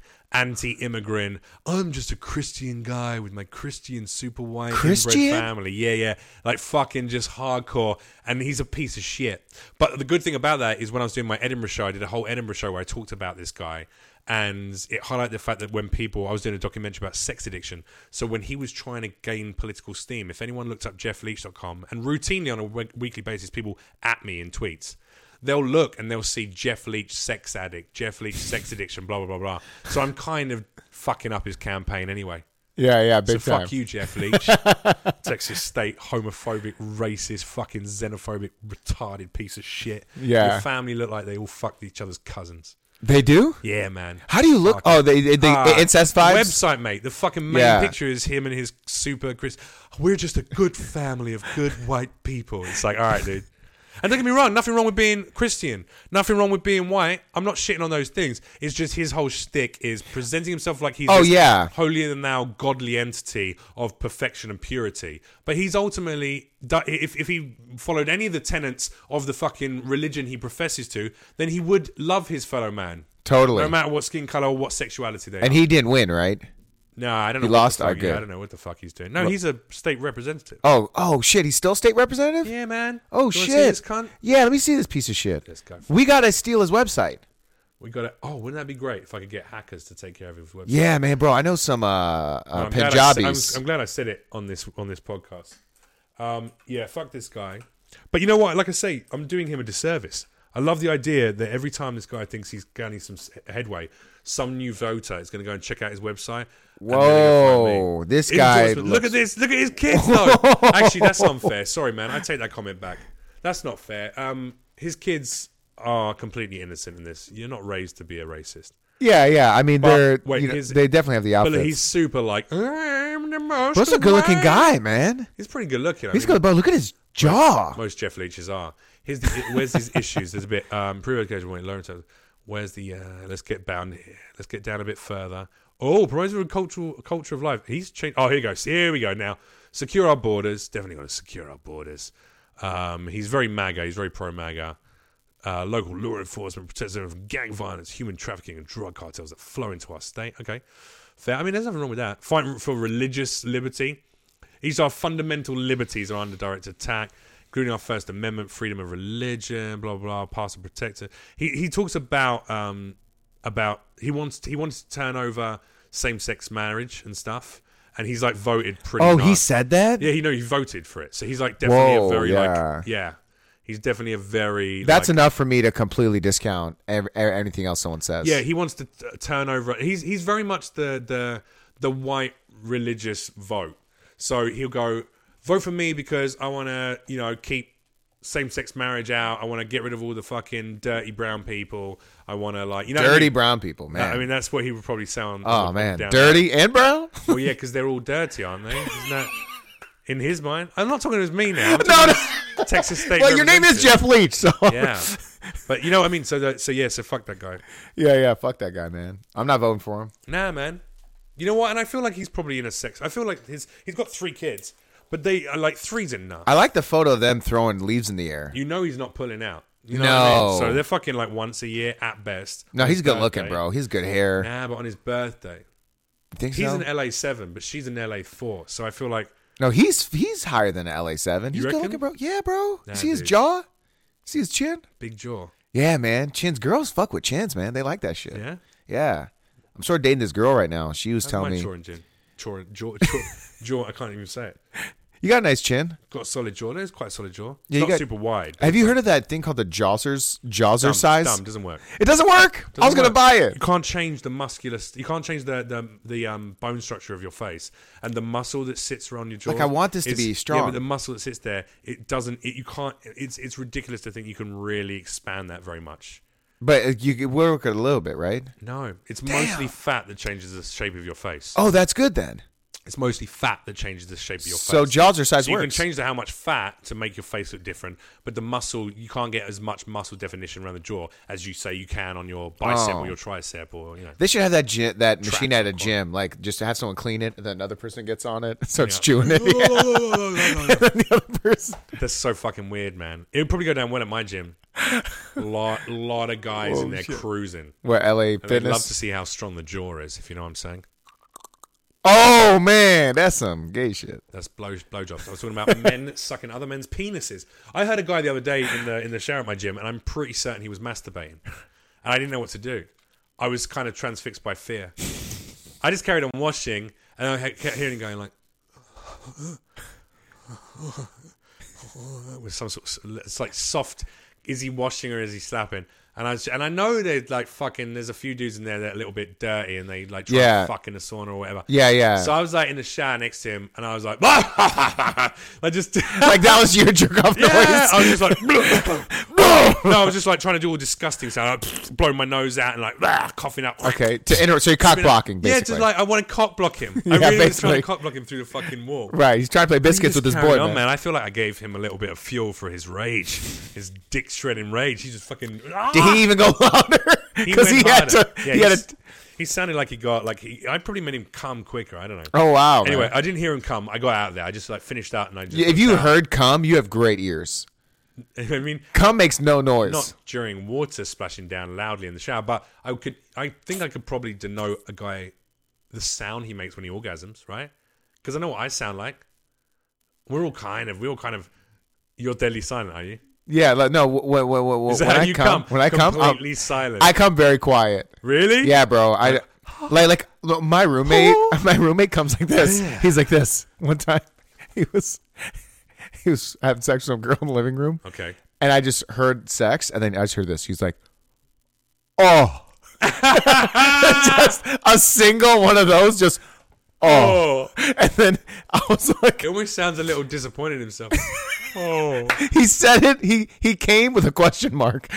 Speaker 1: Anti-immigrant. I'm just a Christian guy with my Christian super white inbred
Speaker 2: Christian?
Speaker 1: family family. Yeah, yeah. Like fucking just hardcore. And he's a piece of shit. But the good thing about that is when I was doing my Edinburgh show, I did a whole Edinburgh show where I talked about this guy. And it highlighted the fact that when people, I was doing a documentary about sex addiction. So when he was trying to gain political steam, if anyone looked up jeffleach.com, and routinely on a we- weekly basis, people at me in tweets, they'll look and they'll see Jeff Leach sex addict, Jeff Leach sex addiction, blah, blah, blah, blah. So I'm kind of fucking up his campaign anyway.
Speaker 2: Yeah, yeah, big
Speaker 1: So
Speaker 2: time.
Speaker 1: fuck you,
Speaker 2: <laughs>
Speaker 1: Jeff Leach. Texas State homophobic, racist, fucking xenophobic, retarded piece of shit.
Speaker 2: Yeah.
Speaker 1: Your family look like they all fucked each other's cousins.
Speaker 2: They do.
Speaker 1: Yeah, man.
Speaker 2: How do you look? Oh, they they, they
Speaker 1: Ah,
Speaker 2: incest vibes.
Speaker 1: Website, mate. The fucking main
Speaker 2: Yeah.
Speaker 1: picture is him and his super Chris. We're just a good family of
Speaker 2: <laughs>
Speaker 1: good white people. It's like, all right, dude. And don't get me wrong, nothing wrong with being Christian, nothing wrong with being white. I'm not shitting on those things. It's just his whole shtick is presenting himself like he's
Speaker 2: Oh,
Speaker 1: this
Speaker 2: yeah.
Speaker 1: holier than thou godly entity of perfection and purity. But he's ultimately, if, if he followed any of the tenets of the fucking religion he professes to, then he would love his fellow man.
Speaker 2: Totally.
Speaker 1: No matter what skin color or what sexuality they are.
Speaker 2: and he didn't win, right?
Speaker 1: No, I don't know.
Speaker 2: He
Speaker 1: what the
Speaker 2: lost?
Speaker 1: fuck-
Speaker 2: Oh, good.
Speaker 1: yeah, I don't know what the fuck he's doing. No, he's a state representative.
Speaker 2: Oh, oh shit! He's still state representative.
Speaker 1: Yeah, man.
Speaker 2: Oh
Speaker 1: Do you wanna
Speaker 2: shit!
Speaker 1: see this cunt?
Speaker 2: Yeah, let me see this piece of shit.
Speaker 1: go
Speaker 2: We gotta steal his website.
Speaker 1: We got to Oh, wouldn't that be great if I could get hackers to take care of his website?
Speaker 2: Yeah, man, bro. I know some uh, uh
Speaker 1: I'm glad I,
Speaker 2: Punjabis.
Speaker 1: said- I'm, I'm glad I said it on this on this podcast. Um, yeah, fuck this guy. But you know what? Like I say, I'm doing him a disservice. I love the idea that every time this guy thinks he's gaining some s- headway, some new voter is going to go and check out his website. and they're gonna find me.
Speaker 2: Whoa, this guy.
Speaker 1: Endorsement. Look at this. Look at his kids,
Speaker 2: <laughs>
Speaker 1: though. Actually, that's unfair. Sorry, man. I take that comment back. That's not fair. Um, his kids are completely innocent in this. You're not raised to be a racist.
Speaker 2: Yeah, yeah. I mean, they're
Speaker 1: wait,
Speaker 2: you know,
Speaker 1: his-
Speaker 2: they definitely have the
Speaker 1: But
Speaker 2: outfits.
Speaker 1: look, he's super like, I'm the most.
Speaker 2: Bro's a good-looking
Speaker 1: white."
Speaker 2: guy, man.
Speaker 1: He's pretty good looking. I
Speaker 2: He's
Speaker 1: mean,
Speaker 2: good, bro. Look at his jaw.
Speaker 1: Most Jeff Leeches are. Here's the, where's his issues? There's a bit. Um, pre education when Lawrence says, Where's the? Uh, let's get down here. Let's get down a bit further. Oh, promoter of cultural culture of life. He's changed. Oh, here he goes. Here we go now. Secure our borders. Definitely going to secure our borders. Um, he's very MAGA. He's very pro MAGA. Uh, local law enforcement protects them from gang violence, human trafficking, and drug cartels that flow into our state. Okay, fair. I mean, there's nothing wrong with that. Fighting for religious liberty. These are fundamental liberties are under direct attack, including our First Amendment, freedom of religion, blah blah, blah pass and protector. He he talks about um about he wants he wants to turn over same sex marriage and stuff. and he's like voted pretty.
Speaker 2: Oh, he
Speaker 1: nice.
Speaker 2: said that.
Speaker 1: yeah, you know, he voted for it, so he's like definitely
Speaker 2: Whoa,
Speaker 1: a very
Speaker 2: yeah.
Speaker 1: like yeah, he's definitely a very
Speaker 2: That's
Speaker 1: like,
Speaker 2: enough for me to completely discount ev- e- anything else someone says.
Speaker 1: yeah. He wants to t- turn over. He's he's very much the the the white religious vote. So he'll go vote for me because I want to you know keep same sex marriage out. I want to get rid of all the fucking dirty brown people. I want to like you know what I
Speaker 2: dirty
Speaker 1: mean?
Speaker 2: brown people, man.
Speaker 1: I mean, that's what he would probably sound.
Speaker 2: oh man,
Speaker 1: down-
Speaker 2: dirty
Speaker 1: <laughs>
Speaker 2: and brown. <laughs>
Speaker 1: Well, yeah, because they're all dirty, aren't they? Isn't that in his mind? I'm not talking as me now. I'm
Speaker 2: <laughs> no, no.
Speaker 1: talking Texas State.
Speaker 2: well, your name is
Speaker 1: representative.
Speaker 2: Jeff Leach, so
Speaker 1: Yeah, but you know what I mean. So, that, so yeah, so fuck that guy.
Speaker 2: <laughs> yeah, yeah. Fuck that guy, man. I'm not voting for him.
Speaker 1: Nah, man. You know what? And I feel like he's probably in a sex. I feel like his he's got three kids, but they are like three's enough.
Speaker 2: I like the photo of them throwing leaves in the air.
Speaker 1: You know, he's not pulling out. You know what I mean?
Speaker 2: No.
Speaker 1: So they're fucking like once a year at best.
Speaker 2: No,
Speaker 1: On
Speaker 2: he's
Speaker 1: his
Speaker 2: good looking,
Speaker 1: birthday.
Speaker 2: bro. He's good hair.
Speaker 1: Nah, but on his birthday,
Speaker 2: You think
Speaker 1: he's
Speaker 2: so?
Speaker 1: an LA seven, but she's an LA four. So I feel like
Speaker 2: no, he's he's higher than LA seven. He's
Speaker 1: reckon?
Speaker 2: good looking, bro. Yeah, bro.
Speaker 1: Nah,
Speaker 2: See his
Speaker 1: dude.
Speaker 2: jaw. See his chin.
Speaker 1: big jaw.
Speaker 2: Yeah, man. Chins. Girls fuck with chins, man. They like that shit.
Speaker 1: Yeah.
Speaker 2: Yeah. I'm sort of dating this girl right now. She was telling
Speaker 1: Mine
Speaker 2: me,
Speaker 1: jaw and chin. Jaw, jaw, <laughs> jaw, jaw. I can't even say it.
Speaker 2: "You got a nice chin.
Speaker 1: Got a solid jaw. There's quite a solid jaw. It's
Speaker 2: Yeah, you
Speaker 1: not
Speaker 2: got-
Speaker 1: super wide.
Speaker 2: Have you heard of that thing called the Jawser's Jawser
Speaker 1: Dumb,
Speaker 2: size?
Speaker 1: dumb, doesn't work.
Speaker 2: It doesn't work. I was
Speaker 1: Doesn't
Speaker 2: gonna
Speaker 1: work.
Speaker 2: buy
Speaker 1: You
Speaker 2: it.
Speaker 1: can't change the muscular. You can't change the the, the um, bone structure of your face and the muscle that sits around your jaw.
Speaker 2: Like, I want this to
Speaker 1: is-
Speaker 2: be
Speaker 1: Yeah,
Speaker 2: strong.
Speaker 1: but the muscle that sits there, it doesn't. It, you can't. It's it's ridiculous to think you can really expand that very much.
Speaker 2: But uh, you could work it a little bit, right?
Speaker 1: No, it's mostly fat that changes the shape of your face.
Speaker 2: Oh, that's good then.
Speaker 1: It's mostly fat that changes the shape of your
Speaker 2: So
Speaker 1: face.
Speaker 2: Jawser size
Speaker 1: So you can
Speaker 2: works.
Speaker 1: change the how much fat to make your face look different, but the muscle you can't get as much muscle definition around the jaw as you say you can on your bicep
Speaker 2: Oh.
Speaker 1: or your tricep or you know.
Speaker 2: They should have that gy- that machine at
Speaker 1: Traction
Speaker 2: a
Speaker 1: cord.
Speaker 2: gym, like just to have someone clean it, and then another person gets on it, <laughs> starts chewing it, <laughs> yeah, and then the other person.
Speaker 1: <laughs> That's so fucking weird, man. It would probably go down well at my gym. <laughs> lot lot of guys in there cruising.
Speaker 2: What LA
Speaker 1: And I'd love to
Speaker 2: Fitness?
Speaker 1: see how strong the jaw is, if you know what I'm saying.
Speaker 2: Oh man, that's some gay shit.
Speaker 1: That's blow blowjobs. I was talking about <laughs> men sucking other men's penises. I heard a guy the other day in the in the shower at my gym, and I'm pretty certain he was masturbating, and I didn't know what to do. I was kind of transfixed by fear. I just carried on washing, and I he- kept hearing him going like, with some sort of it's like soft. Is he washing or is he slapping? And I was, and I know there's like fucking. There's a few dudes in there that are a little bit dirty, and they like try
Speaker 2: Yeah.
Speaker 1: to fuck in the sauna or whatever.
Speaker 2: Yeah, yeah.
Speaker 1: So I was like in the shower next to him, and I was like, I just <laughs>
Speaker 2: like that was your jerk off
Speaker 1: yeah. I was
Speaker 2: noise. <laughs>
Speaker 1: just like, no, I was just like trying to do all disgusting sound, like blowing my nose out and like coughing up.
Speaker 2: Okay, to interrupt. So you're cock blocking,
Speaker 1: Yeah,
Speaker 2: basically.
Speaker 1: just like I want to cock block
Speaker 2: <laughs>
Speaker 1: him. I
Speaker 2: Yeah,
Speaker 1: really was trying
Speaker 2: basically.
Speaker 1: to cock block him through the fucking wall.
Speaker 2: right. He's trying to play biscuits
Speaker 1: He
Speaker 2: with his
Speaker 1: just
Speaker 2: boy,
Speaker 1: carried on,
Speaker 2: man.
Speaker 1: I feel like I gave him a little bit of fuel for his rage, his dick shredding rage. He just fucking. ah,
Speaker 2: Did he even go <laughs> louder? Because he,
Speaker 1: went
Speaker 2: had to.
Speaker 1: harder. Yeah,
Speaker 2: he had
Speaker 1: he's-
Speaker 2: a.
Speaker 1: He sounded like he got like he. I probably made him come quicker. I don't know.
Speaker 2: Oh wow. man.
Speaker 1: Anyway, I didn't hear him come. I got out of there. I just like finished out and I just.
Speaker 2: Yeah, if
Speaker 1: <laughs>
Speaker 2: you heard "come," you have great ears.
Speaker 1: I mean,
Speaker 2: "Come" makes no noise.
Speaker 1: not during water splashing down loudly in the shower, but I could. I think I could probably denote a guy, the sound he makes when he orgasms, right? Because I know what I sound like. We're all kind of. We're all kind of. You're deadly silent, are you?
Speaker 2: yeah, like, no. wh- wh- wh- wh-
Speaker 1: Is that
Speaker 2: when
Speaker 1: how
Speaker 2: I
Speaker 1: you
Speaker 2: come,
Speaker 1: come?
Speaker 2: when I come, I'll-
Speaker 1: completely silent.
Speaker 2: I come very quiet.
Speaker 1: really?
Speaker 2: Yeah, bro. I like like look,
Speaker 1: <gasps>
Speaker 2: my roommate. <laughs> My roommate comes like this. He's like this. One time, <laughs> he was he was having sex with some girl in the living room,
Speaker 1: Okay.
Speaker 2: and I just heard sex, and then I just heard this. He's like, "Oh." <laughs> just a single one of those, just oh.
Speaker 1: Oh,
Speaker 2: and then I was like,
Speaker 1: it almost sounds a little disappointed in
Speaker 2: <laughs>
Speaker 1: himself. oh,
Speaker 2: he said it. He he came with a question mark.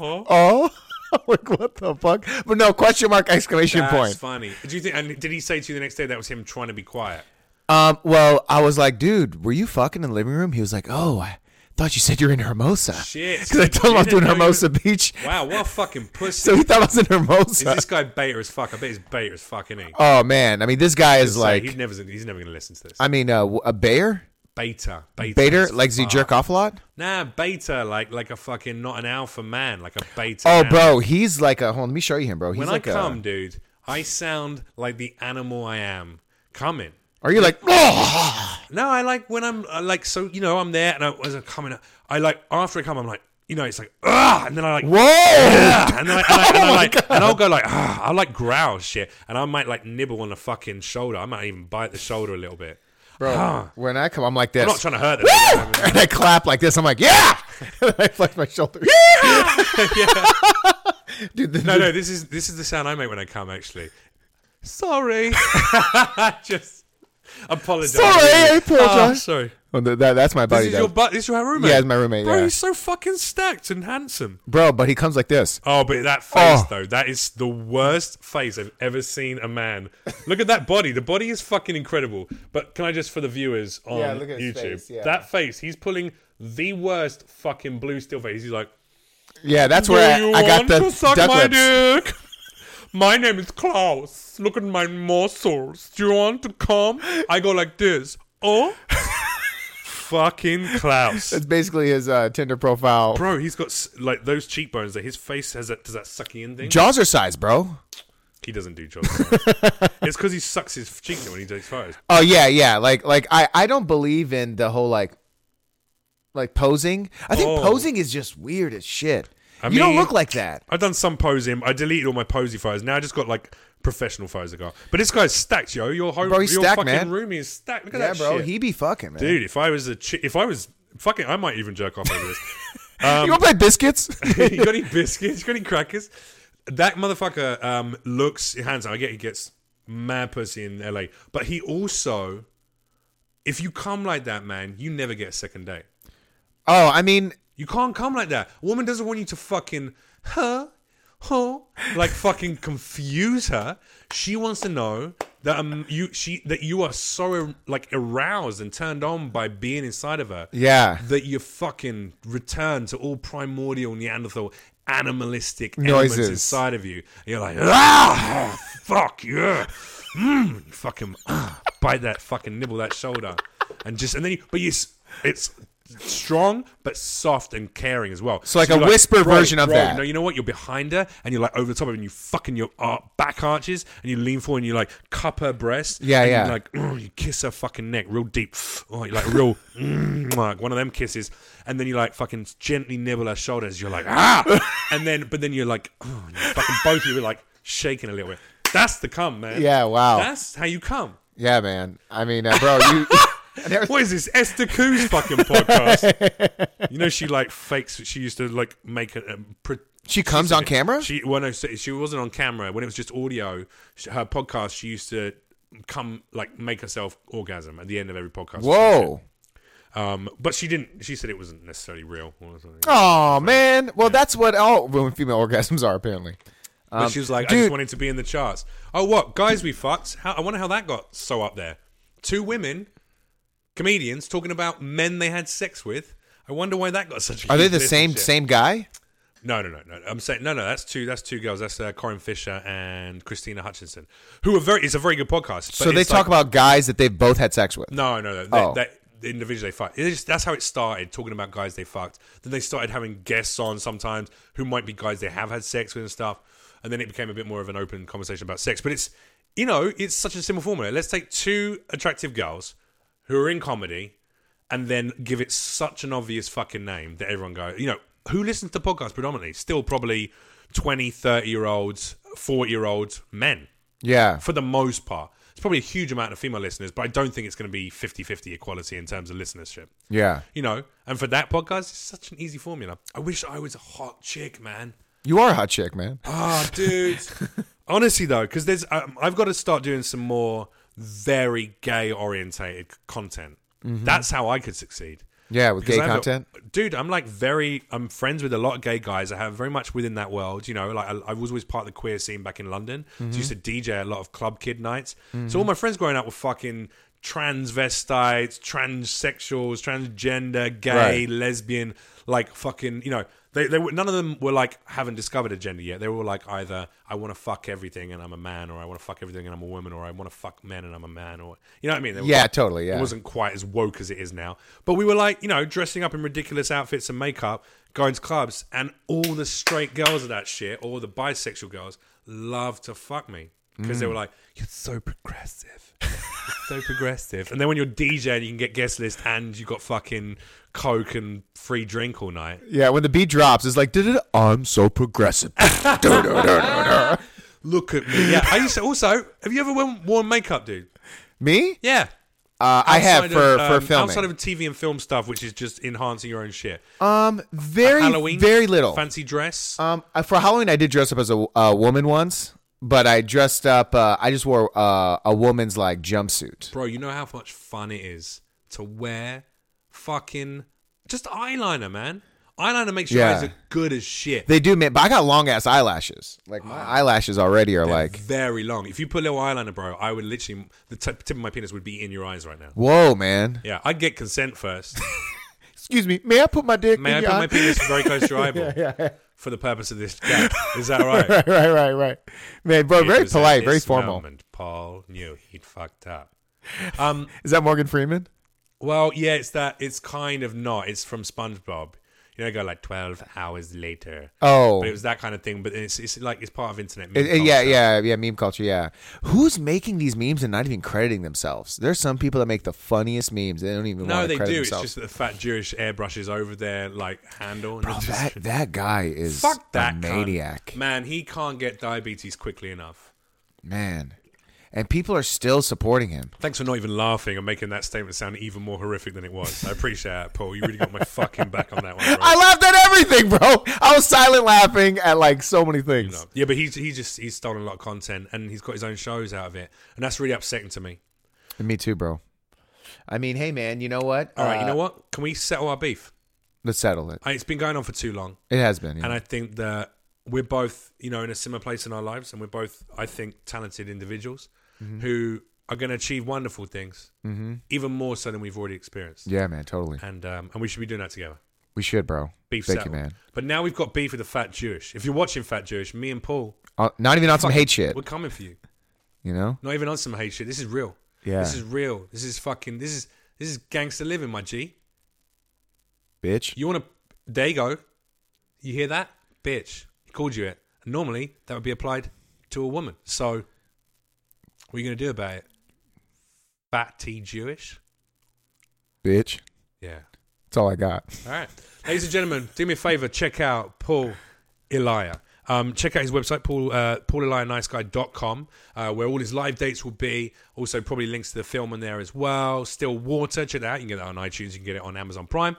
Speaker 1: oh.
Speaker 2: <laughs> Oh, I'm like what the fuck? But no question mark exclamation
Speaker 1: That's
Speaker 2: point.
Speaker 1: funny. Do you think? And did he say to you the next day that was him trying to be quiet?
Speaker 2: Um, well, I was like, dude, were you fucking in the living room? He was like, oh, I thought you said you're in Hermosa. <laughs>
Speaker 1: Shit,
Speaker 2: because I
Speaker 1: so
Speaker 2: told him
Speaker 1: you
Speaker 2: I
Speaker 1: <laughs>
Speaker 2: was doing
Speaker 1: didn't know you
Speaker 2: Hermosa
Speaker 1: were-
Speaker 2: Beach,
Speaker 1: Wow, what a fucking pussy.
Speaker 2: so he thought I was in
Speaker 1: Is
Speaker 2: Hermosa.
Speaker 1: this guy beta as fuck? I bet he's beta as fuck, isn't he?
Speaker 2: oh man, I mean, this guy is
Speaker 1: So
Speaker 2: like,
Speaker 1: he's never he's never gonna listen to this.
Speaker 2: I mean, uh, a bear,
Speaker 1: beta, beta,
Speaker 2: Bader,
Speaker 1: as
Speaker 2: like does he
Speaker 1: fuck.
Speaker 2: jerk off a lot?
Speaker 1: Nah, beta, like like a fucking not an alpha man, like a beta.
Speaker 2: Oh,
Speaker 1: man.
Speaker 2: bro, he's like a. Hold on, let me show you him, bro. He's
Speaker 1: when
Speaker 2: like
Speaker 1: I come,
Speaker 2: a.
Speaker 1: dude, I sound like the animal I am. Coming.
Speaker 2: Are you like? Oh!
Speaker 1: uh, No, I like when I'm I like so you know I'm there and I was coming. I like after I come, I'm like you know, it's like ah, and then I like
Speaker 2: Whoa!
Speaker 1: "Ugh," <laughs> and then I, and,
Speaker 2: <laughs> Oh
Speaker 1: I, and, I like, and I'll go like ah, I like growl shit, and I might like nibble on the fucking shoulder. I might even bite the shoulder a little bit.
Speaker 2: Bro, when I come, I'm like this.
Speaker 1: I'm not trying to hurt them. you know what I mean?
Speaker 2: and I clap like this. I'm like, yeah. <laughs> And I flex my shoulder. <laughs> Dude, the,
Speaker 1: No, no, this is this is the sound I make when I come. Actually, sorry, <laughs> just apologize.
Speaker 2: Sorry, I apologize.
Speaker 1: Ah, sorry.
Speaker 2: Oh, th- that- that's my buddy.
Speaker 1: This is
Speaker 2: though.
Speaker 1: your bu- this is your roommate.
Speaker 2: Yeah, it's my roommate,
Speaker 1: Bro,
Speaker 2: yeah.
Speaker 1: he's so fucking stacked and handsome.
Speaker 2: Bro, but he comes like this.
Speaker 1: Oh, but that face
Speaker 2: Oh.
Speaker 1: though, that is the worst face I've ever seen a man. Look at that body. The body is fucking incredible. But can I just for the viewers on
Speaker 2: Yeah, look at his
Speaker 1: YouTube,
Speaker 2: face, yeah.
Speaker 1: that face, he's pulling the worst fucking blue steel face. He's like,
Speaker 2: Yeah, that's
Speaker 1: Do
Speaker 2: where
Speaker 1: you
Speaker 2: I, I got
Speaker 1: want
Speaker 2: the
Speaker 1: to suck
Speaker 2: duck
Speaker 1: my
Speaker 2: lips.
Speaker 1: dick? <laughs> My name is Klaus. Look at my muscles. Do you want to come? I go like this.
Speaker 2: <laughs>
Speaker 1: Oh, fucking Klaus.
Speaker 2: It's basically his uh, Tinder profile.
Speaker 1: Bro, he's got s- like those cheekbones that his face has. That does that sucky in thing?
Speaker 2: Jaws are size, bro.
Speaker 1: He doesn't do jobs.
Speaker 2: <laughs>
Speaker 1: it's because he sucks his cheek when he takes photos.
Speaker 2: Oh yeah, yeah. Like like I I don't believe in the whole like like posing. I think
Speaker 1: Oh.
Speaker 2: posing is just weird as shit. you don't
Speaker 1: mean-
Speaker 2: look like that.
Speaker 1: I've done some posing. I deleted all my posy photos. Now I just got like professional photos I got. But this guy's stacked, yo. Your home,
Speaker 2: Bro, he's
Speaker 1: your
Speaker 2: stacked,
Speaker 1: fucking
Speaker 2: man.
Speaker 1: roomie is stacked. Look at
Speaker 2: Yeah,
Speaker 1: <laughs> that
Speaker 2: bro.
Speaker 1: shit.
Speaker 2: He be fucking man.
Speaker 1: Dude, if I was a chi- if I was fucking, I might even jerk off over this.
Speaker 2: <laughs>
Speaker 1: <laughs>
Speaker 2: you
Speaker 1: Um,
Speaker 2: want to play biscuits?
Speaker 1: you got any biscuits? You got any crackers? That motherfucker um, looks hands. I get he gets mad pussy in L.A., but he also, if you come like that, man, you never get a second date.
Speaker 2: oh, I mean,
Speaker 1: You can't come like that. A woman doesn't want you to fucking huh, huh, like fucking confuse her. She wants to know that um you she that you are so like aroused and turned on by being inside of her
Speaker 2: yeah.
Speaker 1: that you fucking return to all primordial Neanderthal animalistic
Speaker 2: Noises.
Speaker 1: elements inside of you. And you're like, ah, fuck yeah, mm, fucking ah, bite that fucking nibble that shoulder, and just and then you, but you, s- it's strong but soft and caring as well. So
Speaker 2: like a
Speaker 1: you're
Speaker 2: whisper
Speaker 1: bro,
Speaker 2: version of
Speaker 1: bro,
Speaker 2: that.
Speaker 1: No, you know what? You're behind her and you're like over the top of her and you fucking your uh, back arches and you lean forward and you like cup her breast.
Speaker 2: Yeah,
Speaker 1: and you,
Speaker 2: yeah.
Speaker 1: like <clears throat> "Mm," you kiss her fucking neck real deep. <sniffs> Oh, you like real <sniffs> mm, like one of them kisses, and then you like fucking gently nibble her shoulders. You're like
Speaker 2: <laughs>
Speaker 1: ah, and then but then you're like <clears throat> oh, and you fucking both of you are like shaking a little bit. That's the cum, man.
Speaker 2: Yeah, wow.
Speaker 1: That's how you come.
Speaker 2: Yeah, man. I mean, uh, bro, you.
Speaker 1: <laughs>
Speaker 2: I never-
Speaker 1: What is this Esther Coos fucking podcast? you know she like fakes. She used to like make a. um, pre-
Speaker 2: She comes on camera?
Speaker 1: She well no, so- she wasn't on camera when it was just audio. sh- Her podcast, she used to come like make herself orgasm at the end of every podcast.
Speaker 2: Whoa.
Speaker 1: Um, but she didn't. She said it wasn't necessarily real. Or something.
Speaker 2: Oh man. Well, that's what all women female orgasms are apparently.
Speaker 1: but she was like, I
Speaker 2: Um, dude-
Speaker 1: just wanted to be in the charts. Oh, what guys we fucked? How, I wonder how that got so up there. Two women, comedians, talking about men they had sex with. I wonder why that got such. a
Speaker 2: Are they
Speaker 1: huge
Speaker 2: the
Speaker 1: lift
Speaker 2: same
Speaker 1: and shit.
Speaker 2: same guy?
Speaker 1: No, no, no, no. I'm saying no, no. That's two. That's two girls. That's uh, Corin Fisher and Christina Hutchinson, who are very. It's a very good podcast. But
Speaker 2: So they
Speaker 1: it's
Speaker 2: talk
Speaker 1: like-
Speaker 2: about guys that they've both had sex with.
Speaker 1: No, no, no. They,
Speaker 2: Oh.
Speaker 1: they, the individuals they fucked. It's just- that's how it started, talking about guys they fucked. Then they started having guests on sometimes who might be guys they have had sex with and stuff. And then it became a bit more of an open conversation about sex. But it's, you know, it's such a simple formula. Let's take two attractive girls who are in comedy and then give it such an obvious fucking name that everyone goes, you know, who listens to podcasts predominantly? Still probably 20, 30 year olds, 40 year olds, men
Speaker 2: Yeah.
Speaker 1: for the most part. It's probably a huge amount of female listeners, but I don't think it's going to be 50 50 equality in terms of listenership.
Speaker 2: Yeah.
Speaker 1: You know, and for that podcast, it's such an easy formula. I wish I was a hot chick, man.
Speaker 2: You are a hot chick, man.
Speaker 1: Ah, <laughs> dude. Honestly, though, because there's, um, I've got to start doing some more very gay orientated content. That's how I could succeed.
Speaker 2: Yeah, with
Speaker 1: Because
Speaker 2: gay
Speaker 1: I have a-
Speaker 2: content.
Speaker 1: dude, I'm like very, I'm friends with a lot of gay guys. I have very much within that world, you know, like I, I was always part of the queer scene back in London. So I used to
Speaker 2: Mm-hmm.
Speaker 1: DJ at a lot of club kid nights. So all my friends growing up were fucking transvestites, transsexuals, transgender, gay,
Speaker 2: Right.
Speaker 1: lesbian, like fucking, you know, they, they were, none of them were like, haven't discovered a gender yet. They were all like either, I want to fuck everything and I'm a man, or I want to fuck everything and I'm a woman, or I want to fuck men and I'm a man, or, you know what I mean? They were
Speaker 2: Yeah, totally, yeah.
Speaker 1: It wasn't quite as woke as it is now. But we were like, you know, dressing up in ridiculous outfits and makeup, going to clubs, and all the straight girls of that shit, all the bisexual girls, love to fuck me. because
Speaker 2: Mm.
Speaker 1: they were like, "You're so
Speaker 2: <laughs>
Speaker 1: progressive, You're so progressive." And then when you're DJing, you can get guest list, and you got fucking coke and free drink all night.
Speaker 2: Yeah, when the beat drops, it's like, "Duh-duh-duh, I'm so
Speaker 1: <laughs>
Speaker 2: progressive. Duh-duh-duh-duh-duh.
Speaker 1: Look at me. Yeah, I used to. Also, have you ever worn, worn makeup, dude?
Speaker 2: Me?
Speaker 1: Yeah.
Speaker 2: Uh, I have
Speaker 1: Outside
Speaker 2: for,
Speaker 1: of, um,
Speaker 2: for filming.
Speaker 1: outside of TV and film stuff, which is just enhancing your own shit.
Speaker 2: um, very,
Speaker 1: Halloween,
Speaker 2: very little.
Speaker 1: fancy dress.
Speaker 2: Um, uh, for Halloween, I did dress up as a uh, woman once, but I dressed up. Uh, I just wore uh, a woman's like jumpsuit.
Speaker 1: Bro, you know how much fun it is to wear fucking just eyeliner, man. Eyeliner makes your
Speaker 2: Yeah.
Speaker 1: eyes look good as shit.
Speaker 2: They do, man. But I got long ass eyelashes. Like my eyelashes already are like,
Speaker 1: Very long. If you put a little eyeliner, bro, I would literally the t- tip of my penis would be in your eyes right now.
Speaker 2: whoa, man.
Speaker 1: Yeah, I'd get consent first.
Speaker 2: Excuse me, may I put my dick?
Speaker 1: May I
Speaker 2: <laughs> in
Speaker 1: put
Speaker 2: your eye?
Speaker 1: my penis very close to
Speaker 2: <laughs>
Speaker 1: your eyeball for the purpose of this game? Is that right?
Speaker 2: right, right, right, right. Man, bro,
Speaker 1: It
Speaker 2: <laughs> very
Speaker 1: was at
Speaker 2: polite, very
Speaker 1: this
Speaker 2: formal.
Speaker 1: moment Paul knew he'd fucked up. Um,
Speaker 2: Is that Morgan Freeman?
Speaker 1: Well, yeah, it's that. It's kind of not. It's from SpongeBob. You know, they go like twelve hours later.
Speaker 2: Oh.
Speaker 1: but it was that kind of thing. But it's it's like it's part of internet.
Speaker 2: Uh,
Speaker 1: Meme
Speaker 2: yeah,
Speaker 1: culture.
Speaker 2: yeah, yeah. Meme culture. Yeah. Who's making these memes and not even crediting themselves? There's some people that make the funniest memes. They don't even
Speaker 1: No,
Speaker 2: want to
Speaker 1: they
Speaker 2: credit
Speaker 1: do. It's
Speaker 2: themselves.
Speaker 1: just that the fat Jewish airbrushes over their like handle. And
Speaker 2: Bro,
Speaker 1: it's just,
Speaker 2: that that guy is
Speaker 1: fuck that
Speaker 2: a
Speaker 1: cunt.
Speaker 2: maniac.
Speaker 1: man. He can't get diabetes quickly enough.
Speaker 2: Man. And people are still supporting him.
Speaker 1: Thanks for not even laughing and making that statement sound even more horrific than it was. I appreciate that, Paul. You really
Speaker 2: <laughs>
Speaker 1: got my fucking back on that one. bro.
Speaker 2: I laughed at everything, bro. I was silent laughing at like so many things.
Speaker 1: No. Yeah, but he's he just he's stolen a lot of content and he's got his own shows out of it, and that's really upsetting to me.
Speaker 2: Me too, bro. I mean, hey man, you know what? Uh,
Speaker 1: All right, you know what? Can we settle our beef?
Speaker 2: Let's settle it.
Speaker 1: I- It's been going on for too long,
Speaker 2: It has been. yeah.
Speaker 1: and I think that we're both, you know, in a similar place in our lives, and we're both, I think, talented individuals
Speaker 2: Mm-hmm.
Speaker 1: who are going to achieve wonderful things, mm-hmm. even more so than we've already experienced.
Speaker 2: yeah, man, totally.
Speaker 1: And um, and we should be doing that together.
Speaker 2: We should, bro.
Speaker 1: Beef
Speaker 2: Thank
Speaker 1: settled.
Speaker 2: you, man.
Speaker 1: But now we've got beef with the fat Jewish. If you're watching Fat Jewish, me and Paul,
Speaker 2: Uh, not even on some hate shit,
Speaker 1: we're coming for you.
Speaker 2: you know?
Speaker 1: Not even on some hate shit. This is real.
Speaker 2: Yeah.
Speaker 1: This is real. This is fucking. This is this is gangster living, my G.
Speaker 2: Bitch.
Speaker 1: You want to? There you go. You hear that, bitch? He called you it. And normally that would be applied to a woman. So, what are you going to do about it? Fatty Jewish.
Speaker 2: Bitch.
Speaker 1: Yeah.
Speaker 2: That's all I got.
Speaker 1: All right, ladies and gentlemen, do me a favor. Check out Paul Elia. Um, check out his website, Paul uh, PaulEliaNiceGuy.com, uh, where all his live dates will be. Also, probably links to the film on there as well. Still Water, check that out. You can get that on iTunes. You can get it on Amazon Prime.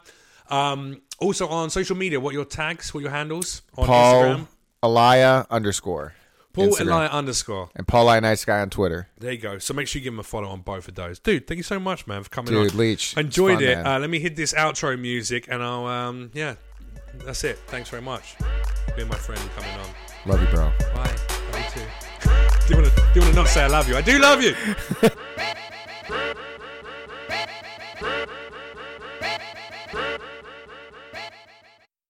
Speaker 1: Um, also on social media, what are your tags? What are your handles on Instagram?
Speaker 2: Paul Elia underscore.
Speaker 1: Paul
Speaker 2: Instagram.
Speaker 1: Elia underscore.
Speaker 2: And Paul I Nice Guy on Twitter.
Speaker 1: There you go. So make sure you give him a follow on both of those, dude. Thank you so much, man, for coming
Speaker 2: Dude,
Speaker 1: on.
Speaker 2: Leech, it's
Speaker 1: enjoyed
Speaker 2: fun,
Speaker 1: it.
Speaker 2: man.
Speaker 1: Uh, let me hit this outro music, and I'll um, yeah, that's it. Thanks very much, being my friend and coming on.
Speaker 2: Love you, bro.
Speaker 1: Bye. Love you too. Do you want to? Do you want to not say I love you? I do love you.